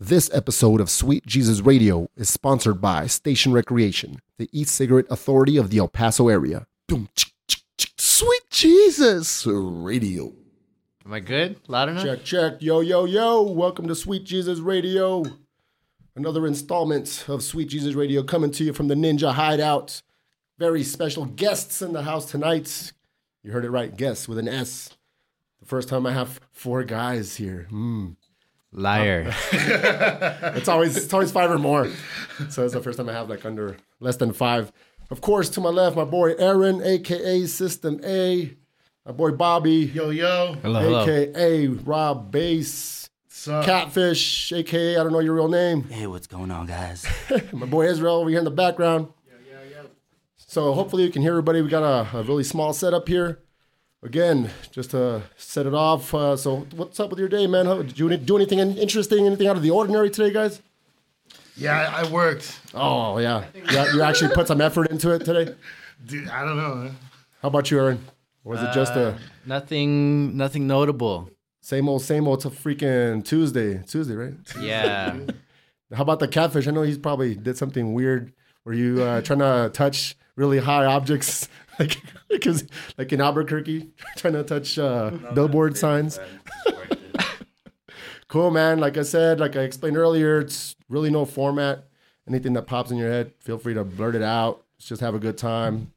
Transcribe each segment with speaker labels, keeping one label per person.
Speaker 1: This episode of Sweet Jesus Radio is sponsored by Station Recreation, the e cigarette authority of the El Paso area. Boom, chick, chick, chick. Sweet Jesus Radio.
Speaker 2: Am I good? Loud enough?
Speaker 1: Check, check. Yo, yo, yo. Welcome to Sweet Jesus Radio. Another installment of Sweet Jesus Radio coming to you from the Ninja Hideout. Very special guests in the house tonight. You heard it right, guests with an S. The first time I have four guys here. Mm.
Speaker 2: Liar.
Speaker 1: It's always it's always five or more. So it's the first time I have like under less than five. Of course, to my left, my boy Aaron, aka System A, my boy Bobby,
Speaker 3: Yo, yo.
Speaker 2: Hello, hello.
Speaker 1: aka Rob Bass,
Speaker 3: Sup?
Speaker 1: Catfish, aka I don't know your real name.
Speaker 4: Hey, what's going on, guys?
Speaker 1: My boy Israel over here in the background. So hopefully you can hear everybody. We got a, a really small setup here. Again, just to set it off. Uh, so what's up with your day, man? How, did you do anything interesting? Anything out of the ordinary today, guys?
Speaker 3: Yeah, I, I worked.
Speaker 1: Oh yeah, you, you actually put some effort into it today.
Speaker 3: Dude, I don't know. man.
Speaker 1: How about you, Aaron? Or is it just a
Speaker 2: Nothing nothing notable.
Speaker 1: same old, same old? It's a freaking Tuesday, Tuesday, right?
Speaker 2: Yeah.
Speaker 1: How about the catfish? I know he's probably did something weird. Were you uh, trying to touch really high objects, like because like in Albuquerque, trying to touch uh, billboard signs? cool, man. Like I said, like I explained earlier, it's really no format. Anything that pops in your head, feel free to blurt it out. Let's just have a good time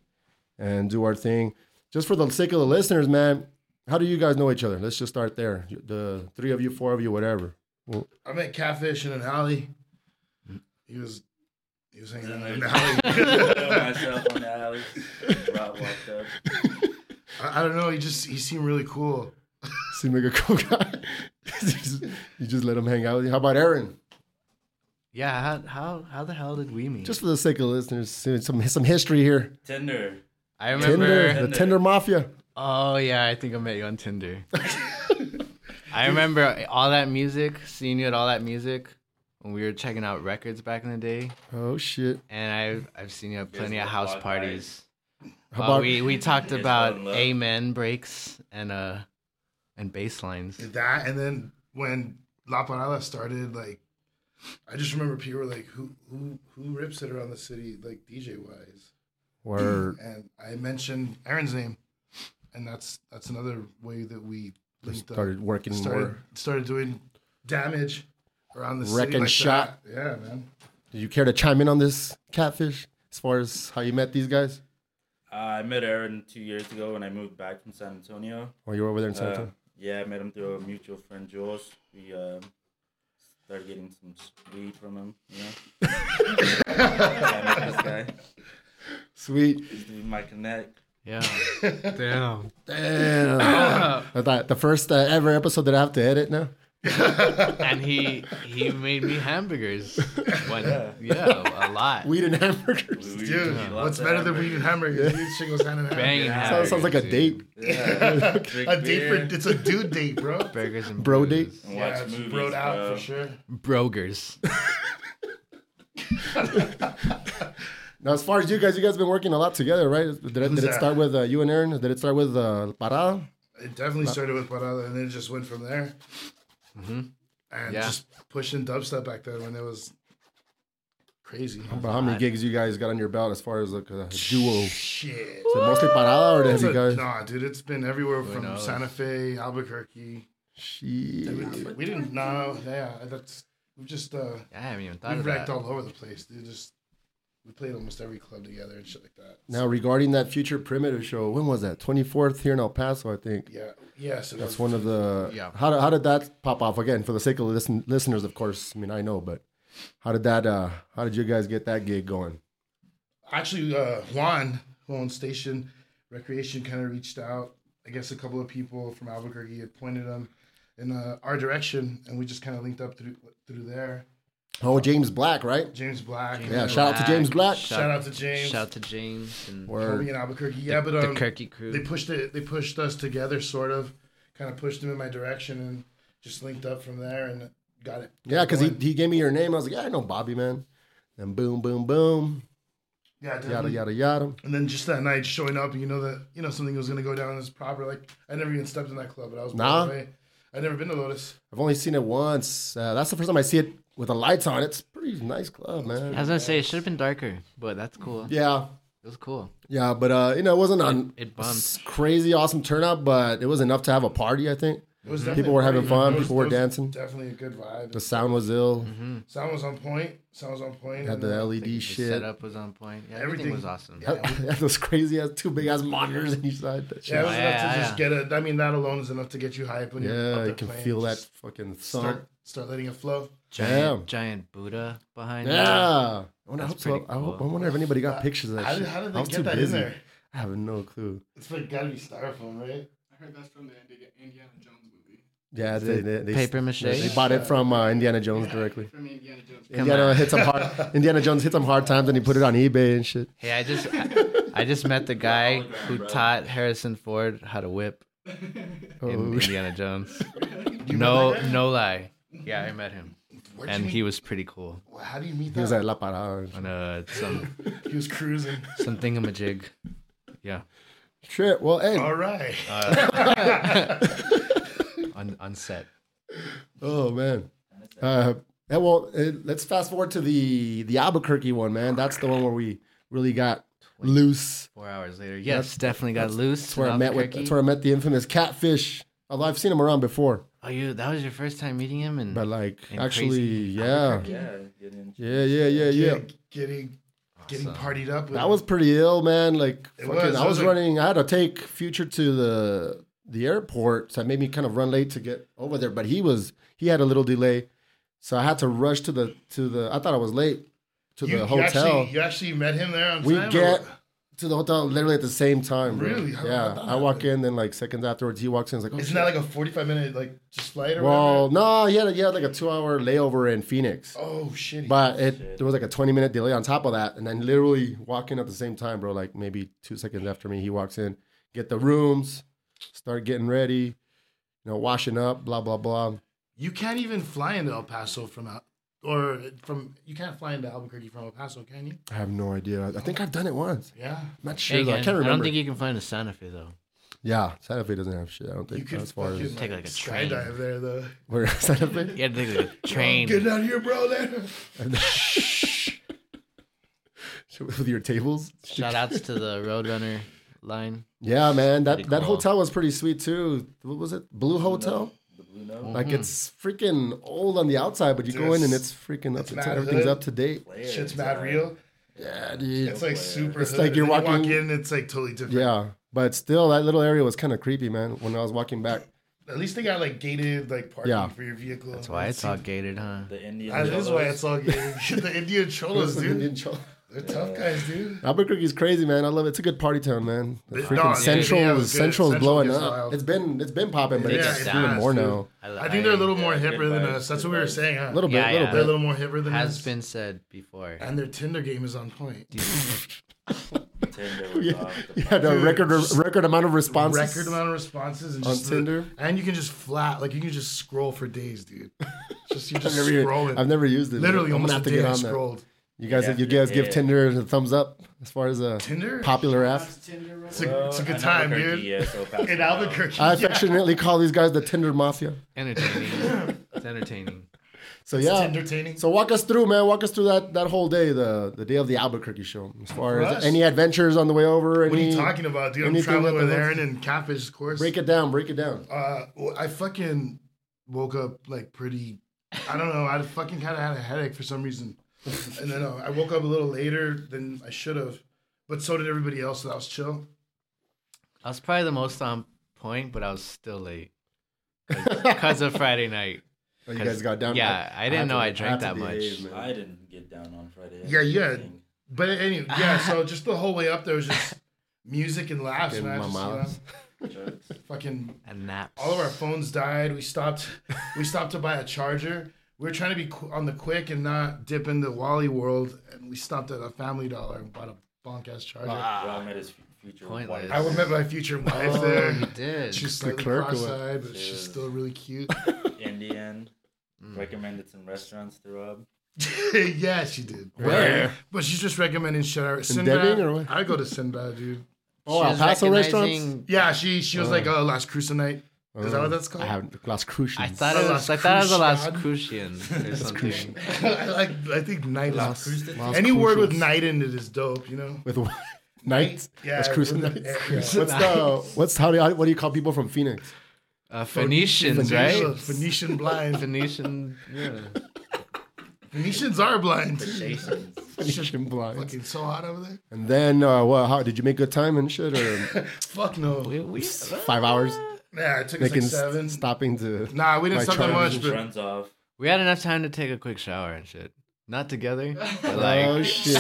Speaker 1: and do our thing. Just for the sake of the listeners, man, how do you guys know each other? Let's just start there. The three of you, four of you, whatever.
Speaker 3: I met Catfish and then Holly. He was he was hanging out in the alley.
Speaker 4: myself on the alley. Rob walked up.
Speaker 3: I, I don't know. He just he seemed really cool.
Speaker 1: Seemed like a cool guy. you, just, you just let him hang out with you. How about Aaron?
Speaker 2: yeah, how, how how the hell did we meet?
Speaker 1: Just for the sake of the listeners, some some history here.
Speaker 4: Tinder.
Speaker 2: I remember
Speaker 1: Tinder, the
Speaker 4: Tinder.
Speaker 1: Tinder Mafia.
Speaker 2: Oh yeah, I think I met you on Tinder. I remember all that music, seeing you at all that music when we were checking out records back in the day.
Speaker 1: Oh shit!
Speaker 2: And I've I've seen you at plenty
Speaker 4: Yes,
Speaker 2: of house
Speaker 4: hot
Speaker 2: parties.
Speaker 1: How
Speaker 2: Uh,
Speaker 1: about
Speaker 2: we we talked
Speaker 4: Yes,
Speaker 2: about
Speaker 4: fell in love.
Speaker 2: amen breaks and uh and bass lines.
Speaker 3: Did that and then when La Parada started, like I just remember people were like, who who who rips it around the city like DJ wise?
Speaker 1: word?
Speaker 3: And I mentioned Aaron's name, and that's that's another way that we linked up.
Speaker 1: Started working
Speaker 3: started
Speaker 1: more.
Speaker 3: started doing damage around the
Speaker 1: Wreck
Speaker 3: city
Speaker 1: and
Speaker 3: like
Speaker 1: shot.
Speaker 3: that. Yeah, man.
Speaker 1: Do you care to chime in on this catfish as far as how you met these guys?
Speaker 4: Uh, I met Aaron two years ago when I moved back from San Antonio.
Speaker 1: While you were over there in San
Speaker 4: Uh,
Speaker 1: Antonio?
Speaker 4: yeah, I met him through a mutual friend, Jules. We uh, started getting some weed from him. You know, I met this guy.
Speaker 1: Sweet.
Speaker 4: He's doing my connect.
Speaker 2: Yeah. Damn.
Speaker 1: Damn. I thought the first uh, ever episode that I have to edit now.
Speaker 2: and he he made me hamburgers. When, yeah. yeah, a lot.
Speaker 1: Weed and hamburgers.
Speaker 4: We- we
Speaker 3: Dude,
Speaker 4: did lots
Speaker 3: what's
Speaker 4: of
Speaker 3: better than
Speaker 4: hamburgers.
Speaker 3: weed and hamburgers? Dude, shit goes hand in hand.
Speaker 2: Banging
Speaker 1: Sounds,
Speaker 2: hamburgers.
Speaker 1: sounds like a
Speaker 2: dude.
Speaker 1: date,
Speaker 4: Yeah. Drink
Speaker 3: A date
Speaker 4: beer
Speaker 3: for it's a dude date, bro.
Speaker 2: Burgers and
Speaker 1: bro.
Speaker 2: brews.
Speaker 1: Date.
Speaker 4: and watch
Speaker 3: yeah, it's
Speaker 4: movies,
Speaker 3: broed out
Speaker 4: bro.
Speaker 3: for sure.
Speaker 2: Brogers.
Speaker 1: Now, as far as you guys, you guys have been working a lot together, right? Did, it-
Speaker 3: Who's
Speaker 1: did it
Speaker 3: that?
Speaker 1: start with uh, you and Aaron? Did it start with uh, Parada?
Speaker 3: It definitely started with Parada, and then it just went from there.
Speaker 1: Mm-hmm.
Speaker 3: And
Speaker 2: Yeah.
Speaker 3: just pushing dubstep back then when it was crazy.
Speaker 1: But how many gigs you guys got on your belt as far as like a duo?
Speaker 3: Shit.
Speaker 1: So mostly Parada, or have
Speaker 3: It's
Speaker 1: you
Speaker 3: a-
Speaker 1: guys?
Speaker 3: nah, dude, it's been everywhere from
Speaker 2: knows?
Speaker 3: Santa Fe, Albuquerque.
Speaker 1: Shit.
Speaker 3: We, we didn't know. Yeah, that's we just uh,
Speaker 2: I haven't even thought
Speaker 3: we
Speaker 2: of
Speaker 3: wrecked
Speaker 2: that.
Speaker 3: all over the place, dude. Just we played almost every club together and shit like that.
Speaker 1: Now, regarding that future primitive show, when was that? Twenty fourth here in El Paso, I think.
Speaker 3: Yeah, yeah. So
Speaker 1: That's one of the.
Speaker 2: Yeah.
Speaker 1: How, did- how did that pop off again? For the sake of listen, listeners, of course. I mean, I know, but how did that? uh How did you guys get that gig going?
Speaker 3: actually uh, Juan who owns Station Recreation kind of reached out. I guess a couple of people from Albuquerque had pointed them in uh, our direction, and we just kind of linked up through through there.
Speaker 1: Oh, James Black, right?
Speaker 3: James Black, uh,
Speaker 1: Yeah, shout out to James Black.
Speaker 3: Shout out to James.
Speaker 2: Shout out to James and
Speaker 1: Word.
Speaker 3: Homie in Albuquerque. Yeah, but
Speaker 2: the
Speaker 3: um,
Speaker 2: Kirky crew.
Speaker 3: they pushed it. They pushed us together, sort of, kind of pushed them in my direction, and just linked up from there and got it.
Speaker 1: Yeah, because he,
Speaker 3: going.
Speaker 1: he gave me your name. I was like, yeah, I know Bobby, man. And boom, boom, boom,
Speaker 3: yeah
Speaker 1: yada
Speaker 2: Mm-hmm.
Speaker 3: definitely.
Speaker 1: yada yada.
Speaker 3: And then just that night showing up, you know that you know something was gonna go down as proper. Like I never even stepped in that club, but I was blown
Speaker 1: Nah.
Speaker 3: away. I'd never been to Lotus.
Speaker 1: I've only seen it once. Uh, that's the first time I see it with the lights on. It's a pretty nice club, man.
Speaker 2: I was gonna say it should have been darker, but that's cool.
Speaker 1: Yeah,
Speaker 2: It was cool.
Speaker 1: yeah, but uh, you know, it wasn't on
Speaker 2: It bumped.
Speaker 1: crazy awesome turnout, but it was enough to have a party. I think
Speaker 3: It was
Speaker 1: Mm-hmm. people were having
Speaker 3: definitely-
Speaker 1: fun,
Speaker 3: it was-
Speaker 1: people were
Speaker 3: it was
Speaker 1: dancing.
Speaker 3: Definitely a good vibe.
Speaker 1: The sound was ill.
Speaker 2: Mm-hmm.
Speaker 3: Sound was on point. Sound was on point.
Speaker 1: Had
Speaker 3: and,
Speaker 1: the
Speaker 3: uh,
Speaker 2: The
Speaker 1: LED shit.
Speaker 2: setup was on point. Yeah, everything,
Speaker 3: Everything-
Speaker 2: was awesome.
Speaker 1: Had had those crazy ass two big ass monitors on each side. That
Speaker 3: Yeah, it
Speaker 1: shit.
Speaker 3: was
Speaker 2: Yeah,
Speaker 3: enough to
Speaker 2: yeah,
Speaker 3: just get it. I mean, that alone is enough to get you hype. When you're up
Speaker 1: Yeah,
Speaker 3: there
Speaker 1: you can
Speaker 3: playing.
Speaker 1: feel that
Speaker 3: Just
Speaker 1: fucking thump.
Speaker 3: Start, start letting it flow.
Speaker 1: Damn.
Speaker 2: Giant, giant Buddha behind
Speaker 1: Yeah.
Speaker 2: you.
Speaker 1: I, wonder, I, hope
Speaker 2: That's
Speaker 1: so.
Speaker 2: pretty
Speaker 1: I, hope, I
Speaker 2: cool.
Speaker 1: wonder if anybody got pictures of that
Speaker 3: Uh, How
Speaker 1: shit.
Speaker 3: did, how did
Speaker 1: I
Speaker 3: they
Speaker 1: was
Speaker 3: get
Speaker 1: too
Speaker 3: that
Speaker 1: busy.
Speaker 3: in there?
Speaker 1: I have no clue.
Speaker 3: It's like gotta be styrofoam, right?
Speaker 5: I heard that's from the Indi- Indiana Jones movie.
Speaker 1: Yeah, they, they, they,
Speaker 2: Paper mache.
Speaker 1: they bought it from uh, Indiana Jones directly.
Speaker 5: From Indiana Jones.
Speaker 1: Indiana hit some hard. Indiana Jones hit some hard times, and he put it on eBay and shit.
Speaker 2: Hey, I just I, I just met the guy who taught Harrison Ford how to whip in
Speaker 1: Oh.
Speaker 2: Indiana Jones.
Speaker 3: You
Speaker 2: no,
Speaker 3: met that guy?
Speaker 2: no lie. Yeah, I met him,
Speaker 3: Where'd you
Speaker 2: and
Speaker 3: meet-
Speaker 2: he was pretty cool
Speaker 3: How do you meet
Speaker 1: He was
Speaker 3: that?
Speaker 1: at La Parada.
Speaker 2: on a some
Speaker 3: He was cruising.
Speaker 2: some thingamajig. Yeah,
Speaker 1: Shit. Well, hey.
Speaker 3: All right.
Speaker 2: on on set.
Speaker 1: Oh man. Uh, yeah, well, uh, let's fast forward to the the Albuquerque one, man. That's the one where we really got loose.
Speaker 2: Four hours later, yes, definitely got loose.
Speaker 1: That's where I met with. That's where I met the infamous Catfish. Although I've seen him around before,
Speaker 2: Oh, you that was your first time meeting him, and
Speaker 1: but like
Speaker 2: And
Speaker 1: actually,
Speaker 2: crazy.
Speaker 1: yeah,
Speaker 4: Yeah, getting
Speaker 1: yeah, yeah, yeah, yeah.
Speaker 3: Getting, getting, getting partied up. With
Speaker 1: That was pretty ill, man. Like
Speaker 3: It
Speaker 1: fucking,
Speaker 3: was,
Speaker 1: I
Speaker 3: it
Speaker 1: was
Speaker 3: was like-
Speaker 1: running. I had to take Future to the the airport, so that made me kind of run late to get over there. But he was he had a little delay, so I had to rush to the to the. I thought I was late to
Speaker 3: you,
Speaker 1: the
Speaker 3: You
Speaker 1: hotel.
Speaker 3: actually, you actually met him there on
Speaker 1: we
Speaker 3: time. or
Speaker 1: get
Speaker 3: what?
Speaker 1: to the hotel literally at the same time. bro.
Speaker 3: Really? How-
Speaker 1: yeah.
Speaker 3: how'd that
Speaker 1: I walk in, then like seconds afterwards, he walks in. It's like, oh,
Speaker 3: Isn't
Speaker 1: shit.
Speaker 3: that like a forty-five minute like just flight or
Speaker 1: well, no, he had a, he had like a two hour layover in Phoenix,
Speaker 3: whatever? Oh shit.
Speaker 1: but it there was like a twenty minute delay on top of that, and then literally walk in at the same time, bro. Like maybe two seconds after me, he walks in, get the rooms, start getting ready, you know, washing up, blah blah blah.
Speaker 3: you can't even fly into El Paso from out or from you can't fly into Albuquerque from El Paso, can you?
Speaker 1: I have no idea. I I think I've done it once.
Speaker 3: Yeah.
Speaker 1: I'm not sure.
Speaker 2: Hey,
Speaker 1: though. I
Speaker 2: Ken,
Speaker 1: can't remember.
Speaker 2: don't think you can find a Santa Fe though.
Speaker 1: yeah, Santa Fe doesn't have shit. I don't
Speaker 3: You
Speaker 1: think
Speaker 3: could
Speaker 1: as far as
Speaker 3: fucking,
Speaker 2: Take, like, a train.
Speaker 3: skydive there though.
Speaker 1: where Santa Fe.
Speaker 2: You had to take
Speaker 1: Oh,
Speaker 2: like, a train.
Speaker 3: Get down here, bro. There.
Speaker 1: with your tables.
Speaker 2: Shout outs to the Roadrunner line.
Speaker 1: Yeah, man, that
Speaker 2: Pretty
Speaker 1: that
Speaker 2: cool.
Speaker 1: hotel was pretty sweet too. What was it? Blue Hotel.
Speaker 4: the blue note.
Speaker 2: Mm-hmm.
Speaker 1: Like it's freaking old on the outside, but you go in and it's freaking up.
Speaker 3: It's
Speaker 1: to
Speaker 3: mad
Speaker 1: everything's
Speaker 3: hood.
Speaker 1: up to date.
Speaker 4: Player,
Speaker 3: Shit's
Speaker 4: it's
Speaker 3: mad
Speaker 4: all
Speaker 3: real.
Speaker 1: Yeah, dude.
Speaker 3: It's like super.
Speaker 1: It's
Speaker 3: hood.
Speaker 1: like you're
Speaker 3: Then you
Speaker 1: walking-
Speaker 3: walk in. It's like totally different.
Speaker 1: yeah, but still, that little area was kind of creepy, man. When I was walking back,
Speaker 3: At least they got like gated like parking
Speaker 1: Yeah.
Speaker 3: for your vehicle.
Speaker 2: That's why it's all gated, huh?
Speaker 4: The Indian.
Speaker 3: That is why
Speaker 4: fellows.
Speaker 3: it's all gated. the Indian cholos, dude. They're tough guys, dude.
Speaker 1: Albuquerque's crazy, man. I love it. It's a good party town, man. The
Speaker 3: No,
Speaker 1: freaking
Speaker 3: yeah, yeah,
Speaker 1: central,
Speaker 3: it
Speaker 1: is
Speaker 3: was good.
Speaker 1: central is
Speaker 3: Central
Speaker 1: blowing
Speaker 3: gets
Speaker 1: up.
Speaker 3: wild.
Speaker 1: It's been it's been popping, but
Speaker 2: It
Speaker 1: it's
Speaker 2: gets
Speaker 1: doing
Speaker 2: down,
Speaker 1: more
Speaker 3: dude.
Speaker 1: now.
Speaker 3: I think they're a little more
Speaker 4: yeah,
Speaker 3: hipper
Speaker 4: good
Speaker 3: than
Speaker 4: vibes,
Speaker 3: us. That's
Speaker 4: good
Speaker 3: what we were
Speaker 4: vibes.
Speaker 3: saying.
Speaker 1: A
Speaker 3: Huh?
Speaker 1: little bit,
Speaker 2: Yeah,
Speaker 1: little
Speaker 2: yeah.
Speaker 3: They're a
Speaker 1: bit.
Speaker 3: little more hipper than
Speaker 2: Has
Speaker 3: us.
Speaker 2: been said before.
Speaker 3: And their Tinder game is on point.
Speaker 4: Tinder was off the
Speaker 1: You had a
Speaker 3: Dude,
Speaker 1: record
Speaker 3: just-
Speaker 1: record amount of responses.
Speaker 3: Record amount of responses and
Speaker 1: On
Speaker 3: just the-
Speaker 1: Tinder?
Speaker 3: and you can just flat like you can just scroll for days, dude. Just you're just
Speaker 1: I've never-
Speaker 3: scrolling.
Speaker 1: I've never used it.
Speaker 3: Literally
Speaker 1: I'm
Speaker 3: almost
Speaker 1: gonna
Speaker 3: a
Speaker 1: have to
Speaker 3: day
Speaker 1: get
Speaker 3: I
Speaker 1: on that.
Speaker 3: scrolled.
Speaker 1: You guys,
Speaker 4: Yeah,
Speaker 1: you guys give
Speaker 4: yeah.
Speaker 1: Tinder a thumbs up as far as a
Speaker 3: Tinder?
Speaker 1: popular app.
Speaker 3: It's a,
Speaker 4: Well,
Speaker 3: it's a good
Speaker 4: in
Speaker 3: time,
Speaker 4: Albuquerque,
Speaker 3: dude.
Speaker 4: Yeah, so fast
Speaker 3: In
Speaker 4: now.
Speaker 3: Albuquerque.
Speaker 1: I affectionately call these guys the Tinder Mafia.
Speaker 2: Entertaining. it's entertaining.
Speaker 1: So
Speaker 3: It's
Speaker 1: yeah,
Speaker 3: entertaining.
Speaker 1: so walk us through, man. Walk us through that that whole day, the the day of the Albuquerque show. As far
Speaker 3: For
Speaker 1: as
Speaker 3: us?
Speaker 1: any adventures on the way over, any
Speaker 3: what are you talking about, dude? I'm
Speaker 1: anything
Speaker 3: traveling
Speaker 1: with the
Speaker 3: with
Speaker 1: left-
Speaker 3: Aaron and Catfish's course.
Speaker 1: Break it down. Break it down.
Speaker 3: Uh, well, I fucking woke up like pretty. I don't know. I fucking kind of had a headache for some reason, and then uh, I woke up a little later than I should have, but so did everybody else. So that was chill.
Speaker 2: I was probably the most on point, but I was still late
Speaker 3: Oh.
Speaker 2: because of Friday night.
Speaker 1: Oh, you guys got down.
Speaker 2: Yeah, I,
Speaker 1: had
Speaker 2: didn't
Speaker 1: to-
Speaker 2: know I
Speaker 1: had
Speaker 2: drank
Speaker 1: to
Speaker 2: that much.
Speaker 1: behave, man.
Speaker 4: I didn't get down on Friday.
Speaker 3: Yeah, you had-
Speaker 4: Thing.
Speaker 3: But anyway, yeah. So just the whole way up there was just music and laughs,
Speaker 1: Fucking
Speaker 3: and I just, you know,
Speaker 1: mamalas.
Speaker 3: fucking
Speaker 2: And naps.
Speaker 3: all of our phones died. We stopped. we stopped to buy a charger. We were trying to be qu- on the quick and not dip into Wally World, and we stopped at a Family Dollar and bought a bonk ass charger.
Speaker 4: Well, I met his f- future wife.
Speaker 2: Pointless.
Speaker 3: I would met my future wife
Speaker 2: Oh,
Speaker 3: there.
Speaker 2: you did.
Speaker 3: She's slightly
Speaker 1: clerk or what?
Speaker 3: cross-eyed, but she's
Speaker 4: Yes.
Speaker 3: still really cute.
Speaker 4: Indian.
Speaker 2: Mm.
Speaker 4: Recommended some restaurants to Rob.
Speaker 3: yeah, she did.
Speaker 1: Where?
Speaker 3: But she's just recommending shit. out-
Speaker 1: Deming
Speaker 3: Sinbad.
Speaker 1: or what?
Speaker 3: I go to Sinbad, dude.
Speaker 1: Oh,
Speaker 2: She
Speaker 1: El
Speaker 2: was
Speaker 1: Paso
Speaker 2: recognizing-
Speaker 1: restaurants.
Speaker 3: Yeah, she she was like, oh, uh, last cruise tonight. Is that what that's called?
Speaker 1: I have Las Crucians.
Speaker 2: I thought it was, I thought it was a Rosicrucian or something.
Speaker 3: I like. I think knight
Speaker 4: Las
Speaker 3: is
Speaker 4: Cruces?
Speaker 1: Las
Speaker 3: any word with
Speaker 1: Cruces.
Speaker 3: knight in it is dope. You know.
Speaker 1: with what? Knights?
Speaker 3: Yeah,
Speaker 1: Las Crucian
Speaker 3: with the-
Speaker 1: Knights.
Speaker 3: yeah.
Speaker 1: What's the what's how do you, what do you call people from Phoenix?
Speaker 2: Uh, Phoenicians, right?
Speaker 3: Phoenician blind.
Speaker 2: Phoenician, yeah.
Speaker 3: Phoenicians are blind.
Speaker 4: Jason's.
Speaker 1: Phoenician blinds.
Speaker 3: Fucking so hot over there.
Speaker 1: And then uh, well, how did you make good time and shit or
Speaker 3: Fuck no.
Speaker 2: We, we,
Speaker 1: five hours
Speaker 3: Yeah, it took us
Speaker 1: making
Speaker 3: like
Speaker 1: s-
Speaker 3: seven.
Speaker 1: stopping to
Speaker 3: Nah, we
Speaker 1: My
Speaker 3: didn't stop that
Speaker 1: charges
Speaker 3: much, but
Speaker 4: Just runs off.
Speaker 2: we had enough time to take a quick shower and shit. Not together, but
Speaker 1: oh
Speaker 2: like
Speaker 1: shit!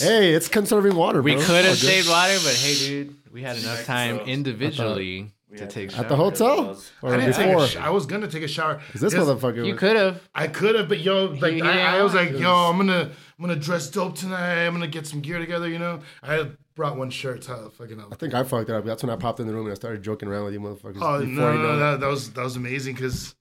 Speaker 1: hey, it's conserving water.
Speaker 2: we
Speaker 1: bro.
Speaker 2: could
Speaker 1: Oh,
Speaker 2: have
Speaker 1: good.
Speaker 2: saved water, but hey, dude, we had enough
Speaker 4: Like,
Speaker 2: time
Speaker 4: so-
Speaker 2: individually
Speaker 4: We
Speaker 2: to
Speaker 4: had-
Speaker 2: take
Speaker 1: at the
Speaker 2: showers.
Speaker 1: hotel or
Speaker 3: I didn't take
Speaker 1: before.
Speaker 3: a sh- I was gonna take a shower.
Speaker 1: Is this
Speaker 3: Yes,
Speaker 1: motherfucker?
Speaker 2: You
Speaker 1: was-
Speaker 2: could have.
Speaker 3: I could have, but yo, like
Speaker 2: He-
Speaker 3: I, I
Speaker 2: yeah.
Speaker 3: was like, yo, I'm gonna, I'm gonna dress dope tonight. I'm gonna get some gear together. You know, I brought one shirt. How fucking up.
Speaker 1: I think I fucked it up. That's when I popped in the room and I started joking around with you motherfuckers.
Speaker 3: Oh
Speaker 1: before
Speaker 3: no,
Speaker 1: you
Speaker 3: no,
Speaker 1: know it.
Speaker 3: that, that was that was amazing because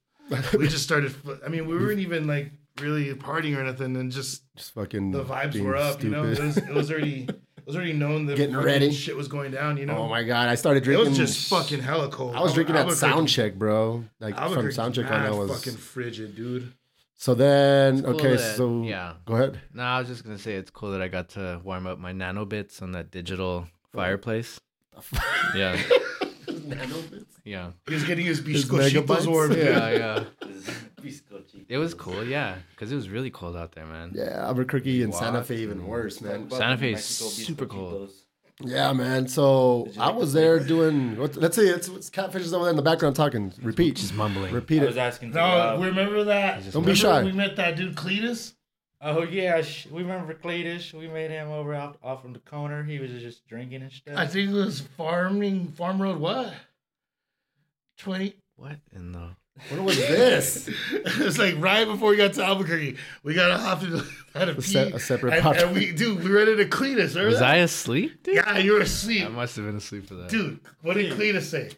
Speaker 3: we just started. I mean, we weren't even like really partying or anything, and just
Speaker 1: just fucking
Speaker 3: the vibes
Speaker 1: being
Speaker 3: were up. You know, it
Speaker 1: stupid.
Speaker 3: was, it was already, it was already known that
Speaker 1: Getting
Speaker 3: fucking
Speaker 1: ready.
Speaker 3: shit was going down. You know,
Speaker 1: oh my god, I started
Speaker 3: it
Speaker 1: drinking.
Speaker 3: was just fucking hella cold.
Speaker 1: I was drinking
Speaker 3: Al-
Speaker 1: at
Speaker 3: Albuquerque-
Speaker 1: sound check, bro. Like from
Speaker 3: Albuquerque's
Speaker 1: sound check on
Speaker 3: mad
Speaker 1: I was.
Speaker 3: ah, fucking frigid, dude.
Speaker 1: So then,
Speaker 2: cool
Speaker 1: okay,
Speaker 2: that-
Speaker 1: so
Speaker 2: yeah.
Speaker 1: go ahead.
Speaker 2: No, I was just gonna say it's cool that I got to warm up my nano bits on that digital fireplace. yeah, yeah,
Speaker 3: He was getting his
Speaker 1: megabytes?
Speaker 3: bizcochitos warm. dude.
Speaker 2: yeah, yeah.
Speaker 4: Biscotti.
Speaker 2: It was cool, yeah, because it was really cold out there, man.
Speaker 1: Yeah, Albuquerque and Santa Fe even worse, man.
Speaker 4: About
Speaker 2: Santa Fe is
Speaker 4: Mexico
Speaker 2: super cold.
Speaker 4: bizcochitos.
Speaker 1: Yeah, man. So
Speaker 4: you
Speaker 1: I
Speaker 4: like
Speaker 1: was
Speaker 4: the
Speaker 1: there doing. What, let's see. It's, it's catfish is over there in the background talking. Repeat.
Speaker 2: Just mumbling.
Speaker 1: Repeat
Speaker 4: I
Speaker 1: it.
Speaker 4: was asking.
Speaker 3: No,
Speaker 4: Rob.
Speaker 3: we remember that.
Speaker 1: Don't be
Speaker 3: Remember
Speaker 1: shy.
Speaker 3: We met that dude Cletus.
Speaker 4: Oh yeah, sh- we remember Cletus. We made him over out off from the corner. He was just drinking and stuff.
Speaker 3: I think it was farming farm road. What? Twenty.
Speaker 2: What in the?
Speaker 1: What was this?
Speaker 3: it was like right before we got to Albuquerque. We got off and had a, pee,
Speaker 1: se- a separate
Speaker 3: and,
Speaker 1: podcast.
Speaker 3: and we, dude, we ready to Cletus. Remember
Speaker 2: Was
Speaker 3: that?
Speaker 2: I asleep, dude?
Speaker 3: Yeah, you were asleep,
Speaker 2: I must have been asleep for that.
Speaker 3: dude. What did Cletus say?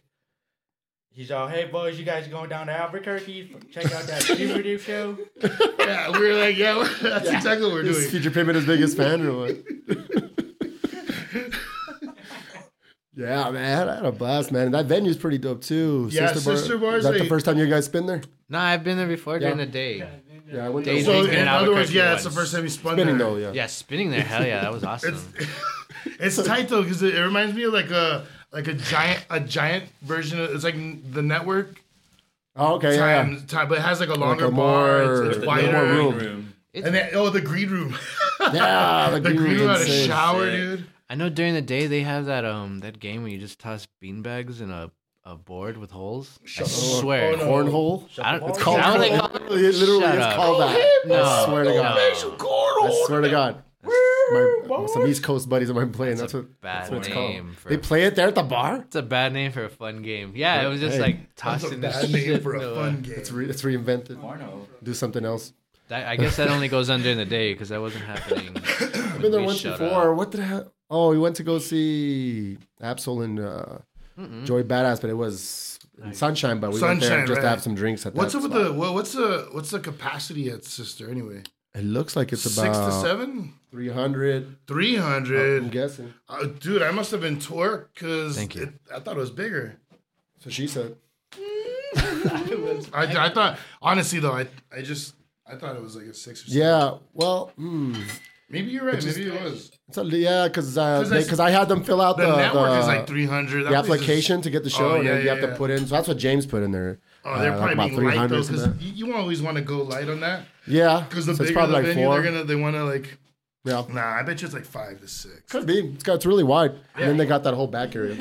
Speaker 4: He's all, "Hey boys, you guys going down to Albuquerque? Check out that puberty show."
Speaker 3: Yeah, we were like, yeah, that's exactly what we're
Speaker 1: Is
Speaker 3: doing.
Speaker 1: Future Payment his biggest fan or what? yeah, man. I had a blast, man. And that venue's pretty dope too.
Speaker 3: Yeah, Sister Bar
Speaker 1: Is
Speaker 3: is
Speaker 1: that the
Speaker 3: a-
Speaker 1: first time you guys been there?
Speaker 2: No, I've been there before during
Speaker 1: Yeah.
Speaker 2: the day.
Speaker 1: Yeah, I went
Speaker 2: Day
Speaker 1: there.
Speaker 3: So
Speaker 2: drinking
Speaker 3: in
Speaker 2: in
Speaker 3: other words,
Speaker 2: Albuquerque
Speaker 3: yeah, it's the
Speaker 2: once.
Speaker 3: first time you spun
Speaker 1: Spinning
Speaker 3: there.
Speaker 1: though, yeah.
Speaker 2: Yeah, spinning there. Hell yeah, that was awesome.
Speaker 3: It's tight though because it, it reminds me of like a like a giant a giant version of it's like the network
Speaker 1: Oh, okay, yeah,
Speaker 3: time
Speaker 1: yeah.
Speaker 3: time, but it has like a longer
Speaker 1: a
Speaker 3: bar.
Speaker 1: more-
Speaker 3: It's, it's
Speaker 1: With
Speaker 4: The
Speaker 1: no
Speaker 3: wider.
Speaker 1: more room.
Speaker 3: And then, oh, the green room.
Speaker 1: Yeah, the
Speaker 3: the
Speaker 1: green
Speaker 3: green room
Speaker 1: room's
Speaker 3: had a
Speaker 1: insane.
Speaker 3: shower,
Speaker 4: Sick.
Speaker 3: dude.
Speaker 2: I know during the day they have that um that game where you just toss beanbags in a, a board with holes. I swear.
Speaker 3: Oh, no.
Speaker 1: Cornhole.
Speaker 2: I don't,
Speaker 1: It's called
Speaker 2: I don't think-
Speaker 1: cornhole. It literally
Speaker 2: Shut
Speaker 1: is
Speaker 2: up.
Speaker 1: called that.
Speaker 2: No,
Speaker 1: I swear to God. I
Speaker 3: Cornhole.
Speaker 1: swear to God. My, some East Coast buddies of mine playing. That's,
Speaker 2: a
Speaker 1: what,
Speaker 2: bad
Speaker 1: that's what it's
Speaker 2: name
Speaker 1: called.
Speaker 2: for-
Speaker 1: They play it there at the bar.
Speaker 2: It's a bad name for a fun game. Yeah, it was just
Speaker 1: Hey,
Speaker 2: like
Speaker 3: That's a
Speaker 2: tossing the
Speaker 3: bad name
Speaker 2: shit
Speaker 3: for a
Speaker 2: into
Speaker 3: fun game.
Speaker 1: It's, re- it's reinvented.
Speaker 4: Porno.
Speaker 1: Do something else.
Speaker 2: That, I guess that only goes on during the day because that wasn't happening.
Speaker 1: I've been there once before. What the hell? Oh, we went to go see Absol and uh, Joy Badass, but it was in sunshine. But we went there
Speaker 3: Sunshine,
Speaker 1: just to
Speaker 3: right.
Speaker 1: have some drinks at
Speaker 3: What's
Speaker 1: that
Speaker 3: up with
Speaker 1: spot.
Speaker 3: the what, what's the what's the capacity at Sister anyway?
Speaker 1: It looks like it's
Speaker 3: Six to
Speaker 1: about
Speaker 3: seven,
Speaker 1: three hundred.
Speaker 3: three
Speaker 1: I'm
Speaker 3: hundred.
Speaker 1: guessing.
Speaker 3: Uh, dude, I must have been torqued because
Speaker 2: Thank you.
Speaker 3: I thought it was bigger.
Speaker 1: So she said.
Speaker 3: I, I thought honestly though, I I just I thought it was like a six or seven.
Speaker 1: Yeah. Well, hmm.
Speaker 3: maybe you're right. Maybe it was.
Speaker 1: So, yeah, because uh,
Speaker 3: 'Cause I s-
Speaker 1: because I had them fill out
Speaker 3: The
Speaker 1: the,
Speaker 3: network
Speaker 1: the-
Speaker 3: is like three hundred.
Speaker 1: the application to get the show,
Speaker 3: Oh,
Speaker 1: and then
Speaker 3: yeah,
Speaker 1: you have
Speaker 3: yeah,
Speaker 1: to
Speaker 3: yeah.
Speaker 1: put in. So that's what James put in there.
Speaker 3: oh, they're
Speaker 1: Uh,
Speaker 3: probably being light
Speaker 1: 300
Speaker 3: though
Speaker 1: something
Speaker 3: because
Speaker 1: like that.
Speaker 3: you, you always want to go light on that
Speaker 1: Yeah,
Speaker 3: because the
Speaker 1: so it's
Speaker 3: bigger
Speaker 1: probably
Speaker 3: the
Speaker 1: like
Speaker 3: venue,
Speaker 1: four.
Speaker 3: they're gonna they want to like.
Speaker 1: Yeah,
Speaker 3: Nah, I bet you it's like five to six.
Speaker 1: could be. It's got it's really wide, and then they got that whole back area.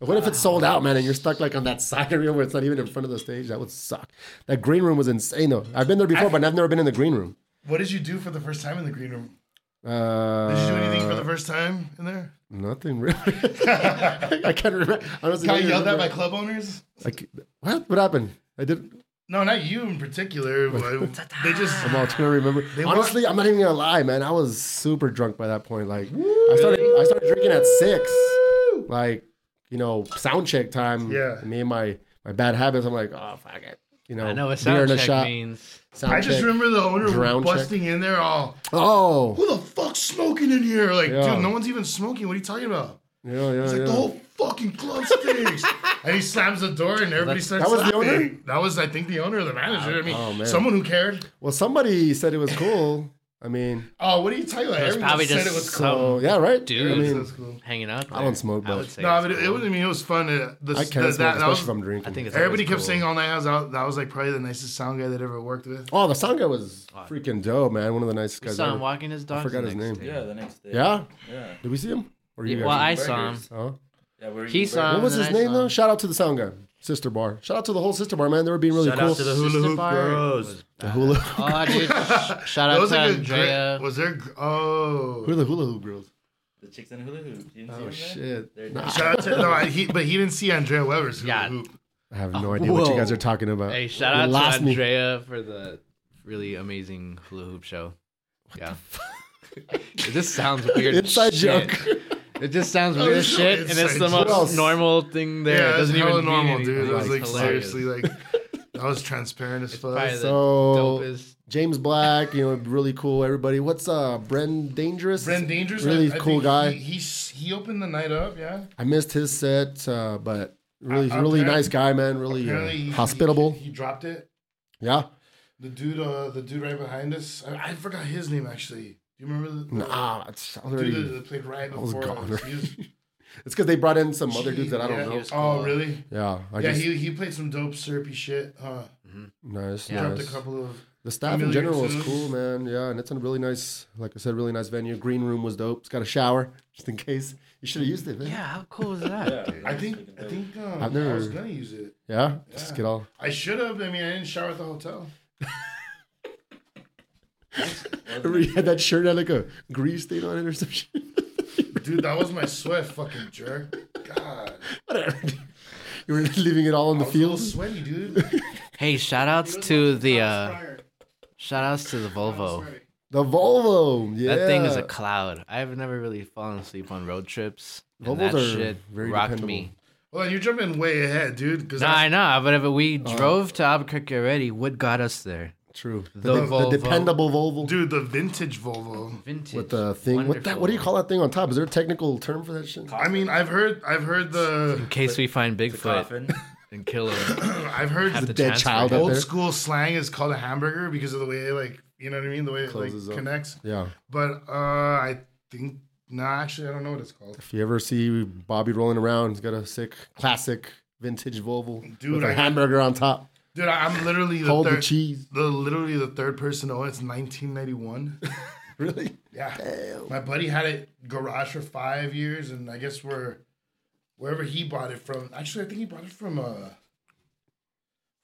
Speaker 1: But What if it's sold out, man, and you're stuck like on that side area where it's not even in front of the stage? That would suck. That green room was insane, though. I've been there before, but I've never been in the green room.
Speaker 3: What did you do for the first time in the green room?
Speaker 1: Uh,
Speaker 3: Did you do anything for the first time in there?
Speaker 1: Nothing really. I can't remember. Honestly,
Speaker 3: Got
Speaker 1: I can't
Speaker 3: yelled at by
Speaker 1: remember.
Speaker 3: club owners?
Speaker 1: Like, what? What happened? I did.
Speaker 3: No, not you in particular. But they just
Speaker 1: I'm all trying to remember.
Speaker 3: want-
Speaker 1: Honestly, I'm not even gonna lie, man. I was super drunk by that point. Like, I started I started drinking at six. Like, you know, sound check time.
Speaker 3: Yeah.
Speaker 1: Me and my my bad habits. I'm like, oh fuck it. You know,
Speaker 2: I know what
Speaker 1: beer and
Speaker 2: sound
Speaker 1: a
Speaker 2: check
Speaker 1: shot,
Speaker 2: means.
Speaker 1: sound
Speaker 3: I just
Speaker 1: check.
Speaker 3: remember the owner
Speaker 1: Drown check.
Speaker 3: busting in there all,
Speaker 1: Oh,
Speaker 3: who the fuck's smoking in here? Like,
Speaker 1: Yeah.
Speaker 3: dude, no one's even smoking. What are you talking about?
Speaker 1: yeah, yeah,
Speaker 3: It's like
Speaker 1: yeah.
Speaker 3: the whole fucking club stinks. and he slams the door and everybody starts
Speaker 1: that was the
Speaker 3: laughing.
Speaker 1: owner?
Speaker 3: That was, I think, the owner or the manager. I mean,
Speaker 1: Oh, man.
Speaker 3: someone who cared.
Speaker 1: Well, somebody said it was cool. I mean,
Speaker 3: Oh, what are you talking about?
Speaker 2: It was
Speaker 3: Everyone
Speaker 2: probably
Speaker 3: said
Speaker 2: just
Speaker 3: it was cool.
Speaker 2: some
Speaker 1: oh yeah, right.
Speaker 2: Dude.
Speaker 1: I mean,
Speaker 3: That's cool.
Speaker 2: hanging out.
Speaker 1: I don't smoke,
Speaker 2: I
Speaker 1: but-
Speaker 2: would say
Speaker 3: No,
Speaker 2: it's
Speaker 3: but it, it
Speaker 2: cool.
Speaker 3: was. I mean, it was fun. Uh, the,
Speaker 1: I
Speaker 3: the-
Speaker 1: can't smoke,
Speaker 3: that, that
Speaker 1: especially
Speaker 3: was,
Speaker 1: if I'm drinking.
Speaker 2: I think it's
Speaker 3: Everybody
Speaker 2: always
Speaker 3: kept
Speaker 2: cool.
Speaker 3: saying all night. I was out. That was like probably the nicest sound guy that ever worked with.
Speaker 1: oh, the sound guy was freaking dope, man. One of the nicest
Speaker 2: We
Speaker 1: guys.
Speaker 2: saw him
Speaker 1: ever.
Speaker 2: walking his dog.
Speaker 1: forgot
Speaker 2: the
Speaker 1: his
Speaker 2: next
Speaker 1: name.
Speaker 2: day.
Speaker 4: Yeah, the next day.
Speaker 1: Yeah.
Speaker 4: Yeah.
Speaker 1: Did we see him? Or you
Speaker 2: Yeah, well,
Speaker 1: guys-
Speaker 2: I saw him.
Speaker 1: Oh.
Speaker 4: Yeah, we're
Speaker 2: He
Speaker 4: eating
Speaker 2: saw
Speaker 4: burgers.
Speaker 1: What was
Speaker 2: then
Speaker 1: his
Speaker 2: I
Speaker 1: name
Speaker 2: saw
Speaker 1: though?
Speaker 2: him.
Speaker 1: Shout out to the sound guy, Sister Bar. Shout out to the whole Sister Bar, man. They were being really
Speaker 4: Shout
Speaker 1: cool.
Speaker 4: out to the hula
Speaker 2: Sister
Speaker 4: hoop
Speaker 2: bar.
Speaker 4: bros.
Speaker 1: The hula,
Speaker 2: Oh, dude. sh- Shout
Speaker 3: That
Speaker 2: out
Speaker 3: was
Speaker 2: to
Speaker 3: like a
Speaker 2: Andrea.
Speaker 3: great. Was there? gr- Oh,
Speaker 1: who are the hula hoop girls?
Speaker 4: The chicks and hula hoop. You didn't see
Speaker 1: Oh
Speaker 4: them, man?
Speaker 1: shit!
Speaker 4: They're
Speaker 1: Nah,
Speaker 4: nice.
Speaker 3: Shout out to, no, I- he, but he didn't see Andrea Weber's hula
Speaker 2: Yeah.
Speaker 3: hoop.
Speaker 1: I have no idea what you
Speaker 2: Whoa.
Speaker 1: guys are talking about.
Speaker 2: Hey, shout
Speaker 1: You
Speaker 2: out
Speaker 1: lost
Speaker 2: to
Speaker 1: me.
Speaker 2: Andrea for the really amazing hula hoop show. yeah. this sounds weird. as
Speaker 1: Inside
Speaker 2: shit.
Speaker 1: joke.
Speaker 2: It just sounds
Speaker 3: Oh,
Speaker 2: weird as
Speaker 3: it's so
Speaker 2: shit, and it's
Speaker 3: inside
Speaker 2: the most
Speaker 1: joke. What else?
Speaker 2: normal thing there.
Speaker 3: yeah,
Speaker 2: it doesn't even mean
Speaker 3: normal,
Speaker 2: anything.
Speaker 3: dude. It was like
Speaker 2: hilarious.
Speaker 3: seriously like that was transparent as fuck.
Speaker 2: probably the
Speaker 1: So-
Speaker 2: dopest.
Speaker 1: James Black, you know, really cool. Everybody, what's uh, Bren Dangerous?
Speaker 3: Bren Dangerous,
Speaker 1: really
Speaker 3: I- I
Speaker 1: cool
Speaker 3: think
Speaker 1: guy.
Speaker 3: He, he s- he opened the night up, yeah.
Speaker 1: I missed his set, uh, but really,
Speaker 3: Uh,
Speaker 1: really
Speaker 3: apparent-
Speaker 1: nice guy, man. Really uh,
Speaker 3: Apparently, he-
Speaker 1: hospitable.
Speaker 3: He, he dropped it.
Speaker 1: Yeah.
Speaker 3: The dude, uh, the dude right behind us. I, I forgot his name actually. Do you remember the,
Speaker 1: Nah, it's
Speaker 3: the dude that-
Speaker 1: already.
Speaker 3: that played right
Speaker 1: was
Speaker 3: before
Speaker 1: gone
Speaker 3: us? He was-
Speaker 1: It's because they brought in some other dudes that I don't
Speaker 3: yeah.
Speaker 1: know.
Speaker 3: Oh, really?
Speaker 1: Yeah, I
Speaker 3: yeah,
Speaker 1: guess
Speaker 3: he, he played some dope syrupy shit. Huh?
Speaker 1: nice.
Speaker 2: Yeah.
Speaker 3: Dropped
Speaker 1: nice.
Speaker 3: a couple of
Speaker 1: The staff in
Speaker 3: Familiar
Speaker 1: general was
Speaker 3: tunes.
Speaker 1: cool, man. Yeah, and it's a really nice, like I said, really nice venue. Green room was dope. It's got a shower just in case. You should have used it, man.
Speaker 2: Yeah, how cool is that?
Speaker 4: Yeah,
Speaker 2: dude?
Speaker 3: I think I think um,
Speaker 1: I've
Speaker 3: I
Speaker 1: never-
Speaker 3: was gonna use it.
Speaker 1: Yeah, just get all.
Speaker 3: I should have. I mean, I didn't shower at the hotel.
Speaker 1: Remember you had that shirt had like a grease stain on it or some shit.
Speaker 3: Dude, that was my sweat, fucking jerk. God,
Speaker 1: Whatever. dude. You were leaving it all in the
Speaker 3: I was a little
Speaker 1: fields.
Speaker 3: sweaty, dude.
Speaker 2: Hey, shout outs to the uh, shout outs to the Volvo.
Speaker 1: The Volvo. Yeah.
Speaker 2: That thing is a cloud. I've never really fallen asleep on road trips. And
Speaker 1: Volvos
Speaker 2: that
Speaker 1: are
Speaker 2: shit
Speaker 1: very
Speaker 2: rocked
Speaker 1: dependable.
Speaker 2: me.
Speaker 3: Well, you're jumping way ahead, dude. Because
Speaker 2: No, I know, but if we
Speaker 3: Uh-huh.
Speaker 2: drove to Albuquerque already, what got us there?
Speaker 1: True. The,
Speaker 2: The
Speaker 1: the,
Speaker 2: Volvo.
Speaker 1: dependable Volvo.
Speaker 3: dude, the vintage Volvo.
Speaker 2: Vintage.
Speaker 1: With the thing, what that? What do you call that thing on top? Is there a technical term for that shit?
Speaker 3: I mean, I've heard, I've heard the,
Speaker 2: In case we find
Speaker 4: The
Speaker 2: Bigfoot
Speaker 4: coffin.
Speaker 2: and kill him.
Speaker 3: I've heard
Speaker 2: Have
Speaker 3: the
Speaker 2: to
Speaker 1: Dead
Speaker 2: transfer
Speaker 1: child
Speaker 2: it.
Speaker 1: up
Speaker 3: old
Speaker 1: there.
Speaker 3: school slang is called a hamburger because of the way, like, you know what I mean, the way it like
Speaker 1: Closes up.
Speaker 3: connects.
Speaker 1: Yeah.
Speaker 3: But uh, I think no, actually, I don't know what it's called.
Speaker 1: If you ever see Bobby rolling around, he's got a sick classic vintage Volvo
Speaker 3: Dude,
Speaker 1: with a
Speaker 3: I-
Speaker 1: hamburger on top.
Speaker 3: Dude, I- I'm literally the
Speaker 1: Hold the
Speaker 3: third,
Speaker 1: cheese.
Speaker 3: the literally the third person to own. it. It's 1991.
Speaker 1: Really?
Speaker 3: Yeah. My buddy had it garage for five years, and I guess where wherever he bought it from. Actually, I think he bought it from a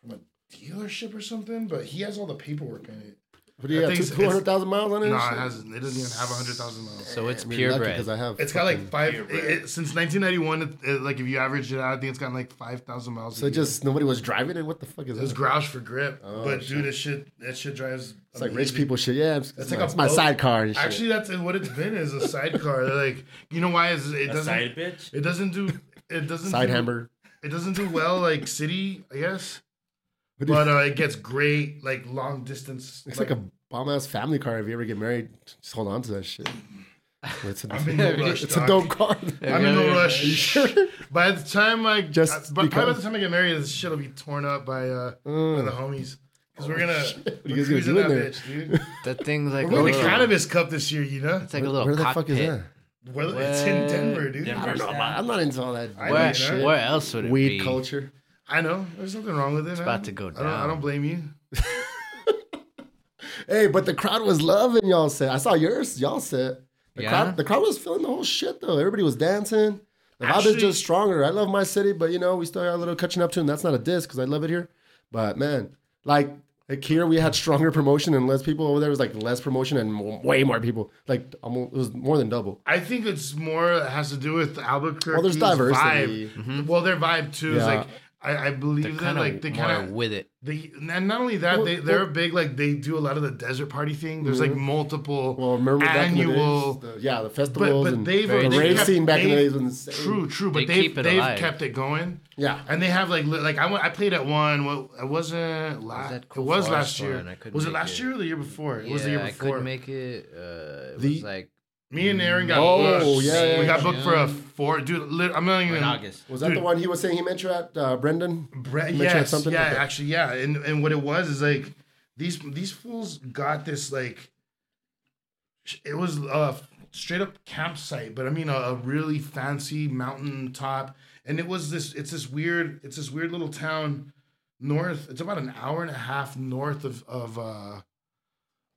Speaker 3: from a dealership or something. But he has all the paperwork in it.
Speaker 1: What do you
Speaker 3: I
Speaker 1: got?
Speaker 3: think it's-
Speaker 1: Two hundred thousand miles on it?
Speaker 3: No, it hasn't. It doesn't even have hundred thousand miles.
Speaker 2: So it's
Speaker 1: because I
Speaker 2: purebred.
Speaker 1: have.
Speaker 3: It's got like
Speaker 1: fucking-
Speaker 3: five it, it- since 1991. It, it- like if you average it out, I think it's gotten like five thousand miles.
Speaker 1: So
Speaker 3: a
Speaker 1: it
Speaker 3: year.
Speaker 1: just nobody was driving it. What the fuck is
Speaker 3: it was
Speaker 1: that?
Speaker 3: grouch for grip.
Speaker 1: Oh,
Speaker 3: but
Speaker 1: shit.
Speaker 3: dude, that shit that shit drives.
Speaker 1: It's like rich people shit. Yeah, it's, it's
Speaker 3: like
Speaker 1: my,
Speaker 3: a
Speaker 1: it's my
Speaker 3: boat.
Speaker 1: sidecar and shit.
Speaker 3: Actually, that's what it's been is a sidecar. They're like you know why is it
Speaker 4: A
Speaker 3: doesn't
Speaker 4: side bitch.
Speaker 3: It doesn't do. It doesn't
Speaker 1: side
Speaker 3: do,
Speaker 1: hammer.
Speaker 3: It doesn't do well like city, I guess.
Speaker 1: What do you-
Speaker 3: But uh, it gets great like long distance.
Speaker 1: It's like a bomb ass family car. If you ever get married, just hold on to that shit. It's a,
Speaker 3: I'm in no rush.
Speaker 1: it's a dope
Speaker 3: doc.
Speaker 1: car.
Speaker 3: I'm in no rush.
Speaker 1: Sure.
Speaker 3: By the time I
Speaker 1: Just
Speaker 3: just, but probably by
Speaker 1: because.
Speaker 3: the time I get married, this shit'll be torn up by uh by the homies. Cause we're gonna
Speaker 1: What are Oh, you
Speaker 3: we're
Speaker 1: guys gonna
Speaker 3: cruising
Speaker 1: do in
Speaker 3: that
Speaker 1: there?
Speaker 3: bitch, dude.
Speaker 2: That thing's like
Speaker 3: We're going
Speaker 2: a
Speaker 3: to
Speaker 2: little-
Speaker 3: Cannabis Cup this year, you know.
Speaker 2: It's like a little
Speaker 1: Where the fuck
Speaker 2: cockpit.
Speaker 1: is that?
Speaker 3: Where, it's in Denver, dude.
Speaker 1: I don't know. man. I'm not into all that
Speaker 3: I
Speaker 2: Where,
Speaker 3: know you're not.
Speaker 2: where else would it
Speaker 1: weed
Speaker 2: be?
Speaker 1: culture.
Speaker 3: I know. There's nothing wrong with it. It's
Speaker 2: about to go
Speaker 3: I don't, I
Speaker 2: down.
Speaker 3: don't blame you.
Speaker 1: Hey, but the crowd was loving y'all set. I saw yours, y'all set. The
Speaker 2: Yeah?
Speaker 1: crowd the crowd was feeling the whole shit though. Everybody was dancing. The vibe is
Speaker 3: Actually-
Speaker 1: just stronger. I love my city, but you know, we still got a little catching up to, and that's not a diss because I love it here. But man, like like here we had stronger promotion and less people over there was like less promotion and w- way more people. Like almost it was more than double.
Speaker 3: I think it's more it has to do with Albuquerque's
Speaker 1: Well, there's diversity.
Speaker 3: vibe. Well, their vibe too is
Speaker 1: Yeah.
Speaker 3: like I, I
Speaker 2: Mm-hmm. They're
Speaker 3: believe that
Speaker 2: kind of
Speaker 3: like they kind of
Speaker 2: with it.
Speaker 3: they and not only that
Speaker 1: Well,
Speaker 3: they they're
Speaker 1: well-
Speaker 3: big like they do a lot of the desert party thing. There's like multiple
Speaker 1: Well, remember back in the
Speaker 3: annual.
Speaker 1: days, the- yeah, the
Speaker 3: but
Speaker 1: festivals
Speaker 3: but
Speaker 1: and
Speaker 3: they've
Speaker 1: the
Speaker 3: they've
Speaker 1: rave
Speaker 3: kept-
Speaker 1: scene back in the
Speaker 3: they've-
Speaker 1: days was insane.
Speaker 3: True, true, but
Speaker 2: They
Speaker 3: they
Speaker 2: keep
Speaker 3: have
Speaker 2: it
Speaker 3: they've
Speaker 2: alive.
Speaker 3: kept it going.
Speaker 1: Yeah.
Speaker 3: And they have like li- like I, went, I played at one. Well, I wasn't last.
Speaker 2: that
Speaker 3: it was
Speaker 2: Forest
Speaker 3: last
Speaker 2: one?
Speaker 3: year.
Speaker 2: I couldn't
Speaker 3: Was it
Speaker 2: make
Speaker 3: last
Speaker 2: it.
Speaker 3: year or the year before? It
Speaker 2: yeah,
Speaker 3: was the year
Speaker 2: I
Speaker 3: before.
Speaker 2: couldn't make it. Uh, it
Speaker 1: The-
Speaker 2: was like
Speaker 3: Me and Aaron got
Speaker 1: Oh,
Speaker 3: booked.
Speaker 1: yeah, yeah,
Speaker 3: we got
Speaker 2: yeah.
Speaker 3: booked for a four. Dude, lit- I'm not even.
Speaker 4: in August.
Speaker 1: Was that
Speaker 3: Dude.
Speaker 1: the one he was saying he met you at, uh, Brendan?
Speaker 3: Bre-
Speaker 1: You mentioned
Speaker 3: yes,
Speaker 1: something?
Speaker 3: yeah,
Speaker 1: Okay.
Speaker 3: actually, yeah, and and what it was is like these these fools got this like sh- it was a straight up campsite, but I mean a, a really fancy mountain top, and it was this it's this weird it's this weird little town north. It's about an hour and a half north of of uh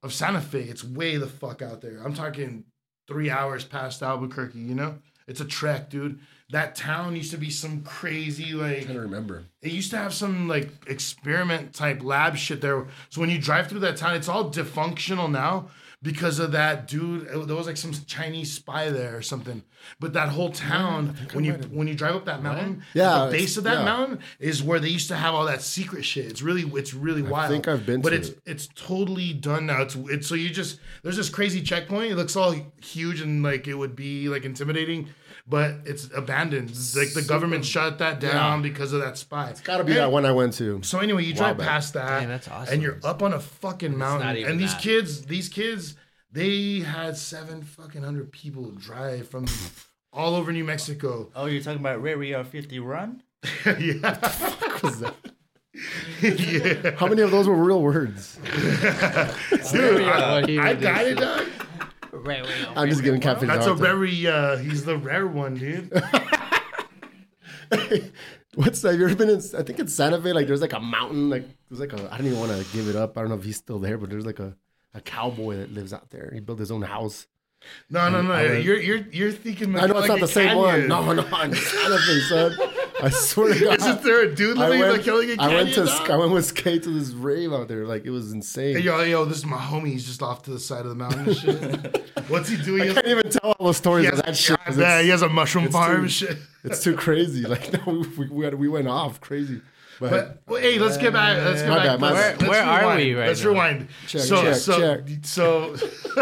Speaker 3: of Santa Fe. It's way the fuck out there. I'm talking three hours past Albuquerque. You know, it's a trek, dude. That town used to be some crazy like
Speaker 1: I don't remember.
Speaker 3: it used to have some like experiment type lab shit there. So when you drive through that town, it's all dysfunctional now because of that dude. It- There was like some Chinese spy there or something. But that whole town, when you when you drive up that mountain,
Speaker 1: Yeah,
Speaker 3: the
Speaker 1: it's-
Speaker 3: base of that
Speaker 1: yeah.
Speaker 3: mountain is where they used to have all that secret shit. It's really it's really wild.
Speaker 1: think I've been
Speaker 3: but
Speaker 1: to
Speaker 3: it's
Speaker 1: it.
Speaker 3: it's totally done now. It's it's so you just there's this crazy checkpoint. It looks all huge and like it would be like intimidating. But it's abandoned. Like the government shut that down because of that spy. It's
Speaker 1: Gotta be that one I went to.
Speaker 3: so anyway, you drive
Speaker 1: back.
Speaker 3: past that,
Speaker 2: Damn, that's awesome.
Speaker 3: and you're up on a fucking mountain,
Speaker 2: not even
Speaker 3: and these
Speaker 2: that.
Speaker 3: kids, these kids, they had seven fucking hundred people drive from all over New Mexico.
Speaker 4: Oh, you're talking about Rare Rio 50 Run?
Speaker 3: yeah, yeah,
Speaker 1: How many of those were real words?
Speaker 3: dude,
Speaker 2: Yeah,
Speaker 3: I,
Speaker 2: he
Speaker 3: I
Speaker 2: did
Speaker 3: got it. dog.
Speaker 1: I'm just giving Captain
Speaker 3: That's a very uh, he's the rare one, dude.
Speaker 1: What's that? Have you ever been in? I think in Santa Fe, like there's like a mountain, like there's like a. I don't even want to give it up. I don't know if he's still there, but there's like a, a cowboy that lives out there. He built his own house.
Speaker 3: No, no, no, you're you're you're thinking.
Speaker 1: I know it's
Speaker 3: McKellar
Speaker 1: not the same one.
Speaker 3: Canyon.
Speaker 1: No, no, in Santa Fe, son. I swear to God.
Speaker 3: Isn't there a dude
Speaker 1: I
Speaker 3: living in
Speaker 1: went,
Speaker 3: the Kelly Canyon?
Speaker 1: I went to
Speaker 3: dog?
Speaker 1: I went with Skate to this rave out there. Like it was insane.
Speaker 3: Hey, yo, yo, this is my homie. He's just off to the side of the mountain. and shit. What's he doing?
Speaker 1: I can't even tell all the stories
Speaker 3: He
Speaker 1: of
Speaker 3: has,
Speaker 1: that shit. 'cause
Speaker 3: yeah, he
Speaker 1: It's,
Speaker 3: has a mushroom farm
Speaker 1: too-
Speaker 3: and shit.
Speaker 1: it's too crazy. Like no, we we, had, we went off crazy. But,
Speaker 3: But well, hey, let's get back. Let's get
Speaker 1: My
Speaker 3: back.
Speaker 1: bad, my
Speaker 3: let's,
Speaker 1: bad.
Speaker 3: let's
Speaker 2: Where- where are
Speaker 3: rewind.
Speaker 2: we right
Speaker 3: Let's
Speaker 2: now?
Speaker 3: rewind.
Speaker 1: Check,
Speaker 3: so,
Speaker 1: check,
Speaker 3: so,
Speaker 1: check.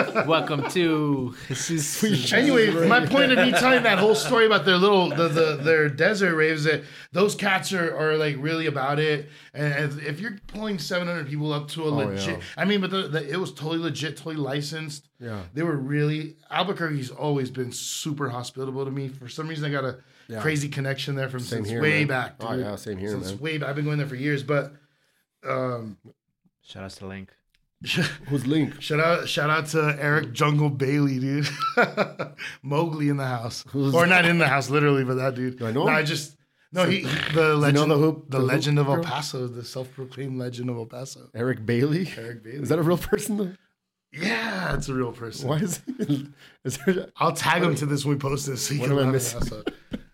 Speaker 3: so.
Speaker 2: Welcome to Jesus.
Speaker 3: Anyway, my point of me telling that whole story about their little the, the their desert rave is that those cats are, are like really about it. And if- if you're pulling 700 people up to a legit,
Speaker 1: Oh, yeah.
Speaker 3: I mean, but the, the, it was totally legit, totally licensed.
Speaker 1: Yeah.
Speaker 3: they were really Albuquerque's always been super hospitable to me. For some reason, I got a crazy connection there from since
Speaker 1: here,
Speaker 3: way
Speaker 1: man.
Speaker 3: back.
Speaker 1: Oh, yeah, same here,
Speaker 3: since
Speaker 1: man.
Speaker 3: Way back. I've been going there for years, but. Um,
Speaker 2: Shout out to Link.
Speaker 1: who's Link?
Speaker 3: Shout out, shout out to Eric Jungle Bailey, dude. Mowgli in the house, or not in the house, literally, but that dude.
Speaker 1: Do I know
Speaker 3: No,
Speaker 1: him?
Speaker 3: I just no. He, he- the legend,
Speaker 1: the hoop- the
Speaker 3: the,
Speaker 1: hoop
Speaker 3: legend of El
Speaker 1: girl?
Speaker 3: Paso, the self-proclaimed legend of El Paso.
Speaker 1: Eric Bailey.
Speaker 3: Eric Bailey.
Speaker 1: Is that a real person? Though?
Speaker 3: Yeah, it's a real person.
Speaker 1: Why is he? Is there?
Speaker 3: I'll tag him to this when we post this. So you
Speaker 1: What am
Speaker 3: can
Speaker 1: I
Speaker 3: laugh
Speaker 1: missing?
Speaker 3: at us.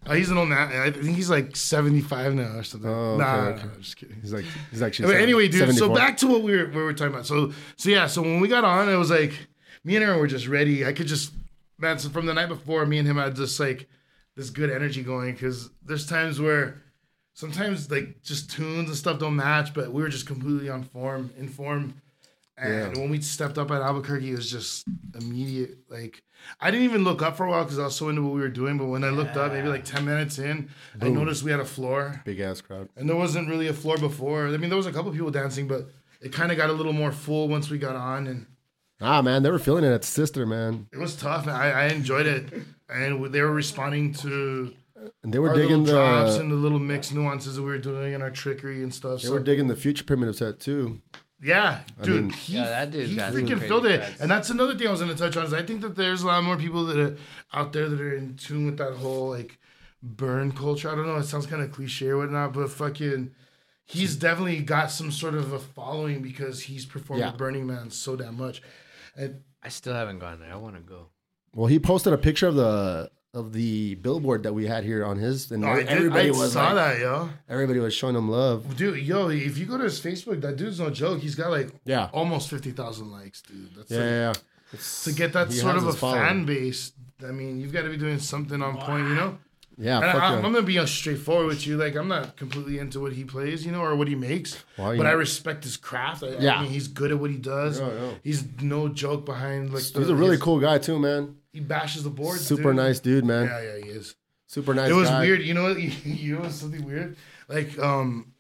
Speaker 3: Uh, he's an old man. I think he's like seventy-five now or something.
Speaker 1: Oh, okay,
Speaker 3: nah,
Speaker 1: okay.
Speaker 3: nah, I'm just kidding.
Speaker 1: He's like he's actually.
Speaker 3: But anyway, dude.
Speaker 1: 74.
Speaker 3: So back to what we were, what we were talking about. So so yeah. So when we got on, it was like me and Aaron were just ready. I could just man. So from the night before, me and him had just like this good energy going because there's times where sometimes like just tunes and stuff don't match, but we were just completely on form, in form. And when we stepped up at Albuquerque, it was just immediate. Like I didn't even look up for a while because I was so into what we were doing. But when I looked up, maybe like ten minutes in, I noticed we had a floor
Speaker 1: big ass crowd.
Speaker 3: and there wasn't really a floor before. I mean, there was a couple people dancing, but it kind of got a little more full once we got on, and
Speaker 1: Ah man, they were feeling it. It's sister man,
Speaker 3: it was tough. And I, I enjoyed it, and they were responding to
Speaker 1: and they were
Speaker 3: our
Speaker 1: digging
Speaker 3: little
Speaker 1: the.
Speaker 3: drops and the little mix nuances that we were doing and our trickery and stuff.
Speaker 1: they
Speaker 3: So
Speaker 1: were digging the future primitive set too.
Speaker 3: yeah, dude,
Speaker 1: mean-
Speaker 3: he,
Speaker 2: Yeah, that dude's
Speaker 3: he
Speaker 2: got some
Speaker 3: freaking
Speaker 2: crazy
Speaker 3: filled it,
Speaker 2: tracks.
Speaker 3: and that's another thing I was gonna touch on is I think that there's a lot more people that are out there that are in tune with that whole like burn culture. I don't know, it sounds kind of cliche or whatnot, but fucking. he's definitely got some sort of a following because he's performed
Speaker 1: Yeah.
Speaker 3: at Burning Man so damn much. And
Speaker 2: I still haven't gone there. I want to go.
Speaker 1: Well, he posted a picture of the of the billboard that we had here on his, and
Speaker 3: Oh, I, did-
Speaker 1: everybody
Speaker 3: I
Speaker 1: was
Speaker 3: saw
Speaker 1: like,
Speaker 3: that, yo.
Speaker 1: everybody was showing him love.
Speaker 3: Dude, yo, if you go to his Facebook, that dude's no joke. He's got like
Speaker 1: Yeah,
Speaker 3: almost fifty thousand likes, dude. That's
Speaker 1: yeah,
Speaker 3: like-
Speaker 1: yeah.
Speaker 3: to get that
Speaker 1: He
Speaker 3: sort
Speaker 1: has
Speaker 3: of a
Speaker 1: his following.
Speaker 3: fan base. I mean, you've got to be doing something on point, you know.
Speaker 1: yeah.
Speaker 3: And
Speaker 1: fuck
Speaker 3: I,
Speaker 1: yeah.
Speaker 3: I'm gonna be straightforward with you. Like, I'm not completely into what he plays, you know, or what he makes.
Speaker 1: Why
Speaker 3: but
Speaker 1: you-
Speaker 3: I respect his craft. I, I
Speaker 1: Yeah.
Speaker 3: mean, he's good at what he does.
Speaker 1: Yeah, yeah.
Speaker 3: He's no joke behind like.
Speaker 1: He's a really
Speaker 3: his-
Speaker 1: cool guy too, man.
Speaker 3: He bashes the board.
Speaker 1: Super nice dude, man.
Speaker 3: Yeah, yeah, he is.
Speaker 1: Super nice.
Speaker 3: it was
Speaker 1: guy.
Speaker 3: weird. You know, what- you know, what's something weird. Like, um,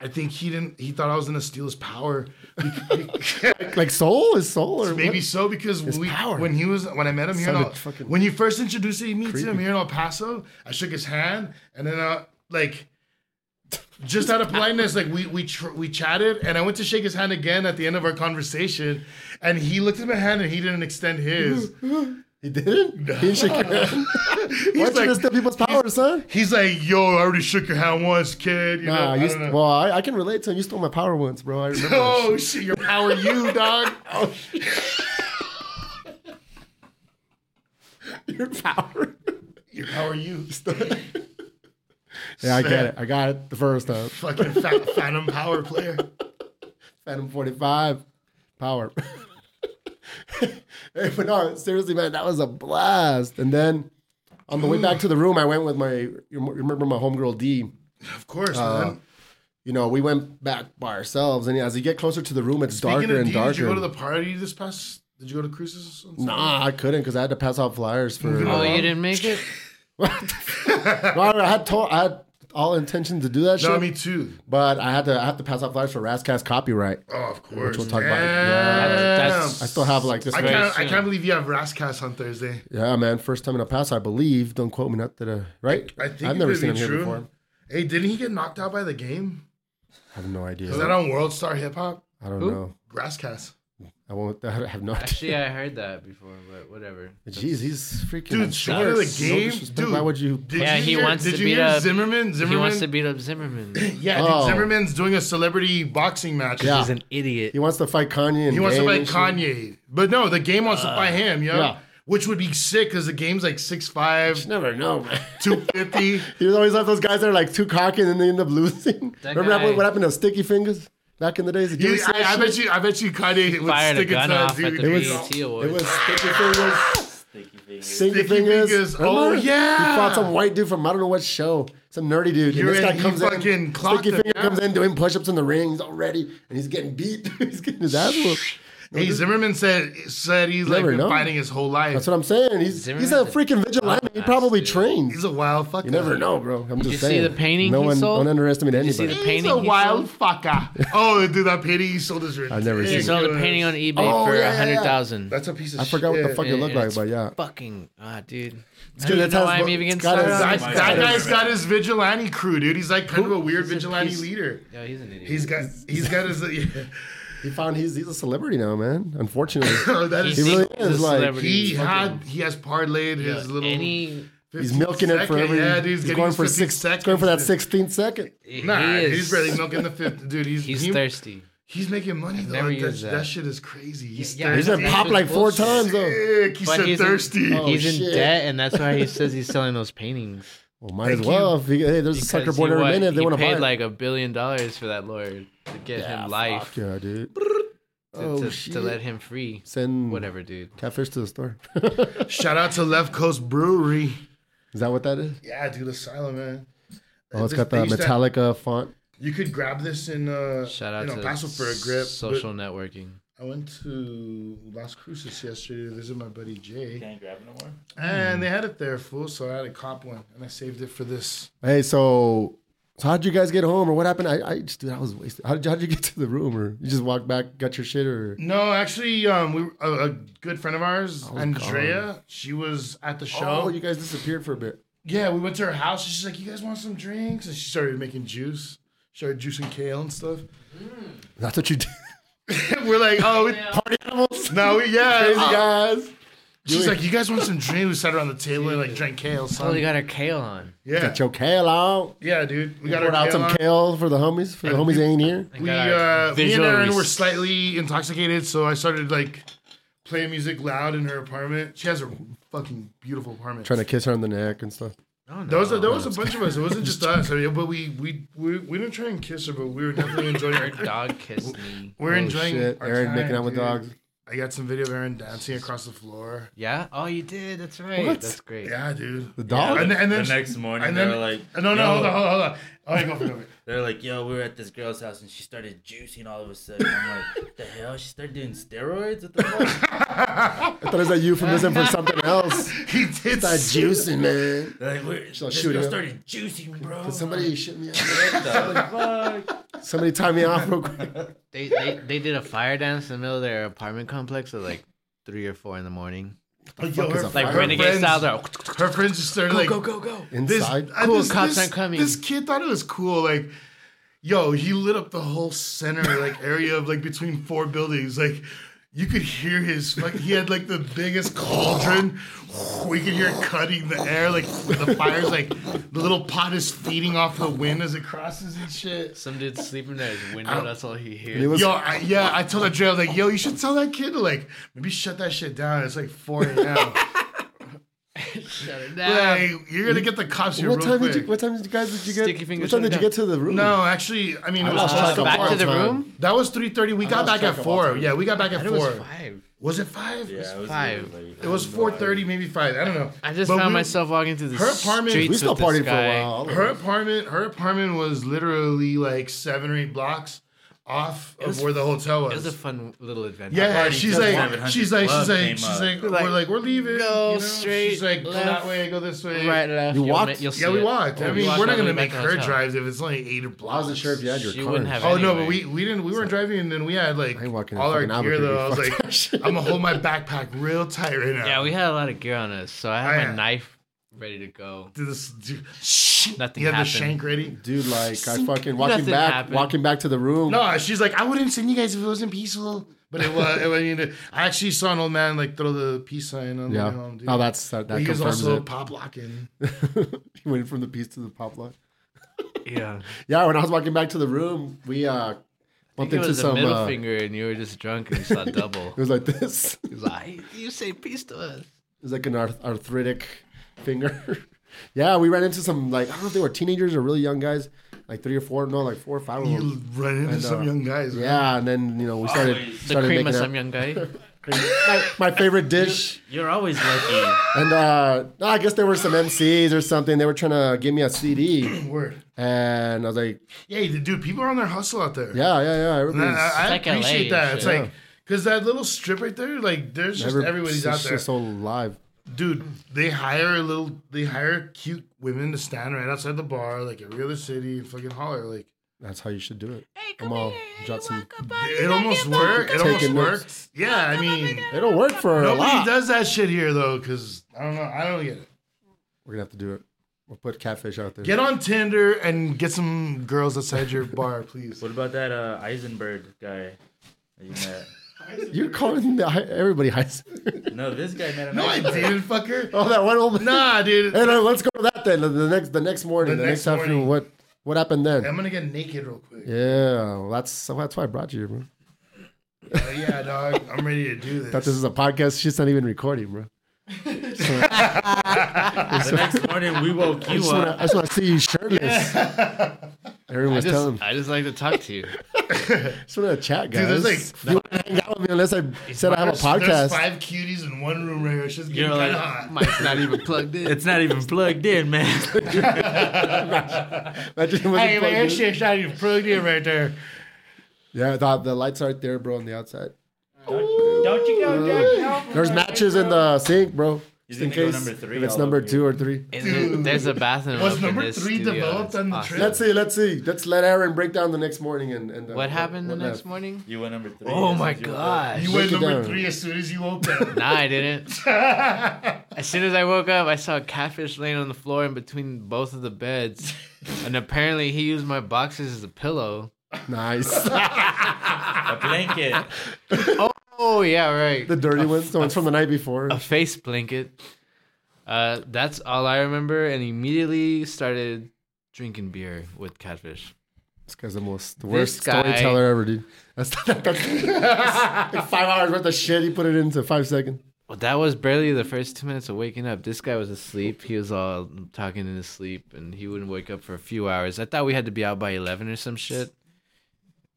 Speaker 3: I think he didn't. He thought I was gonna steal his power. We- we-
Speaker 1: Like soul is soul, or
Speaker 3: Maybe
Speaker 1: what?
Speaker 3: so because
Speaker 1: His
Speaker 3: we,
Speaker 1: power.
Speaker 3: when he was when I met him here, in
Speaker 1: Sounded
Speaker 3: El,
Speaker 1: fucking
Speaker 3: when you first introduced me to him
Speaker 1: creepy.
Speaker 3: here in El Paso, I shook his hand and then uh, like just out of politeness, like we we tr- we chatted and I went to shake his hand again at the end of our conversation, and he looked at my hand and he didn't extend his.
Speaker 1: he didn't. He didn't shake your hand.
Speaker 3: He's
Speaker 1: Why don't you
Speaker 3: like-
Speaker 1: just steal people's power, son?
Speaker 3: He's like, yo, I already shook your hand once, kid. You
Speaker 1: Nah,
Speaker 3: know, I
Speaker 1: you
Speaker 3: don't know.
Speaker 1: st- well, I, I can relate to him. You stole my power once, bro. I remember. that shit.
Speaker 3: oh shit, your power, you dog.
Speaker 1: Oh, shit. Your power.
Speaker 3: Your power, you.
Speaker 1: yeah, I get it. I got it the first time.
Speaker 3: Fucking fat, phantom power player.
Speaker 1: Phantom 45 power. hey, but no, seriously, man, that was a blast. And then on the way back to the room, I went with my, you remember my homegirl D.
Speaker 3: Of course,
Speaker 1: Uh,
Speaker 3: man.
Speaker 1: You know, we went back by ourselves. And as you get closer to the room, it's
Speaker 3: Speaking
Speaker 1: darker
Speaker 3: of
Speaker 1: and
Speaker 3: D,
Speaker 1: darker.
Speaker 3: Did you go to the party this past? Did you go to cruises? on Sunday?
Speaker 1: Nah, I couldn't because I had to pass out flyers for.
Speaker 2: Oh, you didn't make it?
Speaker 1: No, I, I had to- I had all intention to do that
Speaker 3: No,
Speaker 1: shit,
Speaker 3: me too.
Speaker 1: but I had to I had to pass out flyers for Rascast copyright.
Speaker 3: Oh, of course.
Speaker 1: we'll talk
Speaker 3: Damn.
Speaker 1: about it. Yeah.
Speaker 2: That's-
Speaker 1: I still have like this.
Speaker 3: I
Speaker 2: very
Speaker 3: can't. I
Speaker 2: soon.
Speaker 3: can't believe you have Rascast on Thursday.
Speaker 1: Yeah, man. First time in a pass, I believe. Don't quote me. Not that, uh, right?
Speaker 3: I think
Speaker 1: I've
Speaker 3: it
Speaker 1: never
Speaker 3: could
Speaker 1: seen him
Speaker 3: be
Speaker 1: here
Speaker 3: true.
Speaker 1: before.
Speaker 3: Hey, didn't he get knocked out by the game?
Speaker 1: I have no idea.
Speaker 3: Is that on World Star Hip Hop?
Speaker 1: I don't
Speaker 2: Who?
Speaker 1: know.
Speaker 3: Rascast.
Speaker 1: I won't. I have no idea.
Speaker 2: Actually, I heard that before, but whatever.
Speaker 1: Jeez, he's freaking.
Speaker 3: Dude, speaking of the
Speaker 1: No
Speaker 3: game,
Speaker 1: disrespect,
Speaker 3: dude.
Speaker 1: Why would you?
Speaker 3: Did
Speaker 2: Yeah,
Speaker 3: you
Speaker 2: he
Speaker 3: hear,
Speaker 2: wants
Speaker 3: did
Speaker 2: to
Speaker 3: you
Speaker 2: beat
Speaker 3: hear
Speaker 2: up-
Speaker 3: Zimmerman? Zimmerman.
Speaker 2: He wants to beat up Zimmerman.
Speaker 3: yeah, dude,
Speaker 1: Oh.
Speaker 3: Zimmerman's doing a celebrity boxing match.
Speaker 1: Yeah.
Speaker 2: He's an idiot.
Speaker 1: He wants to fight Kanye. And
Speaker 3: He wants to
Speaker 1: Game
Speaker 3: fight
Speaker 1: and shit.
Speaker 3: Kanye, but no, the game wants to fight
Speaker 2: Uh,
Speaker 3: him. Yeah.
Speaker 1: yeah.
Speaker 3: Which would be sick because the game's like 6'5,
Speaker 1: You never know, man.
Speaker 3: 250.
Speaker 1: You always have those guys that are like too cocky and then they end up losing.
Speaker 2: That
Speaker 1: Remember that-
Speaker 2: guy-
Speaker 1: what happened to Sticky Fingers back in the days? Did you
Speaker 3: Dude,
Speaker 1: see that
Speaker 3: I, I
Speaker 1: shit?
Speaker 3: bet you, I bet you Kanye would
Speaker 2: Fired a
Speaker 3: stick it
Speaker 2: gun
Speaker 3: to that
Speaker 2: off at
Speaker 3: dude.
Speaker 2: the
Speaker 1: It was,
Speaker 2: BET Awards.
Speaker 1: it was Sticky Fingers.
Speaker 4: Sticky fingers.
Speaker 1: Sticky
Speaker 3: Sticky
Speaker 1: fingers.
Speaker 3: Fingers.
Speaker 1: Remember?
Speaker 3: Oh, yeah.
Speaker 1: He fought some white dude from I don't know what show. Some nerdy dude.
Speaker 3: You're
Speaker 1: and this
Speaker 3: in-
Speaker 1: guy
Speaker 3: he
Speaker 1: comes
Speaker 3: fucking
Speaker 1: in.
Speaker 3: clocked
Speaker 1: Sticky
Speaker 3: him,
Speaker 1: finger
Speaker 3: yeah.
Speaker 1: comes in doing push-ups in the ring. He's already and he's getting beat. he's getting his ass whooped.
Speaker 3: Hey, Zimmerman said said he's like
Speaker 1: Never
Speaker 3: been
Speaker 1: know.
Speaker 3: fighting his whole life.
Speaker 1: That's what I'm saying. He's he's a
Speaker 2: Zimmerman's a
Speaker 1: freaking vigilante. He probably
Speaker 2: dude.
Speaker 1: trained.
Speaker 3: he's a wild fucker.
Speaker 1: you never know, bro. I'm just
Speaker 2: you see
Speaker 1: saying.
Speaker 2: the painting
Speaker 1: No
Speaker 2: he
Speaker 1: one
Speaker 2: sold?
Speaker 1: don't underestimate
Speaker 2: Did you see
Speaker 1: anybody.
Speaker 2: the
Speaker 3: He's
Speaker 2: painting
Speaker 3: a
Speaker 2: he
Speaker 3: wild
Speaker 2: sold?
Speaker 3: fucker. Oh, dude, that painting he sold is
Speaker 1: I've
Speaker 3: ridiculous.
Speaker 1: never
Speaker 2: He
Speaker 1: seen
Speaker 2: sold a painting on eBay
Speaker 1: Oh,
Speaker 2: for a
Speaker 1: yeah, yeah, yeah.
Speaker 2: 100000
Speaker 3: That's a piece of
Speaker 1: I forgot what the fuck it
Speaker 2: Yeah,
Speaker 1: looked like,
Speaker 2: it's
Speaker 1: but yeah.
Speaker 2: Fucking ah, dude. I
Speaker 1: good.
Speaker 2: don't even
Speaker 1: That's
Speaker 2: know
Speaker 1: how
Speaker 2: why
Speaker 1: it's
Speaker 2: I'm
Speaker 1: bu-
Speaker 2: even getting
Speaker 1: it's got
Speaker 2: started.
Speaker 1: his-
Speaker 3: That,
Speaker 2: on
Speaker 1: That's
Speaker 2: it.
Speaker 3: that guy's got his vigilante crew, dude. He's like kind of a weird
Speaker 2: He's a
Speaker 3: vigilante
Speaker 2: piece-
Speaker 3: leader.
Speaker 2: Yeah, he's an idiot.
Speaker 3: He's got he's got his yeah.
Speaker 1: He found he's he's a celebrity now, man. Unfortunately.
Speaker 3: that
Speaker 2: He's
Speaker 1: He
Speaker 3: is
Speaker 1: really
Speaker 2: a
Speaker 1: is, like,
Speaker 2: celebrity.
Speaker 3: he
Speaker 2: Fucking-
Speaker 3: had he has parlayed
Speaker 2: yeah,
Speaker 3: his little
Speaker 2: any.
Speaker 1: He's milking it for
Speaker 3: 15
Speaker 1: every.
Speaker 3: Yeah, dude,
Speaker 1: he's
Speaker 3: getting
Speaker 1: going
Speaker 3: his
Speaker 1: for
Speaker 3: 15
Speaker 1: six. He's going for that
Speaker 3: seconds.
Speaker 1: 16th second.
Speaker 3: Nah,
Speaker 2: he is.
Speaker 3: he's really milking the fifth, dude. He's
Speaker 2: He's
Speaker 3: he-
Speaker 2: thirsty.
Speaker 3: He's making money though.
Speaker 2: never
Speaker 3: Like, that,
Speaker 2: used that.
Speaker 3: that shit is crazy. He's
Speaker 2: Yeah, yeah.
Speaker 1: He's
Speaker 3: thirsty.
Speaker 1: gonna
Speaker 2: That's
Speaker 1: pop
Speaker 2: just
Speaker 1: like four
Speaker 2: bullshit.
Speaker 1: times though.
Speaker 3: Sick. He's
Speaker 2: But
Speaker 3: so
Speaker 2: he's in-
Speaker 3: thirsty.
Speaker 1: Oh,
Speaker 2: he's in
Speaker 1: shit.
Speaker 2: debt, and that's why he says he's selling those paintings.
Speaker 1: Well, might as
Speaker 3: Thank
Speaker 1: well. If you, hey, there's a
Speaker 2: Because
Speaker 1: sucker
Speaker 2: he
Speaker 1: born every
Speaker 2: what-
Speaker 1: minute. If they
Speaker 2: he
Speaker 1: want to buy
Speaker 2: paid
Speaker 1: it.
Speaker 2: like a billion dollars for that lawyer to get him life
Speaker 1: Ah, Fuck yeah, dude.
Speaker 2: to,
Speaker 1: Oh,
Speaker 2: to,
Speaker 1: shit.
Speaker 2: to let him free.
Speaker 1: Send
Speaker 2: Whatever, dude.
Speaker 1: catfish to the store.
Speaker 3: Shout out to Left Coast Brewery.
Speaker 1: Is that what that is?
Speaker 3: Yeah, dude, Asylum, man.
Speaker 1: Oh, it's
Speaker 3: This-
Speaker 1: got
Speaker 3: they
Speaker 1: the
Speaker 3: used to-
Speaker 1: Metallica font.
Speaker 3: You could grab this in uh
Speaker 2: Shout out
Speaker 3: in
Speaker 2: to
Speaker 3: El Paso for a grip.
Speaker 2: social
Speaker 3: Social.
Speaker 2: networking.
Speaker 3: I went to Las Cruces yesterday to visit my buddy Jay,
Speaker 4: Can't grab no more.
Speaker 3: and they had it there full, so I had to cop one, and I saved it for this.
Speaker 1: Hey, so so how'd you guys get home, or what happened? I, I just dude, I was wasted. How did how'd you get to the room, or you just walked back, got your shit, or
Speaker 3: No, actually, um, we a, a good friend of ours,
Speaker 1: was
Speaker 3: Andrea, she was at the show.
Speaker 1: oh, you guys disappeared for a bit.
Speaker 3: Yeah, we went to her house. and She's like, "You guys want some drinks?" And she started making juice. Started juicing kale and stuff.
Speaker 1: That's what you did,
Speaker 3: We're like, "Oh, we,
Speaker 1: party animals,
Speaker 3: no, we, yeah."
Speaker 1: crazy
Speaker 3: uh,
Speaker 1: guys.
Speaker 3: She's like, "You guys want some drinks?" We sat around the table and like drank kale.
Speaker 2: Oh, they
Speaker 3: Son.
Speaker 2: got her kale on.
Speaker 3: Yeah,
Speaker 1: Got your kale out.
Speaker 3: yeah, dude. We got our
Speaker 1: Poured out
Speaker 3: kale.
Speaker 1: some
Speaker 3: on.
Speaker 1: kale for the homies. For the
Speaker 3: And
Speaker 1: homies that ain't here.
Speaker 2: They
Speaker 3: We,
Speaker 2: got our
Speaker 3: uh, me and
Speaker 2: visual
Speaker 3: Aaron were
Speaker 2: res-
Speaker 3: slightly intoxicated, so I started like playing music loud in her apartment. She has a fucking beautiful apartment.
Speaker 1: Trying to kiss her on the neck and stuff.
Speaker 2: Oh, no.
Speaker 3: There was, a, there was a bunch of us. It wasn't just us. I mean, but we, we we we didn't try and kiss her, but we were definitely enjoying
Speaker 2: Her
Speaker 3: our
Speaker 2: dog kissed me.
Speaker 3: We're
Speaker 1: Holy
Speaker 3: enjoying
Speaker 1: Oh, shit,
Speaker 3: our
Speaker 1: Aaron
Speaker 3: time,
Speaker 1: making out with
Speaker 3: dude.
Speaker 1: dogs.
Speaker 3: I got some video of Aaron dancing across the floor.
Speaker 2: Yeah. Oh, you did. That's right.
Speaker 1: What?
Speaker 2: That's great.
Speaker 3: Yeah, dude.
Speaker 1: The dog.
Speaker 3: Oh, And then, and then
Speaker 4: the next morning,
Speaker 3: and
Speaker 4: they
Speaker 3: then- Oh,
Speaker 4: were like,
Speaker 3: no, no,
Speaker 4: "Yo."
Speaker 3: hold on, hold on, hold on. All right, go for it. go for it.
Speaker 4: They're like, yo, we were at this girl's house and she started juicing all of a sudden. I'm like, the hell? She started doing steroids? What the fuck?
Speaker 1: I thought it was a euphemism for something else.
Speaker 3: He did.
Speaker 1: That juicing, man.
Speaker 4: They're like, we're,
Speaker 1: She's like,
Speaker 4: this
Speaker 1: "Shoot
Speaker 4: girl
Speaker 1: it up."
Speaker 4: started juicing, bro.
Speaker 1: Somebody shit me out.
Speaker 4: What the fuck?
Speaker 1: Somebody tie me off real quick.
Speaker 2: They, they they did a fire dance in the middle of their apartment complex at like three or four in the morning.
Speaker 3: Oh, yo,
Speaker 1: fuck is
Speaker 3: her
Speaker 1: a
Speaker 2: Like
Speaker 1: Fire
Speaker 2: renegade
Speaker 3: friends-
Speaker 2: style. They're like,
Speaker 3: Her friends just started like,
Speaker 2: go go go.
Speaker 1: Inside.
Speaker 3: I-
Speaker 2: Cool, cops aren't coming.
Speaker 3: This kid thought it was cool. Like, yo, he lit up the whole center like area of like between four buildings. Like, you could hear his. Like, he had like the biggest cauldron. We could hear it cutting the air. Like the fire's like the little pot is feeding off the wind as it crosses and shit.
Speaker 2: Some dude sleeping at his window. That's all he hears.
Speaker 1: It was-
Speaker 3: Yo, I, yeah, I told that Dre, I was like, yo, you should tell that kid to like maybe shut that shit down. It's like 4 a.m.
Speaker 2: Shut it
Speaker 3: like, you're gonna get the cops here
Speaker 1: what
Speaker 3: real
Speaker 1: time
Speaker 3: quick.
Speaker 1: did you? What time did you guys? Did you get?
Speaker 2: Sticky fingers
Speaker 1: what time did you
Speaker 2: shut
Speaker 1: get to the room?
Speaker 3: No, actually, I mean, it
Speaker 1: I
Speaker 3: was
Speaker 1: lost
Speaker 3: close
Speaker 1: track
Speaker 2: Uh,
Speaker 3: to
Speaker 1: of
Speaker 2: back
Speaker 1: all
Speaker 2: to the
Speaker 1: time.
Speaker 2: room.
Speaker 3: That was three thirty. We
Speaker 1: lost
Speaker 3: got back at
Speaker 1: track of all
Speaker 3: four.
Speaker 1: time.
Speaker 3: Yeah, we got back
Speaker 2: I
Speaker 3: at
Speaker 2: thought It
Speaker 3: four.
Speaker 2: was five.
Speaker 3: Was it five?
Speaker 4: Yeah, it was
Speaker 2: Five.
Speaker 4: really-
Speaker 3: It was four thirty, maybe five. I don't know.
Speaker 2: I just
Speaker 3: But
Speaker 2: found
Speaker 3: we-
Speaker 2: myself walking through the
Speaker 3: Her apartment-
Speaker 2: streets
Speaker 1: We still
Speaker 2: with this
Speaker 1: partied for
Speaker 2: guy.
Speaker 1: a while.
Speaker 3: Her apartment, her apartment was literally like seven or eight blocks off of
Speaker 2: was-
Speaker 3: where the hotel
Speaker 2: It
Speaker 3: was.
Speaker 2: was a fun little adventure.
Speaker 3: yeah,
Speaker 4: Party
Speaker 3: she's
Speaker 4: till
Speaker 3: like,
Speaker 4: 700
Speaker 3: she's like,
Speaker 4: Club
Speaker 3: she's like,
Speaker 4: came
Speaker 3: she's
Speaker 4: up.
Speaker 3: like,
Speaker 2: Like,
Speaker 3: we're like, we're leaving.
Speaker 2: go
Speaker 3: She's
Speaker 2: straight
Speaker 3: like, go
Speaker 2: left,
Speaker 3: that way, go this way.
Speaker 2: Right left.
Speaker 1: You
Speaker 2: you'll
Speaker 1: walked?
Speaker 2: ma- You'll see
Speaker 3: Yeah, we
Speaker 2: it.
Speaker 3: walked. I
Speaker 2: We
Speaker 3: mean,
Speaker 2: walked
Speaker 3: we're not
Speaker 2: on the
Speaker 3: gonna
Speaker 2: way
Speaker 3: make
Speaker 2: back
Speaker 3: her
Speaker 2: hotel.
Speaker 3: drive if it's only eight blocks.
Speaker 1: I wasn't sure if you had your
Speaker 2: She
Speaker 1: car.
Speaker 2: wouldn't have
Speaker 3: Oh no, but
Speaker 2: anyway.
Speaker 3: we we didn't we weren't driving and then we had like
Speaker 1: I ain't walking in
Speaker 3: all our
Speaker 1: fucking
Speaker 3: gear though. I was
Speaker 1: Albuquerque. Fuck that
Speaker 3: like,
Speaker 1: shit.
Speaker 3: I'm gonna hold my backpack real tight right now.
Speaker 2: Yeah, we had a lot of gear on us, so I
Speaker 3: Oh,
Speaker 2: had
Speaker 3: yeah.
Speaker 2: my knife ready to go.
Speaker 3: Do this. Do, shh,
Speaker 2: Nothing
Speaker 3: You had
Speaker 2: happened.
Speaker 3: the shank ready.
Speaker 1: Dude, like I fucking walking
Speaker 2: Nothing
Speaker 1: back,
Speaker 2: happened.
Speaker 1: walking back to the room.
Speaker 3: No, she's like, I wouldn't send you guys if it wasn't peaceful. But it was. I mean, I actually saw an old man like throw the peace sign on
Speaker 1: Yeah.
Speaker 3: the home. Dude.
Speaker 1: oh, that's that, that
Speaker 3: he was
Speaker 1: confirms
Speaker 3: also pop locking.
Speaker 1: it. he went from the piece to the pop lock.
Speaker 2: Yeah,
Speaker 1: Yeah, when I was walking back to the room, we uh
Speaker 2: I think
Speaker 1: bumped
Speaker 2: it
Speaker 1: into
Speaker 2: was a
Speaker 1: some.
Speaker 2: middle
Speaker 1: uh, It
Speaker 2: finger, and you were just drunk and saw double.
Speaker 1: was like this.
Speaker 2: He was like, "You say peace to us."
Speaker 1: It's like an arth- arthritic finger. yeah, we ran into some like I don't know if they were teenagers or really young guys, like three or four, no, like four or five of them.
Speaker 3: You run into
Speaker 1: And, uh,
Speaker 3: some young guys. man.
Speaker 1: Yeah, and then you know we started
Speaker 4: Always.
Speaker 2: The
Speaker 1: started
Speaker 2: cream
Speaker 1: making
Speaker 2: of
Speaker 1: out.
Speaker 2: some young guy.
Speaker 1: my favorite dish.
Speaker 4: You're always lucky.
Speaker 1: And uh, no, I guess there were some MCs or something. They were trying to give me a CD,
Speaker 3: Word.
Speaker 1: and I was like,
Speaker 3: Yeah, dude, people are on their hustle out there.
Speaker 1: yeah, yeah, yeah.
Speaker 3: And I,
Speaker 1: Everybody's,
Speaker 3: I- I
Speaker 2: It's like LA
Speaker 3: appreciate
Speaker 2: and
Speaker 3: that.
Speaker 2: shit.
Speaker 3: It's like. Cause that little strip right there, like there's just
Speaker 1: every-
Speaker 3: everybody's out
Speaker 1: it's
Speaker 3: there.
Speaker 1: just so live.
Speaker 3: dude they hire a little they hire cute women to stand right outside the bar like every other city and fucking holler like
Speaker 1: That's how you should do it. I'm all Judson.
Speaker 3: it, almost worked it almost
Speaker 1: Taking notes.
Speaker 3: worked yeah i mean
Speaker 1: It'll work for a
Speaker 3: nobody
Speaker 1: lot.
Speaker 3: does that shit here though because i don't know i don't get it
Speaker 1: We're gonna have to do it. We'll put catfish out there.
Speaker 3: get on tinder and get some girls outside your bar please
Speaker 4: what about that uh, Eisenberg guy? that you met?
Speaker 1: You're calling the, everybody heist.
Speaker 4: No, this guy met him.
Speaker 3: no i
Speaker 4: at-
Speaker 3: didn't fucker
Speaker 1: oh, that one old
Speaker 3: nah dude
Speaker 1: Hey, no, let's go to that then. The- The next, the next morning,
Speaker 3: The
Speaker 1: the,
Speaker 3: next
Speaker 1: next,
Speaker 3: morning.
Speaker 1: afternoon. What, what happened then?
Speaker 3: i'm gonna get naked real quick yeah,
Speaker 1: yeah, well, that's that's why I brought you here, bro.
Speaker 3: yeah dog i'm ready to do this
Speaker 1: Thought this is a podcast. She's not even recording, bro.
Speaker 4: The next morning we woke
Speaker 1: I
Speaker 4: you
Speaker 1: just wanna- I
Speaker 4: up.
Speaker 1: just want to see you shirtless. Everyone
Speaker 2: I
Speaker 1: was telling
Speaker 2: just,
Speaker 1: me.
Speaker 2: I just like to talk to you.
Speaker 1: I just want to chat, guys.
Speaker 3: there's
Speaker 1: you want to hang out with me unless I said I have a
Speaker 3: There's-
Speaker 1: podcast.
Speaker 3: there's five cuties in one room right here it's just
Speaker 4: You're
Speaker 3: getting
Speaker 4: like,
Speaker 3: kind of hot
Speaker 2: Ah, Mike's not even plugged in.
Speaker 4: It's not even plugged in, man.
Speaker 1: Imagine it wasn't
Speaker 3: Hey,
Speaker 1: plugged
Speaker 3: man, your
Speaker 1: in.
Speaker 3: shit's not even plugged in right there.
Speaker 1: Yeah, the, the lights aren't there, bro, on the outside.
Speaker 4: Don't you go down?
Speaker 1: There's matches in the sink, bro. Just in
Speaker 4: gonna go
Speaker 1: case.
Speaker 4: number three
Speaker 1: if it's
Speaker 4: all
Speaker 1: number
Speaker 4: over
Speaker 1: two or three.
Speaker 2: And there- there's a bathroom.
Speaker 3: Was
Speaker 2: up
Speaker 3: number
Speaker 2: in this
Speaker 3: three
Speaker 2: studio.
Speaker 3: developed on the
Speaker 2: It's
Speaker 3: trip?
Speaker 1: Let's see. Let's see. Let's let Aaron break down the next morning and. and uh,
Speaker 2: What happened the
Speaker 1: what
Speaker 2: next
Speaker 1: left.
Speaker 2: morning?
Speaker 4: You went number three.
Speaker 2: Oh
Speaker 4: This
Speaker 2: my
Speaker 4: is your-
Speaker 2: gosh.
Speaker 3: You
Speaker 1: Break
Speaker 3: went
Speaker 1: it
Speaker 3: number
Speaker 1: down.
Speaker 3: three as soon as you opened.
Speaker 2: Nah, I didn't. as soon as I woke up, I saw a catfish laying on the floor in between both of the beds, and apparently he used my boxes as a pillow.
Speaker 1: Nice.
Speaker 4: A blanket.
Speaker 2: Oh yeah, right.
Speaker 1: the dirty ones. The ones from the night before.
Speaker 2: a face blanket. Uh, that's all I remember, and immediately started drinking beer with catfish.
Speaker 1: This guy's the most the worst
Speaker 2: guy-
Speaker 1: storyteller ever, dude. That's, that's like five hours worth of shit. He put it into five seconds.
Speaker 2: Well, that was barely the first two minutes of waking up. This guy was asleep. He was all talking in his sleep, and he wouldn't wake up for a few hours. I thought we had to be out by eleven or some shit.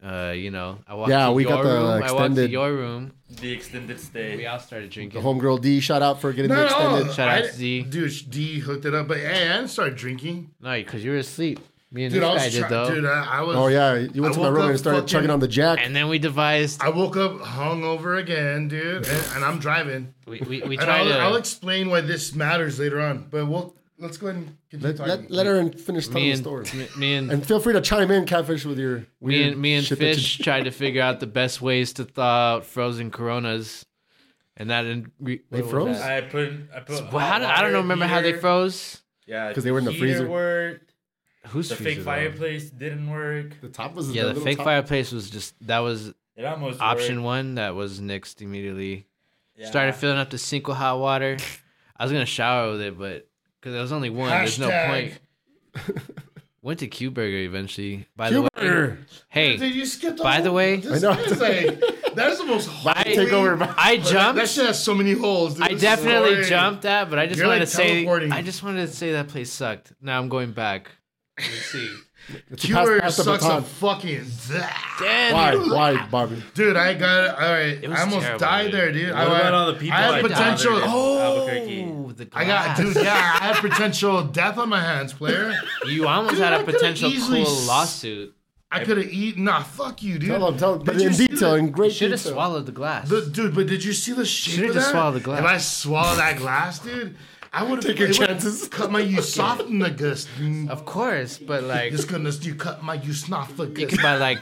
Speaker 2: Uh, you know, I walked
Speaker 1: Yeah,
Speaker 2: to
Speaker 1: we
Speaker 2: your
Speaker 1: got the
Speaker 2: room. I walked to
Speaker 1: extended-
Speaker 2: your room.
Speaker 4: The extended
Speaker 2: We
Speaker 4: stay.
Speaker 2: all started drinking.
Speaker 1: The homegirl D shout out for getting the extended.
Speaker 2: Shout out to D.
Speaker 3: Dude, D hooked it up, but hey, I didn't start drinking.
Speaker 2: No, because you were asleep. Me and
Speaker 3: Dude, I
Speaker 2: this guy
Speaker 3: was
Speaker 2: did
Speaker 3: trying.
Speaker 2: though.
Speaker 3: Dude, I, I was.
Speaker 1: Oh yeah, you went
Speaker 3: I
Speaker 1: to my
Speaker 3: woke
Speaker 1: room
Speaker 3: up
Speaker 1: and started
Speaker 3: fucking-
Speaker 1: chugging on the jack.
Speaker 2: and then we devised.
Speaker 3: I woke up hungover again, dude, and, and I'm driving.
Speaker 2: We, we, we
Speaker 3: And
Speaker 2: tried
Speaker 3: I'll,
Speaker 2: to.
Speaker 3: I'll explain why this matters later on, but we'll let's go ahead and continue
Speaker 1: Let,
Speaker 3: talking.
Speaker 1: let, let her and finish telling
Speaker 2: me
Speaker 1: the
Speaker 2: and
Speaker 1: story.
Speaker 2: me, me and
Speaker 1: And feel free to chime in, Catfish, with your
Speaker 2: me
Speaker 1: weird
Speaker 2: and me and
Speaker 1: shit that you
Speaker 2: Fish tried to figure out the best ways to thaw out frozen Coronas, and that in, we,
Speaker 1: They
Speaker 2: what was
Speaker 1: froze?
Speaker 2: that?
Speaker 4: I put. I put.
Speaker 2: Well, how do- I don't know. Remember how they froze?
Speaker 4: Yeah,
Speaker 1: 'Cause they were in the
Speaker 4: heater
Speaker 1: freezer.
Speaker 4: Worked.
Speaker 2: Who's
Speaker 4: The fake fireplace didn't work.
Speaker 1: The top was
Speaker 2: Yeah, the
Speaker 1: little
Speaker 2: fake
Speaker 1: top-
Speaker 2: fireplace was just that was
Speaker 4: It almost
Speaker 2: option
Speaker 4: worked.
Speaker 2: one that was nixed immediately.
Speaker 4: Yeah.
Speaker 2: Started filling up the sink with hot water. I was gonna shower with it, but because there was only one, there's no
Speaker 3: Hashtag.
Speaker 2: point. Went to Q Burger eventually. By
Speaker 1: Q
Speaker 2: the way,
Speaker 1: Burger.
Speaker 2: hey,
Speaker 3: Dude, you skipped
Speaker 2: by
Speaker 3: all-
Speaker 2: the way-
Speaker 3: this
Speaker 1: I know.
Speaker 3: is like- that is the most.
Speaker 2: I-
Speaker 1: Take over. my-
Speaker 2: I
Speaker 3: That
Speaker 2: jumped.
Speaker 3: shit has so many holes. Dude.
Speaker 2: I
Speaker 3: This
Speaker 2: definitely
Speaker 3: story-
Speaker 2: jumped that, but I just
Speaker 3: You're,
Speaker 2: wanted
Speaker 3: like,
Speaker 2: to say
Speaker 3: teleporting.
Speaker 2: I just wanted to say that place sucked. Now I'm going back. Let's see.
Speaker 1: It's a pass-
Speaker 3: Cure
Speaker 1: pass the
Speaker 3: sucks a
Speaker 1: baton.
Speaker 3: fucking.
Speaker 2: Damn.
Speaker 1: Why? Why, Bobby?
Speaker 3: Dude, I got all right.
Speaker 2: It was
Speaker 3: I almost
Speaker 2: terrible,
Speaker 3: died
Speaker 2: dude.
Speaker 3: there, dude.
Speaker 4: What
Speaker 3: I,
Speaker 4: about all the people
Speaker 3: I had
Speaker 4: that died
Speaker 3: potential.
Speaker 4: there?
Speaker 3: Oh,
Speaker 2: Oh,
Speaker 4: Albuquerque.
Speaker 2: the
Speaker 3: I got,
Speaker 2: glass.
Speaker 3: dude. Yeah, I had potential death on my hands, player.
Speaker 2: You almost
Speaker 3: Dude, I
Speaker 2: had a
Speaker 3: could've
Speaker 2: potential
Speaker 3: easily
Speaker 2: cool
Speaker 3: s-
Speaker 2: lawsuit.
Speaker 3: I could have eaten. Nah, fuck you, dude.
Speaker 1: Tell him, tell him.
Speaker 3: Did
Speaker 1: But
Speaker 3: you
Speaker 1: in
Speaker 3: see
Speaker 1: detail,
Speaker 3: the-
Speaker 1: in great
Speaker 2: Should have
Speaker 1: detail.
Speaker 2: swallowed the glass.
Speaker 3: The, dude, but did you see the shape
Speaker 2: Should've
Speaker 3: of
Speaker 2: just
Speaker 3: that?
Speaker 2: swallowed the glass.
Speaker 3: If I swallowed that glass, dude, I would have
Speaker 1: Take your chances.
Speaker 3: Cut my esophagus. dude.
Speaker 2: of course, but like
Speaker 3: It's gonna you cut my
Speaker 2: you
Speaker 3: esophagus.
Speaker 2: could buy like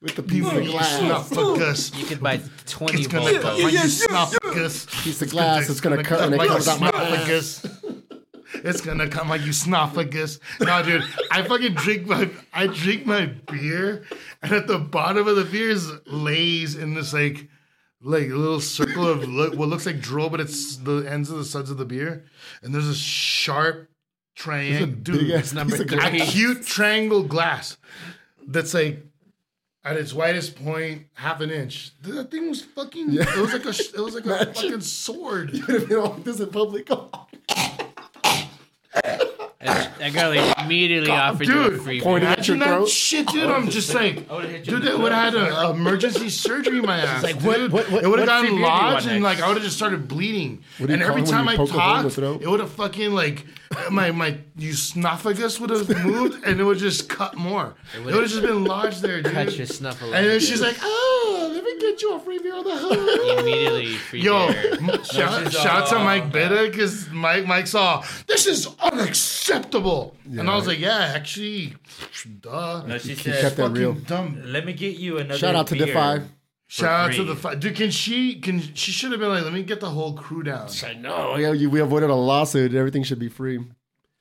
Speaker 1: With the piece
Speaker 3: My
Speaker 1: of glass.
Speaker 3: esophagus.
Speaker 2: you could buy twenty
Speaker 3: It's gonna cut my
Speaker 2: Volvo.
Speaker 3: esophagus.
Speaker 1: Piece of glass. It's gonna cut when it comes out my ass.
Speaker 3: esophagus. It's gonna come out you snophagus. No, dude, I fucking drink my I drink my beer, and at the bottom of the beer is lays in this like like little circle of lo- what looks like drool, but it's the ends of the suds of the beer, and there's a sharp triangle. Dude,
Speaker 1: Big ass
Speaker 2: number
Speaker 1: piece of
Speaker 2: three.
Speaker 1: glass.
Speaker 3: acute triangle glass that's like at its widest point half an inch. Dude, That thing was fucking. It was like a. sh- It was like a
Speaker 1: Imagine.
Speaker 3: fucking sword.
Speaker 1: Could have been all this in public.
Speaker 2: And that girl immediately offered you a
Speaker 3: dude,
Speaker 2: free
Speaker 1: Point
Speaker 2: beer.
Speaker 1: at your
Speaker 3: Imagine that
Speaker 1: throat.
Speaker 3: shit, dude. I'm just like,
Speaker 4: would've hit you
Speaker 3: dude,
Speaker 4: in the
Speaker 3: that would have had
Speaker 4: throat.
Speaker 3: an emergency surgery in my ass.
Speaker 2: like, what-
Speaker 3: dude.
Speaker 2: what- what-
Speaker 3: it would
Speaker 2: what
Speaker 3: have gotten
Speaker 2: figure do you want
Speaker 3: lodged and
Speaker 2: next?
Speaker 3: like I would have just started bleeding.
Speaker 1: What do you
Speaker 3: And every
Speaker 1: call it when
Speaker 3: time
Speaker 1: you
Speaker 3: I
Speaker 1: poke a hole in the
Speaker 3: talked,
Speaker 1: throat?
Speaker 3: it would have fucking like my my esophagus would have moved and it would just cut more. It would
Speaker 2: would've
Speaker 3: have just been lodged there, dude.
Speaker 2: Cut your snuffle.
Speaker 3: And then she's like, oh, let me get you a free beer on the hood.
Speaker 2: immediately free
Speaker 3: Yo,
Speaker 2: beer.
Speaker 3: m- shout,
Speaker 4: she's
Speaker 3: shout to
Speaker 4: all-
Speaker 3: Mike Bitta because Mike Mike's all this is unacceptable, and I was like, yeah, actually, duh.
Speaker 4: No, she
Speaker 1: He kept
Speaker 4: said,
Speaker 1: that real.
Speaker 3: Fucking dumb.
Speaker 4: "Let me get you another."
Speaker 1: Shout out to
Speaker 4: beer.
Speaker 1: Defy.
Speaker 3: Shout out to
Speaker 4: free.
Speaker 3: the fi- dude. Can she? Can she should have been like, let me get the whole crew down.
Speaker 1: I know. Oh, Yeah, you, we avoided a lawsuit. Everything should be free.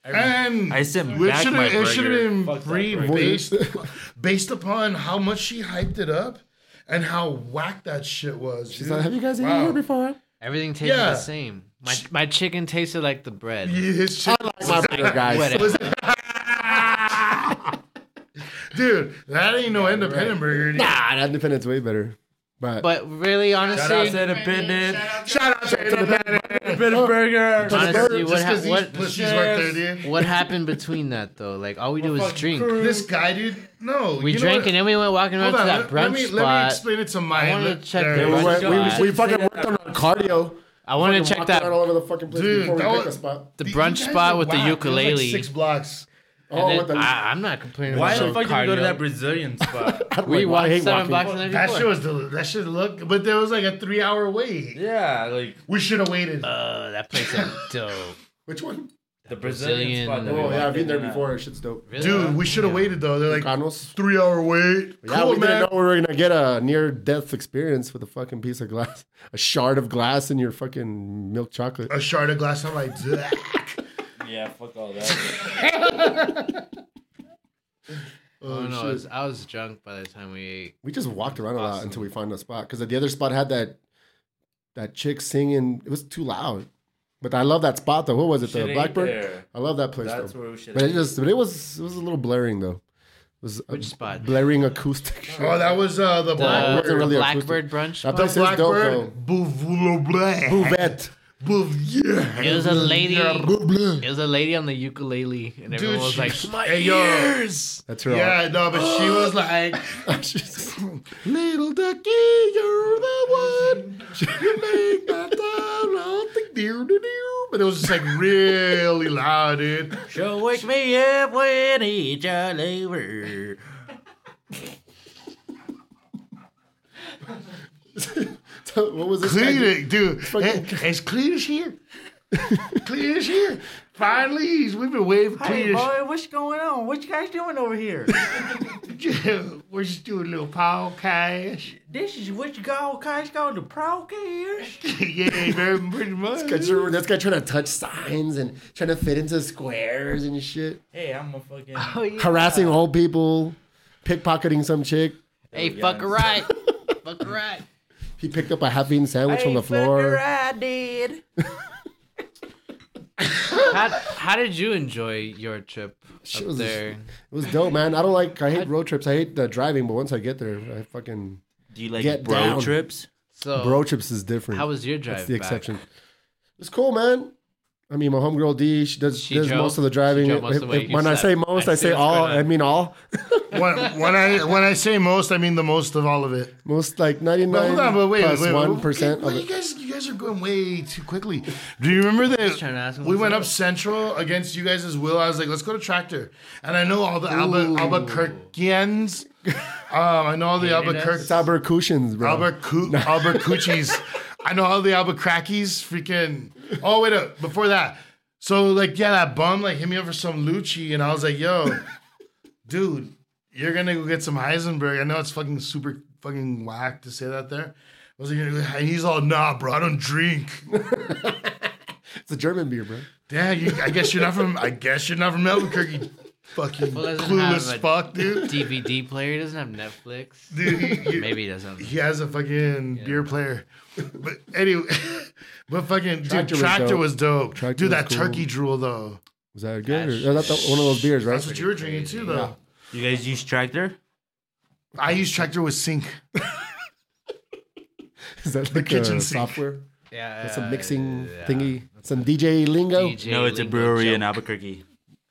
Speaker 3: And
Speaker 4: I sent
Speaker 3: It
Speaker 4: back
Speaker 3: should
Speaker 4: my
Speaker 3: have it should have
Speaker 4: burger.
Speaker 3: been
Speaker 4: Fuck that
Speaker 3: free
Speaker 4: burger.
Speaker 3: based based upon how much she hyped it up and how whack that shit was.
Speaker 1: She's
Speaker 3: dude.
Speaker 1: like, have you guys eaten
Speaker 3: Wow.
Speaker 1: here before?
Speaker 2: Everything tasted
Speaker 3: Yeah.
Speaker 2: the same. My my chicken tasted like the bread.
Speaker 3: Yeah, his shit-
Speaker 1: My burger, guys.
Speaker 2: Whatever.
Speaker 3: dude, that ain't no independent burger. dude.
Speaker 1: Nah, that Independence way better. But,
Speaker 2: But really, honestly,
Speaker 4: Shout out to Independent.
Speaker 3: Shout out to independent
Speaker 1: Oh.
Speaker 4: Independent Burger.
Speaker 2: honestly, what
Speaker 3: just
Speaker 2: ha-
Speaker 3: because these
Speaker 2: what
Speaker 3: pussies weren't there, dude.
Speaker 2: what happened between that though? Like all we did was
Speaker 4: fucking
Speaker 2: drink.
Speaker 4: crew.
Speaker 3: This guy, dude, no.
Speaker 2: We
Speaker 3: you know
Speaker 2: drank
Speaker 3: what?
Speaker 2: and then we went walking around
Speaker 3: Hold
Speaker 2: to
Speaker 3: on,
Speaker 2: that
Speaker 3: let, let
Speaker 2: brunch
Speaker 3: me, let me
Speaker 2: spot.
Speaker 3: explain it to
Speaker 2: I
Speaker 3: my.
Speaker 2: wanna
Speaker 3: look
Speaker 2: check
Speaker 3: there.
Speaker 2: the
Speaker 1: we,
Speaker 2: brunch
Speaker 1: went,
Speaker 2: God.
Speaker 1: we, we fucking worked on our cardio.
Speaker 2: I wanted to
Speaker 1: Fucking
Speaker 2: check
Speaker 1: walked
Speaker 2: that
Speaker 1: around all over the fucking place
Speaker 3: Dude,
Speaker 1: before we
Speaker 3: that
Speaker 1: picked a
Speaker 3: was-
Speaker 1: spot.
Speaker 2: the
Speaker 3: You
Speaker 2: brunch
Speaker 3: guys
Speaker 2: spot
Speaker 3: are
Speaker 2: with the
Speaker 3: wild. It was like
Speaker 2: ukulele.
Speaker 3: six blocks.
Speaker 1: Oh,
Speaker 2: And
Speaker 1: with
Speaker 2: then,
Speaker 1: the,
Speaker 2: I, I'm not complaining.
Speaker 4: Why the
Speaker 2: about
Speaker 4: fuck did you go to
Speaker 2: cardio.
Speaker 4: that Brazilian spot?
Speaker 1: Like, why
Speaker 2: We
Speaker 1: I
Speaker 2: walked
Speaker 1: hate
Speaker 2: seven
Speaker 1: walking.
Speaker 2: blocks on every
Speaker 3: That shit
Speaker 2: floor.
Speaker 3: was del- that shit looked, but there was like a three hour wait.
Speaker 4: yeah, like
Speaker 3: We should have waited.
Speaker 2: Oh, that place is dope.
Speaker 1: which one?
Speaker 4: the
Speaker 2: Brazilian-
Speaker 4: Brazilian, spot. that we
Speaker 1: Oh, yeah, I've
Speaker 4: walked
Speaker 1: been there
Speaker 4: in at.
Speaker 1: before. Shit's dope.
Speaker 2: Really?
Speaker 3: Dude, we should have waited though. They're like
Speaker 1: Carnos.
Speaker 3: three hour wait.
Speaker 1: Yeah,
Speaker 3: cool,
Speaker 1: we
Speaker 3: man.
Speaker 1: didn't know we were gonna get a near death experience with a fucking piece of glass, a shard of glass in your fucking milk chocolate.
Speaker 3: A shard of glass. I'm like, "Duh."
Speaker 4: Yeah, fuck all that.
Speaker 2: Oh,
Speaker 1: Oh,
Speaker 2: no, I
Speaker 1: shit.
Speaker 2: was, I was drunk by the time we ate.
Speaker 1: We just walked around a lot until we found a spot because the other spot had that that chick singing. It was too loud, but I love that spot though. What was it?
Speaker 4: Shit
Speaker 1: the
Speaker 4: ain't
Speaker 1: Blackbird.
Speaker 4: there.
Speaker 1: I love that place
Speaker 4: That's
Speaker 1: though.
Speaker 4: where we should.
Speaker 1: But it just, but it was, it was a little blaring though. It was a
Speaker 2: Which spot?
Speaker 1: Blaring acoustic.
Speaker 3: oh, that was uh, the
Speaker 2: The,
Speaker 3: blackbird.
Speaker 1: wasn't really
Speaker 2: the
Speaker 1: acoustic.
Speaker 2: Blackbird brunch
Speaker 1: That
Speaker 2: spot.
Speaker 1: place is dope though.
Speaker 3: Blackbird. Bouv- blah, blah.
Speaker 1: Bouvette.
Speaker 3: Bouv- yeah.
Speaker 2: It was a lady.
Speaker 3: Yeah, blah, blah.
Speaker 2: It was a lady on the ukulele, and everyone
Speaker 3: Dude,
Speaker 2: was
Speaker 3: she-
Speaker 2: like, "My
Speaker 3: Hey, yo.
Speaker 2: ears!"
Speaker 1: That's her.
Speaker 3: Yeah, no, but she was like,
Speaker 1: She's- Little ducky, you're the one. You make my time all the dear, dear, dear.
Speaker 3: but it was just like really loud, dude.
Speaker 4: She'll wake me up when it's all over.
Speaker 1: So, What was this? guy
Speaker 3: Clean
Speaker 1: do?
Speaker 3: it, dude. It- it's clean as here. clean as here. Finally, he's- we've been waiting for two
Speaker 6: Hey,
Speaker 3: years.
Speaker 6: boy, what's going on? What you guys doing over here?
Speaker 3: We're just doing a little podcast.
Speaker 6: this is what you call, guys call the procast.
Speaker 3: yeah, very pretty much.
Speaker 1: This guy, this guy trying to touch signs and trying to fit into squares and shit.
Speaker 4: Hey, I'm a fucking.
Speaker 1: Harassing old people, pickpocketing some chick.
Speaker 2: Hey,
Speaker 4: Yeah.
Speaker 2: fuck right. fuck right.
Speaker 1: He picked up a half eaten sandwich from
Speaker 6: Hey,
Speaker 1: the floor.
Speaker 6: fucker, I did.
Speaker 2: How, how did you enjoy your trip
Speaker 1: Shit
Speaker 2: up
Speaker 1: was-
Speaker 2: there?
Speaker 1: It was dope, man. I don't like. I hate road trips. I hate the driving, but once I get there, I fucking
Speaker 4: Do you like
Speaker 1: Get
Speaker 4: bro
Speaker 1: down.
Speaker 4: trips?
Speaker 2: So,
Speaker 1: bro trips is different.
Speaker 2: Oh. how was your drive?
Speaker 1: That's the
Speaker 2: back?
Speaker 1: exception. It's cool, man. I mean, my homegirl D, she does,
Speaker 2: She
Speaker 1: does
Speaker 2: drove-
Speaker 1: most of the driving.
Speaker 2: she drove most of the
Speaker 1: If-
Speaker 2: way.
Speaker 1: if-
Speaker 2: You
Speaker 1: when I
Speaker 2: said-
Speaker 1: say most,
Speaker 2: I
Speaker 1: I,
Speaker 2: see
Speaker 1: say
Speaker 2: what's
Speaker 1: all.
Speaker 2: going on.
Speaker 1: I mean all.
Speaker 3: when, when I when I say most, I mean the most of all of it.
Speaker 1: Most like
Speaker 3: But
Speaker 1: ninety-nine
Speaker 3: hold on, but wait,
Speaker 1: plus
Speaker 3: wait, wait,
Speaker 1: one
Speaker 3: wait.
Speaker 1: percent
Speaker 3: Well,
Speaker 1: of
Speaker 3: You
Speaker 1: it.
Speaker 3: guys, you guys are going way too quickly. Do you remember
Speaker 2: trying to ask
Speaker 3: that
Speaker 2: him
Speaker 3: we
Speaker 2: what's
Speaker 3: went
Speaker 2: up.
Speaker 3: up Central against you guys' will? I was like, let's go to Tractor, and I know all the Alba, Albuquerqueans. Um, I know all the
Speaker 2: Hated us.
Speaker 1: It's
Speaker 3: Albuquerque,
Speaker 1: Albert Cushions, bro.
Speaker 3: Albuquer- Albuquerques. I know all the Albuquerques. Freaking. Oh wait up! Before that, so like yeah, that bum like hit me up for some Lucci, and I was like, yo, dude, you're gonna go get some Heisenberg. I know it's fucking super fucking whack to say that there. I was like, "You're gonna go-" and he's all, nah, bro, I don't drink.
Speaker 1: It's a German beer, bro.
Speaker 3: Damn, you, I guess you're not from. I guess you're not from Albuquerque. Fucking
Speaker 2: Well, doesn't
Speaker 3: clueless
Speaker 2: have a-
Speaker 3: fuck, dude.
Speaker 2: DVD player doesn't have Netflix.
Speaker 3: Dude, you- you-
Speaker 2: Maybe he doesn't.
Speaker 3: He has a fucking beer player. But anyway, but fucking
Speaker 1: Tractor
Speaker 3: dude,
Speaker 1: was
Speaker 3: tractor
Speaker 1: dope.
Speaker 3: was dope.
Speaker 1: Tractor
Speaker 3: dude,
Speaker 1: was
Speaker 3: that
Speaker 1: cool.
Speaker 3: turkey drool though.
Speaker 1: Was that good?
Speaker 2: That's-
Speaker 1: Or, or that's the- one of those beers, right?
Speaker 3: That's what you were drinking too though.
Speaker 4: You guys use tractor?
Speaker 3: I use tractor with sink.
Speaker 1: Is that like
Speaker 3: kitchen
Speaker 1: a
Speaker 3: sink.
Speaker 1: software?
Speaker 2: Yeah.
Speaker 3: uh,
Speaker 1: That's some mixing
Speaker 2: yeah.
Speaker 1: thingy. Some DJ lingo.
Speaker 2: DJ
Speaker 4: no, it's a
Speaker 2: lingo
Speaker 4: brewery
Speaker 2: joke.
Speaker 4: in Albuquerque.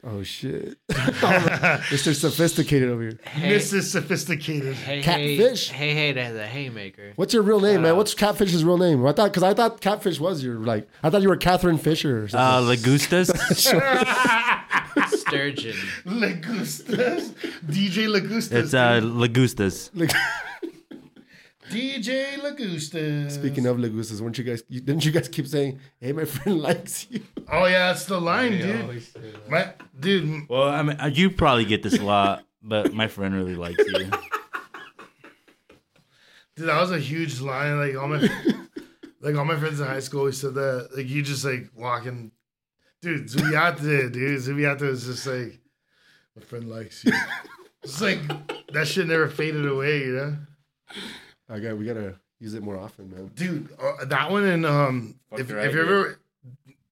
Speaker 1: Oh shit! Mr. Sophisticated over here.
Speaker 2: Hey,
Speaker 3: This is sophisticated.
Speaker 2: hey,
Speaker 1: Catfish?
Speaker 2: Hey, hey, hey, that's a haymaker.
Speaker 1: What's your real name, man? What's Catfish's real name? I thought because I thought Catfish was your like. I thought you were Catherine Fisher. Or something.
Speaker 4: Uh, Lagustas.
Speaker 2: Sturgeon.
Speaker 3: Lagustas. DJ Lagustas.
Speaker 4: it's uh, Lagustas.
Speaker 3: DJ Lagustas.
Speaker 1: Speaking of Lagusas, weren't you guys? You, didn't you guys keep saying, "Hey, my friend likes you"?
Speaker 3: Oh yeah, that's the line, dude. My dude, m-
Speaker 4: Well, I mean, uh, you probably get this a lot, but my friend really likes you.
Speaker 3: dude, that was a huge line. Like all my like all my friends in high school always said that. Like you just like walking dude, Zubiata, dude. Zubiata is just like my friend likes you. It's like that shit never faded away, you know?
Speaker 1: I got. Oh, We gotta use it more often, man.
Speaker 3: dude uh, that one and um
Speaker 4: Fuck
Speaker 3: if,
Speaker 4: right,
Speaker 3: if you're ever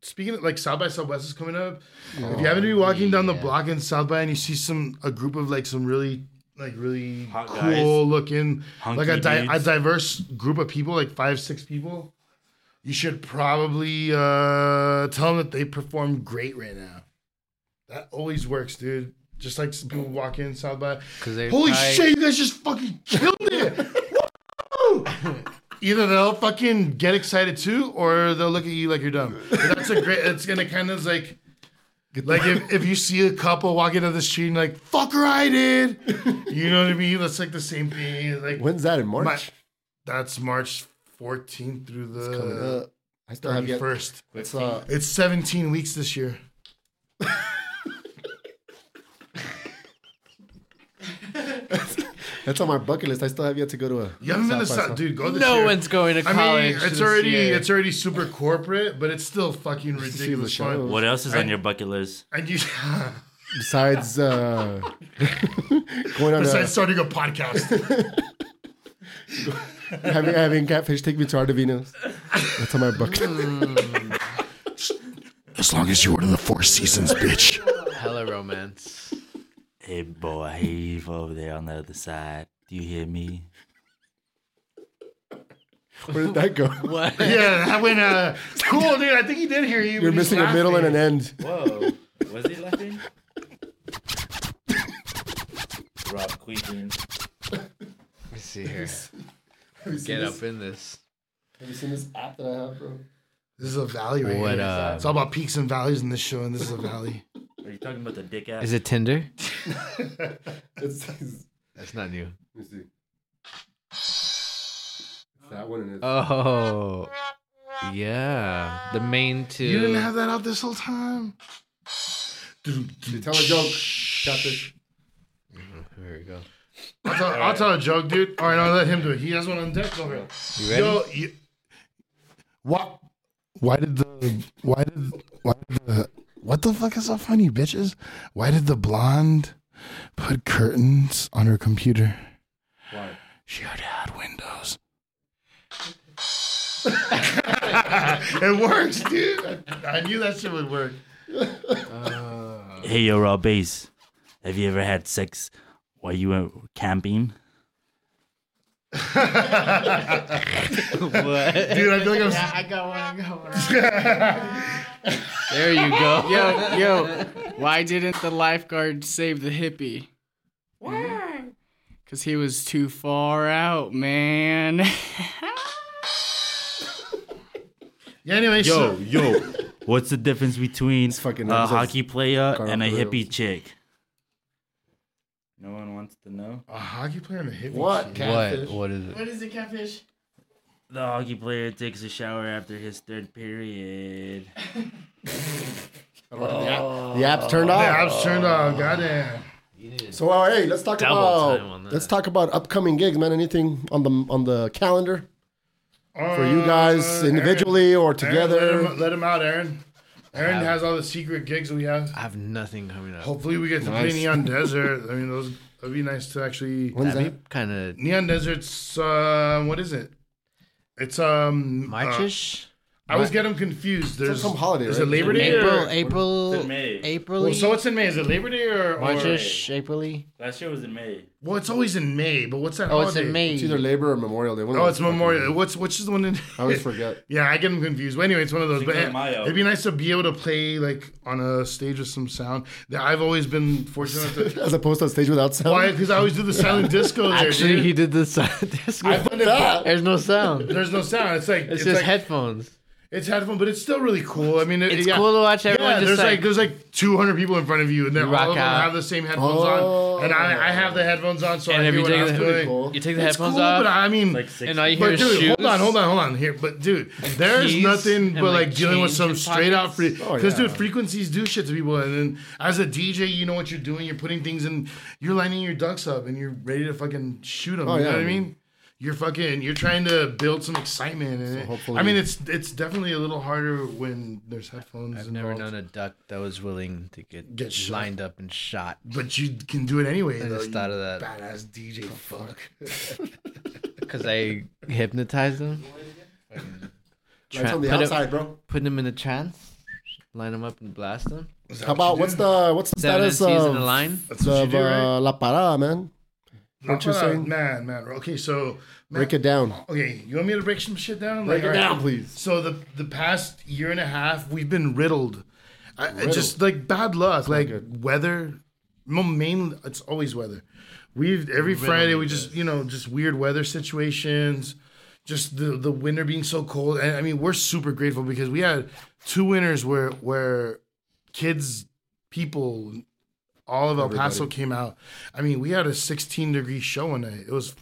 Speaker 3: speaking of like south by southwest is coming up if you happen to be walking down the block in south by and you see some a group of like some really like really
Speaker 4: Hot
Speaker 3: cool
Speaker 4: guys.
Speaker 3: looking
Speaker 4: Hunky
Speaker 3: like a, di- a
Speaker 4: dudes.
Speaker 3: diverse group of people like five six people you should probably uh tell them that they perform great right now that always works dude just like some people walk in south by
Speaker 2: 'Cause they
Speaker 3: holy
Speaker 2: probably-
Speaker 3: shit you guys just fucking killed it Woo! either they'll fucking get excited too, or they'll look at you like you're dumb. But that's a great. It's gonna kind of like, like if, if you see a couple walking down the street and like fuck I did, you know what I mean? That's like the same thing. Like
Speaker 1: When's that in March?
Speaker 3: My- that's March 14th through
Speaker 1: Coming
Speaker 3: the
Speaker 1: up. Uh, I still have yet.
Speaker 3: 31st.
Speaker 1: It's, uh,
Speaker 3: It's 17 weeks this year.
Speaker 1: that's on my bucket list. I still have yet to go to a.
Speaker 3: You haven't been to
Speaker 1: South by
Speaker 3: South, dude. Go this
Speaker 2: No
Speaker 3: year.
Speaker 2: one's going to
Speaker 3: I
Speaker 2: college.
Speaker 3: mean, it's
Speaker 2: this
Speaker 3: already
Speaker 2: year.
Speaker 3: it's already super corporate, but it's still fucking
Speaker 1: to see the
Speaker 3: ridiculous
Speaker 1: shows.
Speaker 3: fun.
Speaker 4: What else is
Speaker 3: I-
Speaker 4: on your bucket list?
Speaker 3: And you,
Speaker 1: Besides uh, going on a,
Speaker 3: besides starting a podcast,
Speaker 1: having having Catfish take me to Ardavinos. That's on my bucket.
Speaker 3: as long as you order the Four Seasons, bitch.
Speaker 2: hella romance.
Speaker 4: Hey, boy, he's over there on the other side. Do you hear me?
Speaker 1: Where did that go?
Speaker 2: What?
Speaker 3: Yeah, that went uh, cool, dude. I think he did hear you.
Speaker 1: You're missing a middle and an end.
Speaker 4: Whoa. Was he laughing? Rob Queen.
Speaker 2: Let me see here. Get up in this.
Speaker 1: Have you seen this app that I have, bro?
Speaker 3: This is a valley right
Speaker 2: What
Speaker 3: here.
Speaker 2: uh?
Speaker 3: It's all about peaks and valleys in this show, and this is a valley.
Speaker 4: Are you talking about the dick ass?
Speaker 2: Is it Tinder?
Speaker 1: It's, it's-
Speaker 2: That's not new.
Speaker 1: let me see. It's that one and it's
Speaker 2: Oh. Yeah, the main two.
Speaker 3: You didn't have that out this whole time.
Speaker 1: Tell a joke. Got this.
Speaker 2: Here we go.
Speaker 3: I'll tell, I'll tell a joke, dude. All right, I'll let him do it. He has one on deck over here.
Speaker 2: You ready?
Speaker 3: Yo, you, why, why did the why did why did the what the fuck is so funny, bitches? Why did the blonde put curtains on her computer?
Speaker 4: Why?
Speaker 3: She already had Windows. it works, dude. I, I knew that shit would work.
Speaker 4: Hey, yo, Robbies. Have you ever had sex while you were camping?
Speaker 3: Dude, I feel like I'm. s-
Speaker 7: I got one. I got one.
Speaker 2: There you go.
Speaker 7: Yo, yo, why didn't the lifeguard save the hippie? Mm-hmm.
Speaker 8: Why?
Speaker 7: Cause he was too far out, man.
Speaker 3: Yeah, anyway,
Speaker 4: Yo,
Speaker 3: so
Speaker 4: yo. What's the difference between
Speaker 1: fucking
Speaker 4: a
Speaker 1: episode's
Speaker 4: hockey player
Speaker 1: gone
Speaker 4: and a
Speaker 1: off the
Speaker 4: hippie chick? No one wants to know.
Speaker 3: a hockey player and a hippie.
Speaker 1: What?
Speaker 3: chick.
Speaker 1: Catfish.
Speaker 2: What? What is it?
Speaker 7: what is it, catfish?
Speaker 4: The hockey player takes a shower after his third period.
Speaker 1: The app's turned
Speaker 3: Oh. The
Speaker 1: off.
Speaker 3: apps turned off. Goddamn.
Speaker 1: So uh, hey, let's talk
Speaker 2: Double time on
Speaker 1: about
Speaker 2: that.
Speaker 1: let's talk about upcoming gigs, man. Anything on the on the calendar for you guys
Speaker 3: Uh,
Speaker 1: individually or
Speaker 3: Aaron, Aaron, let,
Speaker 1: together?
Speaker 3: him, let him out, Aaron. Aaron has all the secret gigs we have.
Speaker 2: I have nothing coming up.
Speaker 3: Hopefully, we get to play
Speaker 2: Nice.
Speaker 3: Neon Desert. I mean, those that'd be nice to actually.
Speaker 1: When's that?
Speaker 2: Kind of
Speaker 3: Neon Desert's uh, what is it? It's um. uh,
Speaker 2: Marchish.
Speaker 3: I always get them confused. There's
Speaker 1: some holiday,
Speaker 3: Is
Speaker 1: right?
Speaker 3: it Labor Day?
Speaker 2: April,
Speaker 3: Or,
Speaker 2: April,
Speaker 4: in May.
Speaker 2: April.
Speaker 3: well, so it's in May. Is it Labor Day or, or?
Speaker 2: Marchish, April.
Speaker 4: Last year was in May.
Speaker 3: Well, it's always in May. But what's that?
Speaker 2: Oh, it's in
Speaker 3: holiday?
Speaker 2: May.
Speaker 1: It's either Labor or Memorial Day. One of
Speaker 3: Oh,
Speaker 1: those
Speaker 3: it's
Speaker 1: fucking-
Speaker 3: Memorial. What's which is the one in?
Speaker 1: I always forget.
Speaker 3: Yeah, I get them confused. But anyway, it's one of those.
Speaker 4: Cinco
Speaker 3: But
Speaker 4: de Mayo.
Speaker 3: it'd be nice to be able to play like on a stage with some sound. That I've always been fortunate to.
Speaker 1: As opposed to a stage without sound.
Speaker 3: Why? Because I always do the silent disco there.
Speaker 2: Actually,
Speaker 3: dude.
Speaker 2: he did this. There's
Speaker 3: I
Speaker 2: no-
Speaker 3: find it fun.
Speaker 2: there's no sound.
Speaker 3: There's no sound. It's like
Speaker 2: It's
Speaker 3: it's,
Speaker 2: just
Speaker 3: like,
Speaker 2: headphones.
Speaker 3: it's headphone, but it's still really cool. I mean, it,
Speaker 2: It's
Speaker 3: yeah.
Speaker 2: cool to watch everyone
Speaker 3: Yeah,
Speaker 2: just
Speaker 3: there's like,
Speaker 2: like-
Speaker 3: there's like 200 people in front of you, and then
Speaker 2: You rock
Speaker 3: all of them
Speaker 2: out.
Speaker 3: have the same headphones
Speaker 1: Oh.
Speaker 3: on, and I, I have the headphones on, so
Speaker 2: And
Speaker 3: I
Speaker 2: if
Speaker 3: hear
Speaker 2: you
Speaker 3: what
Speaker 2: take
Speaker 3: I'm
Speaker 2: the-
Speaker 3: doing.
Speaker 1: Cool.
Speaker 2: You take the
Speaker 3: It's
Speaker 2: headphones
Speaker 3: cool,
Speaker 2: off,
Speaker 3: but I mean,
Speaker 4: Like six.
Speaker 2: and all you hear
Speaker 3: but
Speaker 2: is
Speaker 3: dude,
Speaker 2: shoes.
Speaker 3: hold on, hold on, hold on. Here, but dude, there's
Speaker 2: keys
Speaker 3: nothing
Speaker 2: and,
Speaker 3: but
Speaker 2: like,
Speaker 3: like dealing with
Speaker 2: change
Speaker 3: some
Speaker 2: and
Speaker 3: straight out free.
Speaker 2: pockets. Oh,
Speaker 3: Because
Speaker 1: yeah.
Speaker 3: dude, frequencies do shit to people, and then as a DJ, you know what you're doing. You're putting things in, you're lining your ducks up, and you're ready to fucking shoot them.
Speaker 1: Oh,
Speaker 3: you
Speaker 1: yeah,
Speaker 3: know
Speaker 1: I
Speaker 3: what I
Speaker 1: mean-
Speaker 3: mean? You're fucking. You're trying to build some excitement, and it,
Speaker 1: hopefully-
Speaker 3: I mean, it's it's definitely a little harder when there's headphones.
Speaker 2: I've never
Speaker 3: involved.
Speaker 2: known a duck that was willing to get,
Speaker 3: Get shot.
Speaker 2: lined up and shot.
Speaker 3: But you can do it anyway.
Speaker 2: I
Speaker 3: though,
Speaker 2: just
Speaker 3: you
Speaker 2: thought of that.
Speaker 3: Badass DJ. Fuck.
Speaker 2: Because I hypnotized them,
Speaker 1: Lights on the
Speaker 2: Put it-
Speaker 1: outside, bro.
Speaker 2: put them in a trance, line them up and blast them.
Speaker 1: How about what's the what's the
Speaker 2: Seven
Speaker 1: status
Speaker 2: MCs in a
Speaker 3: um,
Speaker 1: of,
Speaker 2: line.
Speaker 3: That's what
Speaker 1: of
Speaker 3: you do, right?
Speaker 1: uh, La Parada, man? What you
Speaker 3: Uh,
Speaker 1: saying?
Speaker 3: Man, man. Okay, so man,
Speaker 1: Break it down.
Speaker 3: Okay, you want me to break some shit down?
Speaker 1: Break it
Speaker 3: all
Speaker 1: down, please.
Speaker 3: So the the past year and a half, we've been riddled, I, I just like bad luck, like weather. mo- Mainly, it's always weather. We've every Friday we just you know just weird weather situations, just the the winter being so cold. And I mean, we're super grateful because we had two winters where where kids, people, all of El Paso came out. I mean, we had a 16 degree show one night. It was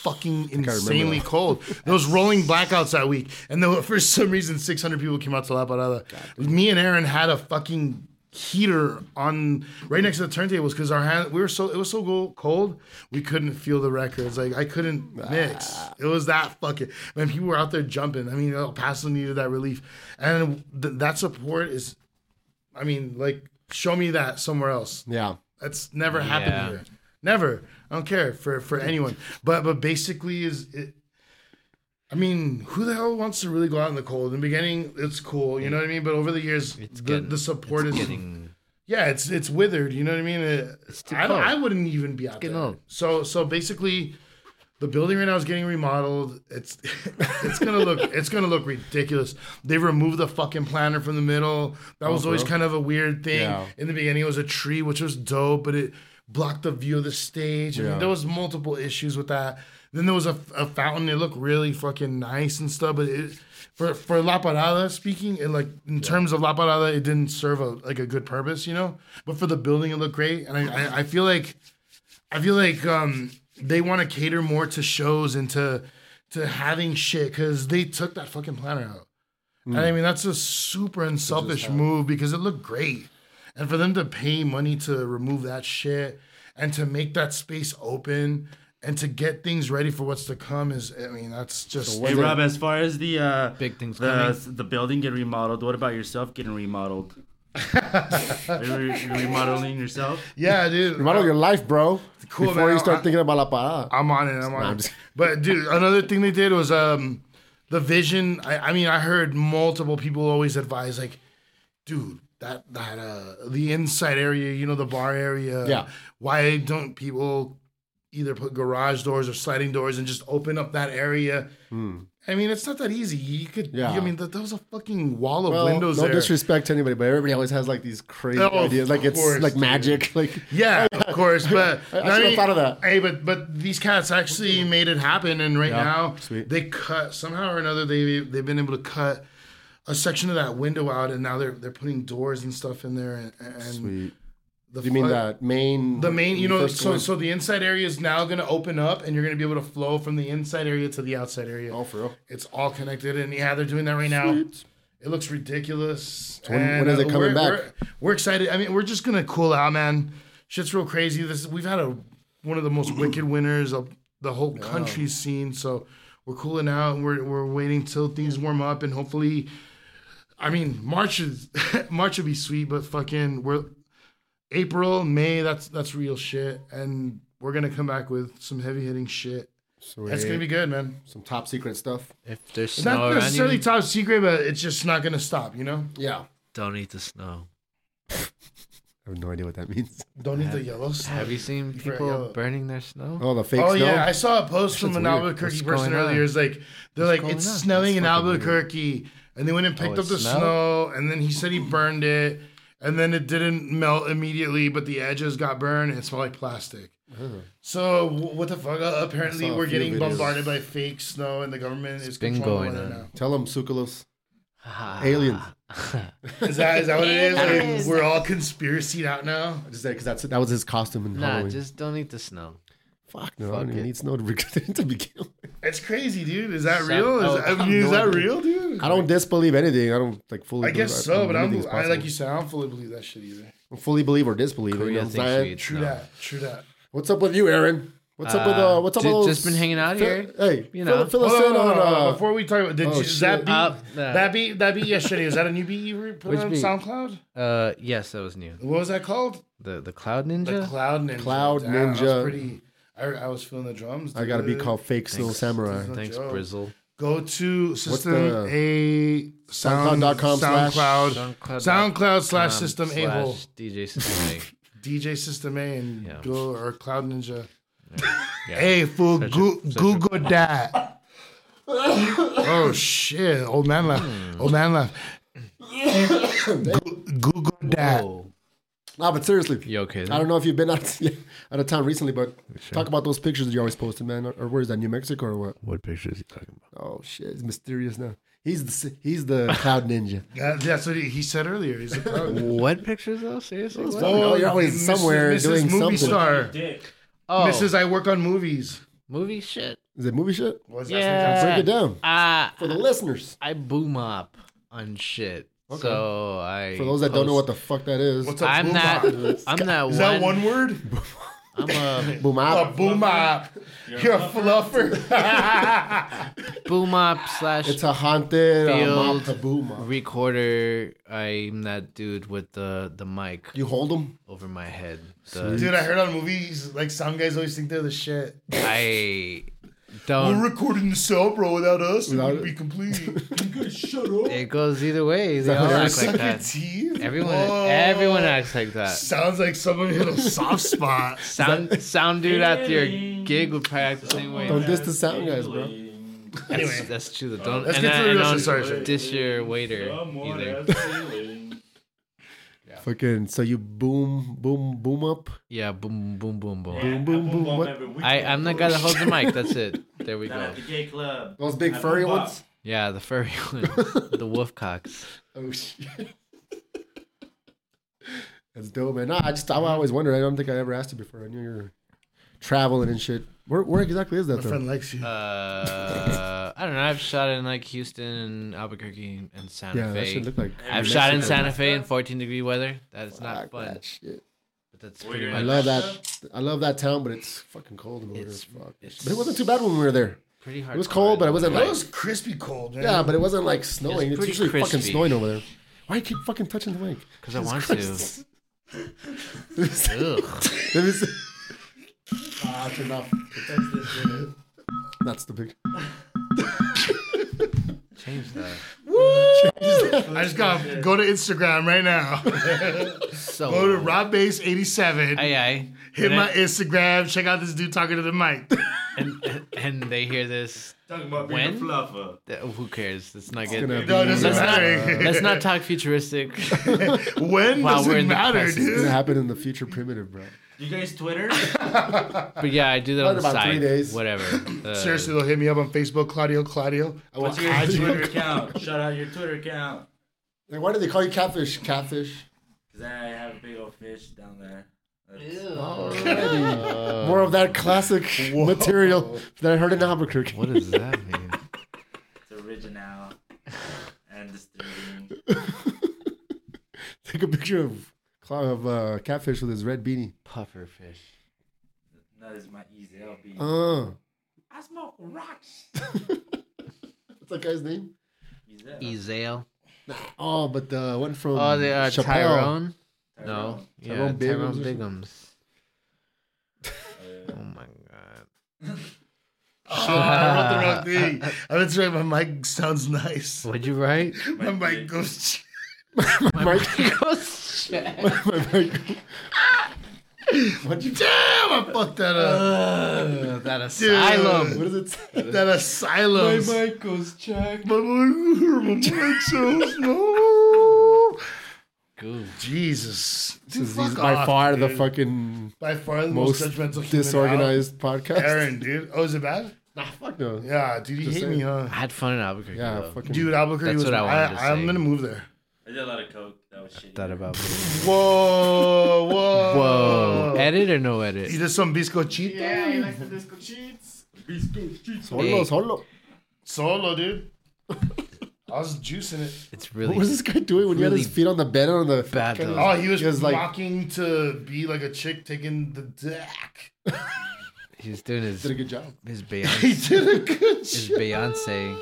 Speaker 3: fucking
Speaker 1: remember
Speaker 3: insanely
Speaker 1: that.
Speaker 3: cold. There was rolling blackouts that week, and then for some reason, 600 people came out to La Parada. Me and Aaron had a fucking heater on right next to the turntables because our hand we were so it was so go- cold we couldn't feel the records like i couldn't mix it was that fucking man people were out there jumping i mean el paso needed that relief and th- that support is i mean like show me that somewhere else
Speaker 1: Yeah.
Speaker 3: that's never happened
Speaker 2: Yeah.
Speaker 3: here. Never. I don't care for for anyone. But but basically is it. I mean, who the hell wants to really go out in the cold? In the beginning, it's cool, you know what I mean. But over the years, the,
Speaker 2: getting-
Speaker 3: the support
Speaker 2: it's
Speaker 3: is
Speaker 2: getting
Speaker 3: yeah, it's it's withered. You know what I mean? It-
Speaker 2: too
Speaker 3: I,
Speaker 2: cold.
Speaker 3: I wouldn't even be out
Speaker 2: getting
Speaker 3: there.
Speaker 2: old.
Speaker 3: So so basically, the building right now is getting remodeled. It's it's gonna look it's gonna look ridiculous. They removed the fucking planter from the middle.
Speaker 2: Oh,
Speaker 3: That was always kind of a weird thing.
Speaker 1: Yeah.
Speaker 3: In the beginning, it was a tree, which was dope, but it blocked the view of the stage. I mean,
Speaker 1: Yeah.
Speaker 3: there was multiple issues with that. Then there was a, a fountain. It looked really fucking nice and stuff, but it. For, for La Parada speaking, and like in terms of La Parada, it didn't serve a like a good purpose, you know. But for the building, it looked great, and I, I, I feel like I feel like um, they want to cater more to shows and to to having shit because they took that fucking planner out. And I mean, that's a super unselfish move because it looked great. And for them to pay money to remove that shit and to make that space open and to get things ready for what's to come is, I mean, that's just.
Speaker 1: what-
Speaker 8: Hey Rob, as far as the uh,
Speaker 2: Big things
Speaker 8: the, the building getting remodeled, what about yourself getting remodeled? Are you re- you remodeling yourself?
Speaker 3: yeah, dude.
Speaker 1: Remodel your life, bro.
Speaker 3: Cool,
Speaker 1: before
Speaker 3: man.
Speaker 1: you start
Speaker 3: I-
Speaker 1: thinking about La Parada.
Speaker 3: I'm on it. I'm on
Speaker 1: I'm
Speaker 3: it.
Speaker 1: just-
Speaker 3: But dude, another thing they did was um, the vision. I, I mean, I heard multiple people always advise like, dude, that that uh, the inside area, you know, the bar area.
Speaker 1: Yeah.
Speaker 3: Why don't people either put garage doors or sliding doors and just open up that area? I mean, it's not that easy. You could.
Speaker 1: Hmm. Yeah.
Speaker 3: I mean, that, that was a fucking wall of
Speaker 1: Well,
Speaker 3: windows
Speaker 1: no
Speaker 3: there.
Speaker 1: disrespect to anybody, but everybody always has like these crazy
Speaker 3: Oh, of
Speaker 1: ideas, like it's
Speaker 3: course,
Speaker 1: like
Speaker 3: dude.
Speaker 1: magic. Like
Speaker 3: Yeah, of course, but e-
Speaker 1: I- I should've thought of that.
Speaker 3: Hey, but but these cats actually made it happen, and right
Speaker 1: Yeah,
Speaker 3: now
Speaker 1: sweet.
Speaker 3: they cut somehow or another they they've been able to cut a section of that window out, and now they're they're putting doors and stuff in there, and, and
Speaker 1: Sweet.
Speaker 3: the
Speaker 1: You mean
Speaker 3: fu-
Speaker 1: that main?
Speaker 3: the main you know
Speaker 1: first
Speaker 3: so
Speaker 1: one?
Speaker 3: so the inside area is now going to open up, and you're going to be able to flow from the inside area to the outside area.
Speaker 1: oh for real.
Speaker 3: It's all connected, and yeah, they're doing that right now. It looks ridiculous.
Speaker 1: when-
Speaker 3: And,
Speaker 1: when is
Speaker 3: uh,
Speaker 1: it coming
Speaker 3: we're,
Speaker 1: back?
Speaker 3: We're, we're excited. I mean, we're just gonna cool out, man. Shit's real crazy. This we've had a one of the most wicked winters of the whole country's seen. So we're cooling out. And we're we're waiting till things warm up, and hopefully, I mean, March is March would be sweet, but fucking we're April, May. That's that's real shit, and we're gonna come back with some heavy hitting shit. That's gonna be good, man.
Speaker 1: some top secret stuff.
Speaker 2: If there's
Speaker 3: It's
Speaker 2: snow
Speaker 3: not
Speaker 2: around you,
Speaker 3: necessarily top secret, but it's just not gonna stop. You know,
Speaker 1: Yeah,
Speaker 2: don't eat the snow.
Speaker 1: I have no idea what that means.
Speaker 3: don't need the yellow stuff.
Speaker 2: Have you seen
Speaker 3: forgot
Speaker 2: people
Speaker 3: yellow.
Speaker 2: burning their snow?
Speaker 1: Oh, the fake
Speaker 3: oh
Speaker 1: snow.
Speaker 3: yeah, I saw a post from
Speaker 1: shit's
Speaker 3: an
Speaker 1: weird.
Speaker 3: Albuquerque
Speaker 2: What's
Speaker 3: person
Speaker 2: going on?
Speaker 3: earlier. It's like they're
Speaker 2: What's
Speaker 3: like
Speaker 2: going
Speaker 3: it's
Speaker 2: on?
Speaker 3: snowing in
Speaker 2: That's fucking Oh,
Speaker 3: Albuquerque, and they went and picked
Speaker 2: it
Speaker 3: up the
Speaker 2: snowed?
Speaker 3: snow, and then he said he burned it, and then it didn't melt immediately, but the edges got burned, and it smelled like plastic. So wh- what the fuck? Uh,
Speaker 1: I
Speaker 3: apparently,
Speaker 1: saw a
Speaker 3: we're
Speaker 1: few
Speaker 3: getting
Speaker 1: videos.
Speaker 3: bombarded by fake snow, and the government is
Speaker 2: been
Speaker 3: controlling
Speaker 2: going
Speaker 3: weather
Speaker 2: on.
Speaker 1: Tell them, Sukalos.
Speaker 2: Ah.
Speaker 1: Aliens.
Speaker 3: now. Is that is that what it is? Like, we're all conspiracy out now.
Speaker 1: Just because that's that was his costume in
Speaker 2: nah,
Speaker 1: Halloween.
Speaker 2: just don't eat the snow.
Speaker 1: fuck no, I don't
Speaker 2: fuck
Speaker 1: even
Speaker 2: it.
Speaker 1: need snow to, to begin. with.
Speaker 3: It's crazy, dude. Is that
Speaker 2: Some-
Speaker 3: real? Is,
Speaker 2: oh,
Speaker 3: I
Speaker 2: some
Speaker 3: mean, is that
Speaker 2: northern-
Speaker 3: real, dude?
Speaker 1: I don't disbelieve anything. I don't like fully.
Speaker 3: I guess
Speaker 1: believe-
Speaker 3: so, but I'm
Speaker 1: anything's
Speaker 3: I, like
Speaker 1: possible.
Speaker 3: you said, I don't fully believe that shit either.
Speaker 1: fully believe or disbelieve. you know
Speaker 2: Korea
Speaker 1: what I'm
Speaker 2: thinks you
Speaker 1: saying?
Speaker 2: eat
Speaker 3: True
Speaker 2: snow.
Speaker 3: that. True that.
Speaker 1: What's up with you, Aaron? What's up with uh?
Speaker 2: Uh,
Speaker 1: What's up
Speaker 2: ju-
Speaker 1: with
Speaker 2: just been hanging out
Speaker 1: Fill-
Speaker 2: here,
Speaker 1: Hey,
Speaker 2: you
Speaker 1: fill-
Speaker 2: know.
Speaker 1: fill, us
Speaker 3: Oh,
Speaker 1: in
Speaker 3: no, no,
Speaker 1: on
Speaker 3: no, no,
Speaker 1: uh.
Speaker 3: before we talk about did
Speaker 1: oh,
Speaker 3: you,
Speaker 1: shit.
Speaker 3: that beat
Speaker 2: Up, uh,
Speaker 3: that beat that beat yesterday was that a new beat you re- put
Speaker 2: Which
Speaker 3: on
Speaker 2: beat?
Speaker 3: SoundCloud?
Speaker 2: Uh, yes, that was new.
Speaker 3: What was that called?
Speaker 2: The the cloud ninja.
Speaker 3: The Cloud Ninja.
Speaker 1: Cloud
Speaker 3: Damn, I was
Speaker 1: Ninja.
Speaker 3: pretty. I, I was feeling the drums.
Speaker 1: I gotta be
Speaker 3: dude.
Speaker 1: called fake snow
Speaker 2: Thanks.
Speaker 1: samurai.
Speaker 3: No
Speaker 2: Thanks,
Speaker 3: joke.
Speaker 2: Brizzle.
Speaker 3: Go to system
Speaker 1: the-
Speaker 3: a sound,
Speaker 1: SoundCloud.com slash-
Speaker 3: SoundCloud
Speaker 2: SoundCloud.
Speaker 3: SoundCloud slash
Speaker 2: Um,
Speaker 3: system a
Speaker 2: slash
Speaker 3: hole
Speaker 2: DJ system
Speaker 3: DJ system a and
Speaker 2: Yeah.
Speaker 3: go or Cloud Ninja.
Speaker 2: A. Yeah.
Speaker 3: Hey, fool,
Speaker 2: Such a-
Speaker 3: goo-
Speaker 2: such a-
Speaker 3: Google that. oh shit! Old man left.
Speaker 2: Hmm.
Speaker 3: Old man left. Goo- Google that.
Speaker 2: Whoa.
Speaker 1: Nah, but seriously,
Speaker 2: You okay?
Speaker 1: I don't know if you've been out out of town recently, but talk about those pictures you always posted, man. Or, or where is that? New Mexico or what?
Speaker 2: What picture is he talking about?
Speaker 1: Oh shit, it's mysterious now. He's the s- he's the cloud ninja.
Speaker 3: Yeah, that's what he, he said earlier. He's a clown.
Speaker 2: What pictures though? Seriously? What?
Speaker 1: Oh, you're always
Speaker 3: Mrs.
Speaker 1: somewhere
Speaker 3: Mrs.
Speaker 1: doing something.
Speaker 3: movie star.
Speaker 2: Oh,
Speaker 3: Mrs. I work on movies.
Speaker 2: movie shit.
Speaker 1: Is it movie shit?
Speaker 3: Was
Speaker 2: Yeah.
Speaker 1: Break it down
Speaker 2: Uh,
Speaker 1: for the listeners.
Speaker 2: I boom up on shit. So I
Speaker 1: For those that don't know what the fuck that is,
Speaker 3: What's up?
Speaker 2: I'm
Speaker 3: boom
Speaker 2: not.
Speaker 3: bop?
Speaker 2: I'm not
Speaker 3: Is that one word?
Speaker 2: I'm a
Speaker 1: uh, boom
Speaker 3: A
Speaker 1: out.
Speaker 3: boom bop. You're a fluffer.
Speaker 2: boom up slash
Speaker 1: It's a haunted uh,
Speaker 2: Field.
Speaker 1: mop to boom up.
Speaker 2: recorder. I'm that dude with the the mic
Speaker 1: You hold them.
Speaker 2: over my head. The-
Speaker 3: Dude, I heard on movies like some guys always think they're the shit.
Speaker 2: I
Speaker 3: We're
Speaker 2: don't.
Speaker 3: recording the cell, bro. Without us,
Speaker 1: Without
Speaker 3: it would
Speaker 1: it.
Speaker 3: be complete. you guys shut up.
Speaker 2: It goes either way. They all
Speaker 1: how
Speaker 2: act
Speaker 3: Suck
Speaker 2: like
Speaker 3: your
Speaker 2: that.
Speaker 3: teeth.
Speaker 2: Everyone,
Speaker 3: Whoa.
Speaker 2: everyone acts like that.
Speaker 3: Sounds like someone hit a soft spot.
Speaker 2: Sound sound dude after your gig would probably act the same way.
Speaker 1: Don't diss the sound guys, bro.
Speaker 3: Anyway.
Speaker 2: That's true. though. Don't
Speaker 3: Let's
Speaker 2: and,
Speaker 3: get to
Speaker 2: I,
Speaker 3: the
Speaker 2: and
Speaker 3: real
Speaker 2: don't
Speaker 3: story, sorry.
Speaker 2: dish your waiter either.
Speaker 1: Fucking so you boom boom boom up.
Speaker 2: Yeah, boom, boom, boom, boom.
Speaker 1: Boom boom boom. What?
Speaker 2: I I'm the guy that holds the mic. That's it. There we
Speaker 4: Down
Speaker 2: go.
Speaker 4: at the gay club.
Speaker 1: Those big
Speaker 4: I
Speaker 1: furry
Speaker 4: boom bop.
Speaker 1: ones.
Speaker 2: Yeah, the furry one, the wolf cocks.
Speaker 1: Oh shit. That's dope, man. No, I just I always wondered. I don't think I ever asked you before. I knew you were traveling and shit. Where, where exactly is that
Speaker 3: My
Speaker 1: though?
Speaker 3: friend likes you.
Speaker 2: Uh, I don't know. I've shot in like Houston and Albuquerque and Santa
Speaker 1: yeah, that
Speaker 2: Fe.
Speaker 1: should look like.
Speaker 2: I've
Speaker 1: New
Speaker 2: shot in
Speaker 1: Mexico.
Speaker 2: Santa Fe in 14 degree weather. That's not
Speaker 1: Fuck
Speaker 2: fun.
Speaker 1: that shit.
Speaker 2: But that's
Speaker 8: We're
Speaker 2: pretty
Speaker 8: gonna-
Speaker 1: I love
Speaker 2: much.
Speaker 1: that. I love that town, but it's fucking cold over there.
Speaker 2: It's-
Speaker 1: Fuck.
Speaker 2: it's-
Speaker 1: But it wasn't too bad when we were there.
Speaker 2: Pretty hard.
Speaker 1: It was cold, but it wasn't
Speaker 3: That
Speaker 1: like.
Speaker 3: was crispy cold, man.
Speaker 1: Yeah, but it wasn't like snowing. It's
Speaker 2: pretty
Speaker 1: usually fucking
Speaker 2: crispy.
Speaker 1: snowing over there. Why do you keep fucking touching the mic?
Speaker 2: because I want to. Ugh.
Speaker 1: Let me see.
Speaker 3: Ah, turn off.
Speaker 1: That's the big.
Speaker 2: Change that.
Speaker 3: I just got to go to Instagram right now.
Speaker 2: So.
Speaker 3: Go to robbase87.
Speaker 2: Aye, aye.
Speaker 3: Hit my Instagram. Check out this dude talking to the mic.
Speaker 2: And, and they hear this.
Speaker 8: Talking about being
Speaker 2: When?
Speaker 8: a fluffer.
Speaker 2: Th- Who cares? It's not good.
Speaker 1: gonna be-
Speaker 3: No, it doesn't
Speaker 2: Let's not-
Speaker 3: matter.
Speaker 2: Let's not talk futuristic.
Speaker 3: when
Speaker 2: Wow,
Speaker 3: does
Speaker 2: we're
Speaker 3: it
Speaker 2: in the
Speaker 3: matter,
Speaker 2: crisis.
Speaker 1: It's gonna
Speaker 3: dude?
Speaker 1: happen in the future, primitive, bro.
Speaker 8: You guys Twitter?
Speaker 2: But yeah, I do that on the
Speaker 1: Probably about
Speaker 2: side.
Speaker 1: three days.
Speaker 2: Whatever. Uh,
Speaker 3: Seriously, though, hit me up on Facebook, Claudio. Claudio. I will
Speaker 8: What's your
Speaker 3: hide
Speaker 8: Twitter
Speaker 3: you.
Speaker 8: account? Shout out your Twitter account.
Speaker 1: Like, why do they call you catfish? Catfish.
Speaker 4: Cause I have a big old fish down there. That's-
Speaker 1: Alrighty. More of that classic material that I heard in Albuquerque.
Speaker 2: What does that mean?
Speaker 4: It's original and disturbing.
Speaker 1: Take a picture of Cla- of uh, catfish with his red beanie.
Speaker 2: Puffer fish.
Speaker 4: That is my easy LB.
Speaker 1: Uh,
Speaker 6: I smoke rocks.
Speaker 1: what's that guy's name?
Speaker 4: Easel.
Speaker 2: Ezale.
Speaker 1: Oh, but the one from
Speaker 2: Oh, they are
Speaker 1: Chappelle.
Speaker 2: Tyrone. No, yeah,
Speaker 1: Tyrone
Speaker 2: Tyrone,
Speaker 1: Biggums or
Speaker 2: Biggums. oh my god.
Speaker 3: Oh, I wrote the wrong thing. I was right. My mic sounds nice.
Speaker 2: What'd you write?
Speaker 3: My mic goes. What'd you? Damn! I fucked that up.
Speaker 2: that
Speaker 3: asylum.
Speaker 2: asylum.
Speaker 1: What is it? say?
Speaker 3: that asylum.
Speaker 8: mic goes check.
Speaker 3: Uh, My mic. My mic sounds no. Jesus. Dude,
Speaker 1: This is
Speaker 3: fuck
Speaker 1: by
Speaker 3: off,
Speaker 1: far the
Speaker 3: dude.
Speaker 1: fucking
Speaker 3: by far the most,
Speaker 1: most
Speaker 3: judgmental human
Speaker 1: disorganized
Speaker 3: out.
Speaker 1: podcast.
Speaker 3: Aaron, dude. Oh, is it bad?
Speaker 1: Nah, fuck no. Yeah,
Speaker 3: Yeah, dude, you
Speaker 1: Just
Speaker 3: hate
Speaker 1: saying.
Speaker 3: me, huh?
Speaker 2: I had fun in Albuquerque. Yeah, though.
Speaker 1: fucking.
Speaker 3: Dude, Albuquerque
Speaker 2: That's
Speaker 3: was.
Speaker 2: what I
Speaker 3: I
Speaker 2: wanted to
Speaker 3: I, am
Speaker 2: say.
Speaker 3: gonna move there.
Speaker 4: I did a lot of coke. That was shitty.
Speaker 2: Thought about.
Speaker 3: Whoa, whoa,
Speaker 2: Whoa. Edit or no
Speaker 3: You
Speaker 2: edit?
Speaker 3: did some biscochito?
Speaker 5: Yeah, he likes the disco cheats.
Speaker 1: Solo, solo.
Speaker 3: Solo, dude. I was juicing it.
Speaker 2: It's
Speaker 1: What was
Speaker 2: really
Speaker 1: this guy doing when he had
Speaker 2: really
Speaker 1: his feet on the bed on the
Speaker 2: bad though.
Speaker 3: Oh, he was,
Speaker 1: He was like-
Speaker 3: mocking to be like a chick taking the dick.
Speaker 2: He's doing his
Speaker 1: Did a good job.
Speaker 2: his
Speaker 3: He
Speaker 2: Beyonce.
Speaker 3: did a good
Speaker 2: His
Speaker 3: job.
Speaker 2: Beyonce.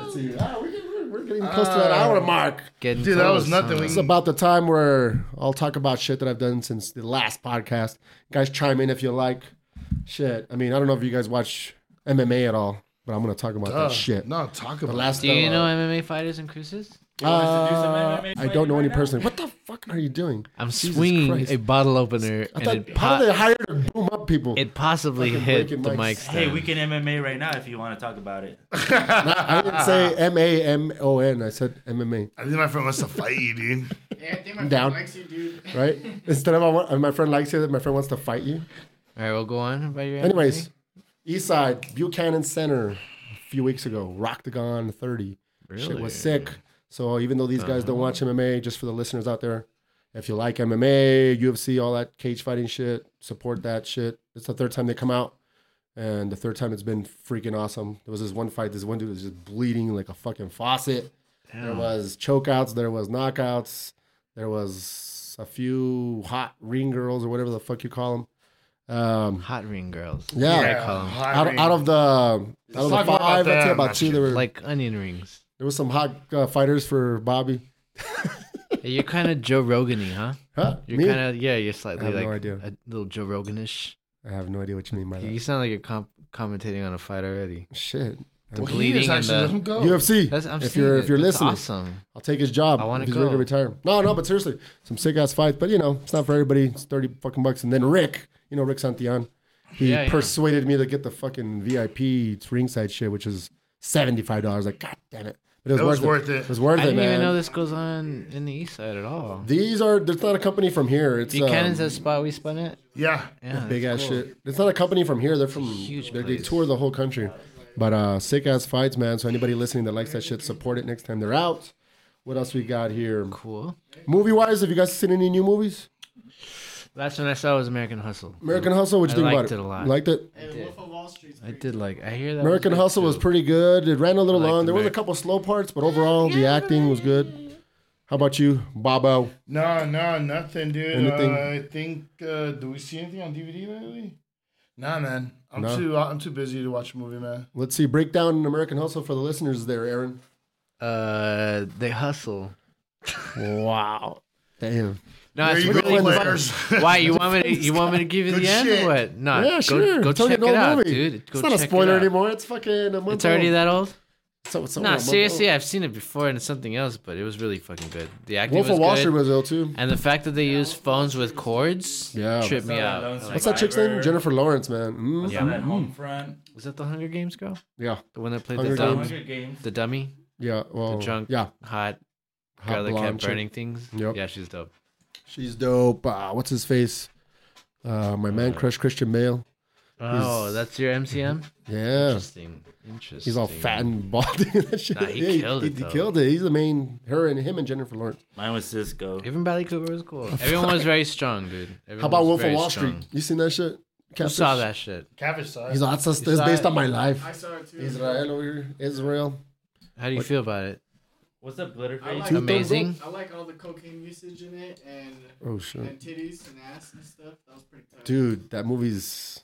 Speaker 1: Let's see. Ah, we're, getting, we're getting close
Speaker 3: Uh,
Speaker 1: to that hour mark.
Speaker 2: Getting
Speaker 3: Dude, that was
Speaker 2: close,
Speaker 3: nothing.
Speaker 2: huh?
Speaker 3: We
Speaker 1: It's about the time where I'll talk about shit that I've done since the last podcast. Guys, chime in if you like. Shit. I mean, I don't know if you guys watch MMA at all, but I'm gonna talk about
Speaker 3: Uh,
Speaker 1: that shit.
Speaker 3: No, talk about
Speaker 1: last
Speaker 2: Do you
Speaker 1: uh,
Speaker 2: know MMA fighters and cruises?
Speaker 1: Uh, I don't know any person. What the fuck are you doing?
Speaker 2: I'm
Speaker 1: Jesus
Speaker 2: swinging
Speaker 1: Christ.
Speaker 2: a bottle opener
Speaker 1: I
Speaker 2: and
Speaker 1: thought,
Speaker 2: it,
Speaker 1: how
Speaker 2: po-
Speaker 1: did they hire to boom up people?
Speaker 2: it possibly
Speaker 1: Fucking
Speaker 2: hit the
Speaker 1: breaking mics.
Speaker 2: mic stand.
Speaker 8: Hey, we can MMA right now if you want to talk about it.
Speaker 1: I didn't say M A M O N. I said MMA,
Speaker 3: I think my friend wants to fight you, dude.
Speaker 5: Yeah, I think my
Speaker 1: I'm
Speaker 5: friend
Speaker 1: down.
Speaker 5: likes you, dude.
Speaker 1: right? Instead of I want, if my friend likes you, that my friend wants to fight you.
Speaker 2: All right, we'll go on about your.
Speaker 1: Anyways, East Side Buchanan Center a few weeks ago, Roctagon 30. Shit was sick. So even though these guys don't watch MMA, just for the listeners out there, if you like MMA, UFC, all that cage fighting shit, support that shit. It's the third time they come out, and the third time it's been freaking awesome. There was this one fight. This one dude was just bleeding like a fucking faucet. There was chokeouts. There was knockouts. There was a few hot ring girls or whatever the fuck you call them. Um,
Speaker 2: hot ring girls.
Speaker 1: yeah,
Speaker 2: I call 'em.
Speaker 3: hot
Speaker 1: out,
Speaker 3: ring.
Speaker 1: out of the out of the
Speaker 3: talk about
Speaker 1: five, I'd say
Speaker 3: them.
Speaker 1: about two. There were
Speaker 2: like onion rings.
Speaker 1: there was some hot uh, fighters for Bobby.
Speaker 2: Hey, You're kind of Joe Rogany, huh?
Speaker 1: Huh?
Speaker 2: You're
Speaker 1: Me?
Speaker 2: kind of yeah. You're slightly
Speaker 1: have
Speaker 2: like
Speaker 1: no idea.
Speaker 2: a little Joe Roganish.
Speaker 1: I have no idea what you mean by
Speaker 2: You
Speaker 1: that.
Speaker 2: sound like you're comp- commentating on a fight already.
Speaker 1: Shit.
Speaker 2: The
Speaker 3: Well, he
Speaker 2: bleeding
Speaker 3: is
Speaker 2: and
Speaker 3: actually let
Speaker 2: the.
Speaker 3: him go.
Speaker 1: UFC.
Speaker 2: Oh, That's, I'm
Speaker 1: if
Speaker 2: seeing
Speaker 1: you're
Speaker 2: it.
Speaker 1: if you're
Speaker 2: That's
Speaker 1: listening,
Speaker 2: awesome.
Speaker 1: I'll take his job.
Speaker 2: I wanna
Speaker 1: if he's ready
Speaker 2: go.
Speaker 1: to retire. No, no, but seriously, some sick ass fights. But you know, it's not for everybody. It's thirty fucking bucks. And then Rick, you know Rick Santillan, he
Speaker 2: Yeah, yeah.
Speaker 1: persuaded me to get the fucking VIP ringside shit, which is seventy five dollars. Like, god damn it. But
Speaker 3: It was worth it.
Speaker 1: It was worth
Speaker 2: I
Speaker 1: it,
Speaker 2: didn't
Speaker 1: man.
Speaker 2: even know this goes on in the East Side at all.
Speaker 1: These are there's not a company from here. It's
Speaker 2: Buchanan's
Speaker 1: um,
Speaker 2: that spot we spun it.
Speaker 3: Yeah.
Speaker 2: Yeah,
Speaker 1: big
Speaker 2: that's
Speaker 1: ass
Speaker 2: cool.
Speaker 1: shit. It's not a company from here. They're from
Speaker 2: huge
Speaker 1: they, they
Speaker 2: place.
Speaker 1: tour the whole country. But uh sick ass fights, man. So anybody listening that likes that shit, support it next time they're out. What else we got here?
Speaker 2: Cool.
Speaker 1: Movie wise, have you guys seen any new movies?
Speaker 2: Last one I saw was American Hustle.
Speaker 1: American Hustle. What you
Speaker 2: I
Speaker 1: think
Speaker 2: liked
Speaker 1: about
Speaker 2: it a lot.
Speaker 1: You Liked it.
Speaker 5: Hey, Wolf of Wall Street's
Speaker 2: I
Speaker 5: pretty
Speaker 2: did like. I hear that. was
Speaker 1: American
Speaker 2: good,
Speaker 1: Hustle was
Speaker 2: too.
Speaker 1: pretty good. It ran a little
Speaker 2: I liked
Speaker 1: long. There was a
Speaker 2: Ameri-
Speaker 1: couple slow parts, but overall the acting was good. How about you, Bobo?
Speaker 3: No, no, nothing, dude.
Speaker 1: Anything?
Speaker 3: Uh, I think. Uh, do we see anything on DVD lately? Nah, man. I'm
Speaker 1: No.
Speaker 3: too. I'm too busy to watch a movie, man.
Speaker 1: Let's see. Breakdown in American Hustle for the listeners there, Aaron.
Speaker 2: Uh, they hustle.
Speaker 1: Wow. Damn.
Speaker 2: No, it's
Speaker 3: you go,
Speaker 2: really
Speaker 3: players?
Speaker 2: fun. Why you want me to? You want me to give you
Speaker 3: Good
Speaker 2: the end
Speaker 3: shit.
Speaker 2: or what? No,
Speaker 1: yeah,
Speaker 2: Uh, go,
Speaker 1: sure.
Speaker 2: go
Speaker 1: It's only
Speaker 2: check
Speaker 1: an old
Speaker 2: it out,
Speaker 1: movie.
Speaker 2: dude. Go
Speaker 1: it's not a
Speaker 2: check it
Speaker 1: spoiler
Speaker 2: out.
Speaker 1: anymore. It's fucking a month
Speaker 2: It's already
Speaker 1: old.
Speaker 2: that old.
Speaker 1: So, it's over a
Speaker 2: No,
Speaker 1: month
Speaker 2: seriously,
Speaker 1: old.
Speaker 2: I've seen it before and it's something else, but it was really fucking good. The acting
Speaker 1: Wolf
Speaker 2: was
Speaker 1: of Wall
Speaker 2: good,
Speaker 1: Street was ill too.
Speaker 2: and the fact that they use phones with cords
Speaker 1: Yeah.
Speaker 2: tripped me
Speaker 4: Saw that
Speaker 2: out.
Speaker 4: Lone
Speaker 1: What's that chick's
Speaker 4: Survivor.
Speaker 1: name? Jennifer Lawrence, man. Mm.
Speaker 4: Saw that home front.
Speaker 2: Was that the Hunger Games girl?
Speaker 1: Yeah.
Speaker 2: The one that played
Speaker 1: Hunger
Speaker 2: the dumb,
Speaker 1: Games.
Speaker 4: Hunger Games.
Speaker 2: the dummy,
Speaker 1: Yeah. Well.
Speaker 2: junk.
Speaker 1: Yeah.
Speaker 2: hot,
Speaker 1: Hot
Speaker 2: girl that
Speaker 1: blonde
Speaker 2: kept
Speaker 1: chick.
Speaker 2: burning things.
Speaker 1: Yep.
Speaker 2: Yeah, she's dope.
Speaker 1: She's dope. Uh, what's his face? Uh, my man crush Christian Bale.
Speaker 2: Oh, that's your MCM.
Speaker 1: Yeah.
Speaker 2: Interesting. Interesting.
Speaker 1: He's all fat and balding. and that shit.
Speaker 2: Nah, he
Speaker 1: Yeah,
Speaker 2: killed
Speaker 1: he,
Speaker 2: it,
Speaker 1: He
Speaker 2: though.
Speaker 1: killed it. He's the main. Her and him and Jennifer Lawrence.
Speaker 4: Mine was Cisco.
Speaker 2: Even Bradley Cooper was cool. Everyone was very strong, dude. Everyone
Speaker 1: How about
Speaker 2: was
Speaker 1: Wolf of
Speaker 2: very
Speaker 1: Wall
Speaker 2: strong.
Speaker 1: Street? You seen that shit?
Speaker 2: Who
Speaker 1: Catfish?
Speaker 2: saw that shit?
Speaker 3: Cabbage side.
Speaker 1: He's like, that's,
Speaker 2: You
Speaker 1: that's
Speaker 2: saw
Speaker 1: based
Speaker 2: it?
Speaker 1: on my life.
Speaker 5: I saw it too.
Speaker 1: Israel over here. Israel.
Speaker 2: How do you feel about it?
Speaker 4: What's up,
Speaker 5: I
Speaker 4: Glitterface?
Speaker 5: like,
Speaker 1: Two thumbs
Speaker 2: Amazing.
Speaker 5: I like all the cocaine usage in it and
Speaker 1: Oh shit,
Speaker 5: and titties and ass and stuff. That was pretty tough.
Speaker 1: dude, that movie's.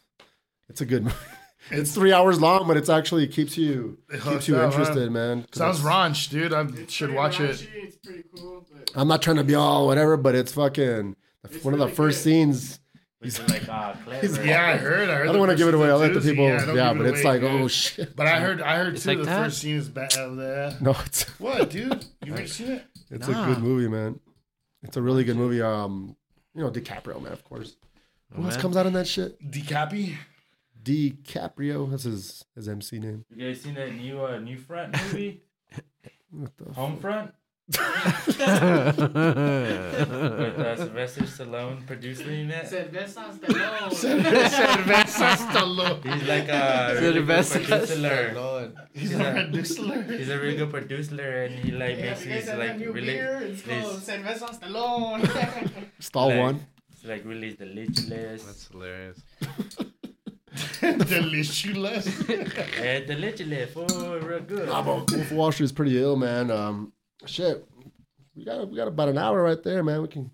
Speaker 1: It's a good. movie. It's three hours long, but it's actually keeps you
Speaker 3: It
Speaker 1: keeps
Speaker 3: hooks
Speaker 1: you
Speaker 3: up, huh?
Speaker 1: interested, man. 'Cause
Speaker 3: Sounds
Speaker 1: it's-
Speaker 3: raunch, dude. I
Speaker 5: It's
Speaker 3: should
Speaker 5: pretty
Speaker 3: watch it.
Speaker 5: raunchy, It's pretty cool, but
Speaker 1: I'm not trying to be all whatever, but it's fucking
Speaker 5: It's
Speaker 1: one of
Speaker 5: really
Speaker 1: the first
Speaker 5: good.
Speaker 1: scenes.
Speaker 4: He's like, ah, clever.
Speaker 3: Yeah, I heard. I, heard
Speaker 1: I don't want to give it away. I'll let the people.
Speaker 3: Yeah,
Speaker 1: Yeah,
Speaker 3: don't give
Speaker 1: but
Speaker 3: it
Speaker 1: it's
Speaker 3: away,
Speaker 1: like,
Speaker 3: dude.
Speaker 1: oh shit.
Speaker 3: But I heard. I heard
Speaker 2: It's
Speaker 3: too.
Speaker 2: like
Speaker 3: the
Speaker 2: that?
Speaker 3: first scene is bad. Out of that.
Speaker 1: No, it's
Speaker 3: What, dude? You ain't seen it?
Speaker 1: it's
Speaker 2: Nah.
Speaker 1: a good movie, man. It's a really good movie. Um, you know DiCaprio, man, of course.
Speaker 4: Oh,
Speaker 1: Who else
Speaker 2: man.
Speaker 1: comes out in that shit?
Speaker 3: Decappy.
Speaker 1: DiCaprio. That's his his MC name.
Speaker 4: You guys seen that new uh, new front movie?
Speaker 1: What the?
Speaker 4: Home front with uh, Sylvester Stallone producing
Speaker 5: I
Speaker 4: it.
Speaker 5: said Vincent Stallone.
Speaker 4: He's like a really good producer.
Speaker 3: He's
Speaker 4: Yeah.
Speaker 3: a producer.
Speaker 4: He's a really good producer, and he like
Speaker 5: yeah,
Speaker 4: makes
Speaker 5: you guys
Speaker 4: these
Speaker 5: have
Speaker 4: like
Speaker 5: that new
Speaker 4: really
Speaker 5: beer. It's called
Speaker 4: these
Speaker 5: Said Vincent Stallone.
Speaker 1: Stall
Speaker 4: Like-
Speaker 1: one.
Speaker 4: it's, like really delicious.
Speaker 2: That's hilarious.
Speaker 3: Delicious.
Speaker 4: Eh, delicious for real good.
Speaker 1: Wolf of Wall Street is pretty ill, man. Um, shit, we got we got about an hour right there, man. We can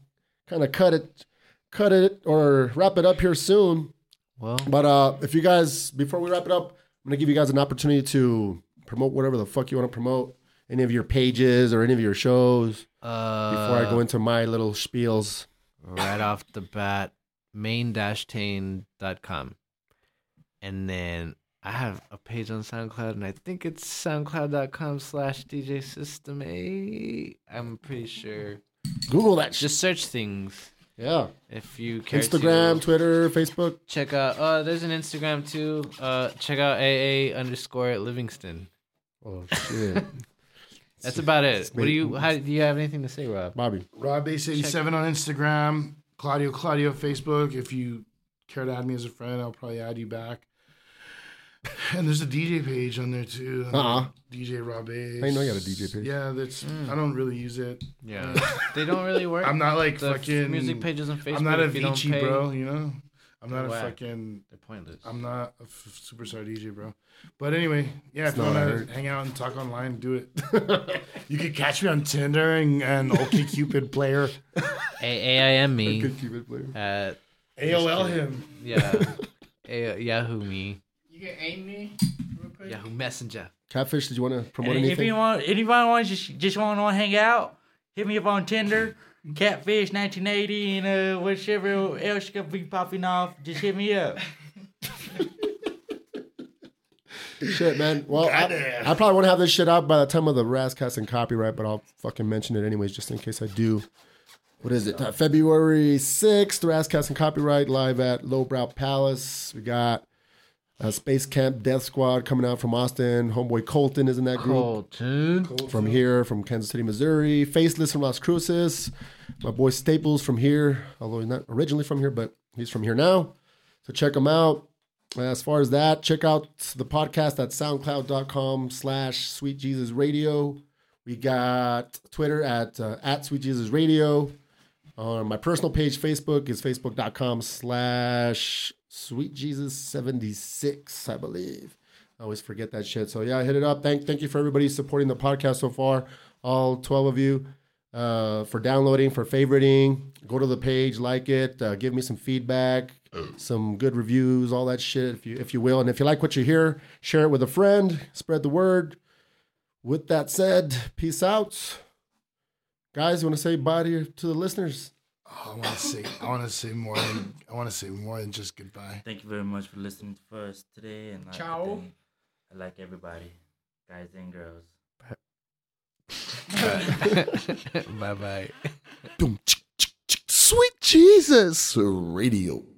Speaker 1: kind of cut it, cut it, or wrap it up here soon.
Speaker 2: Well,
Speaker 1: But uh, if you guys, before we wrap it up, I'm gonna give you guys an opportunity to promote whatever the fuck you want to promote, any of your pages or any of your shows.
Speaker 2: uh,
Speaker 1: Before I go into my little spiels,
Speaker 2: right off the bat, main-tane.com. And then I have a page on SoundCloud, and I think it's soundcloud.com slash DJ System A. I'm pretty sure.
Speaker 1: Google that shit.
Speaker 2: Just search things
Speaker 1: Yeah,
Speaker 2: if you care to.
Speaker 1: Instagram, Twitter, Facebook.
Speaker 2: check out uh there's an instagram too uh check out aa underscore livingston
Speaker 1: Oh shit,
Speaker 2: that's about it what do
Speaker 1: made-
Speaker 2: you how do you have anything to say rob
Speaker 1: Bobby.
Speaker 3: Rob Base eighty seven on Instagram. Claudio Claudio Facebook. If you care to add me as a friend, I'll probably add you back. And there's a DJ page on there too.
Speaker 1: Uh-uh.
Speaker 3: DJ Rob Base.
Speaker 1: I know you got a DJ page.
Speaker 3: Yeah, that's.
Speaker 2: Hmm.
Speaker 3: I don't really use it.
Speaker 2: yeah they don't really work
Speaker 3: I'm not like
Speaker 2: the f-
Speaker 3: fucking
Speaker 2: music pages on facebook
Speaker 3: I'm not a
Speaker 2: if you don't
Speaker 3: Vici,
Speaker 2: pay,
Speaker 3: bro. You know, I'm not a
Speaker 2: Whack.
Speaker 3: fucking.
Speaker 2: they're pointless
Speaker 3: I'm not a f- superstar DJ, bro. But anyway, yeah, if you
Speaker 1: not what I
Speaker 3: want
Speaker 1: heard.
Speaker 3: to hang out and talk online, do it. you can catch me on Tinder and, and OkCupid player.
Speaker 2: aam me
Speaker 1: Good Cupid player.
Speaker 2: at
Speaker 3: AOL him.
Speaker 2: yeah A- yahoo me
Speaker 5: you can aim me real quick.
Speaker 2: yahoo messenger
Speaker 1: Catfish, did you want to promote
Speaker 4: And if
Speaker 1: anything?
Speaker 4: you want, anybody wants just just want to hang out, hit me up on Tinder, Catfish 1980, and uh, whichever else could be popping off, just hit me up.
Speaker 1: Shit, man. Well, I, I probably won't have this shit out by the time of the Rascast and copyright, but I'll fucking mention it anyways, just in case I do. What is it? Uh, February 6th, Rascast and copyright live at Lowbrow Palace. We got uh, Space Camp Death Squad coming out from Austin. Homeboy Colton is in that
Speaker 2: Oh,
Speaker 1: group
Speaker 2: colton
Speaker 1: from here, from Kansas City, Missouri. Faceless from Las Cruces. My boy Staples from here, although he's not originally from here, but he's from here now. So check him out. As far as that, check out the podcast at soundcloud.com slash sweet Jesus radio. We got Twitter at uh, at sweet Jesus radio. Uh, my personal page, Facebook, is facebook.com slash sweetjesus76, I believe. I always forget that shit. So yeah, hit it up. Thank thank you for everybody supporting the podcast so far, all 12 of you, uh, for downloading, for favoriting. Go to the page, like it, uh, give me some feedback, some good reviews, all that shit, if you if you will. And if you like what you hear, share it with a friend, spread the word. With that said, peace out. Guys, you want to say bye to, your, to the listeners?
Speaker 3: I want to say I want to say more than I want to say more than just goodbye.
Speaker 8: Thank you very much for listening to us today. And
Speaker 5: Ciao.
Speaker 8: I, think I like everybody, guys and girls.
Speaker 2: bye bye.
Speaker 1: Sweet Jesus Radio.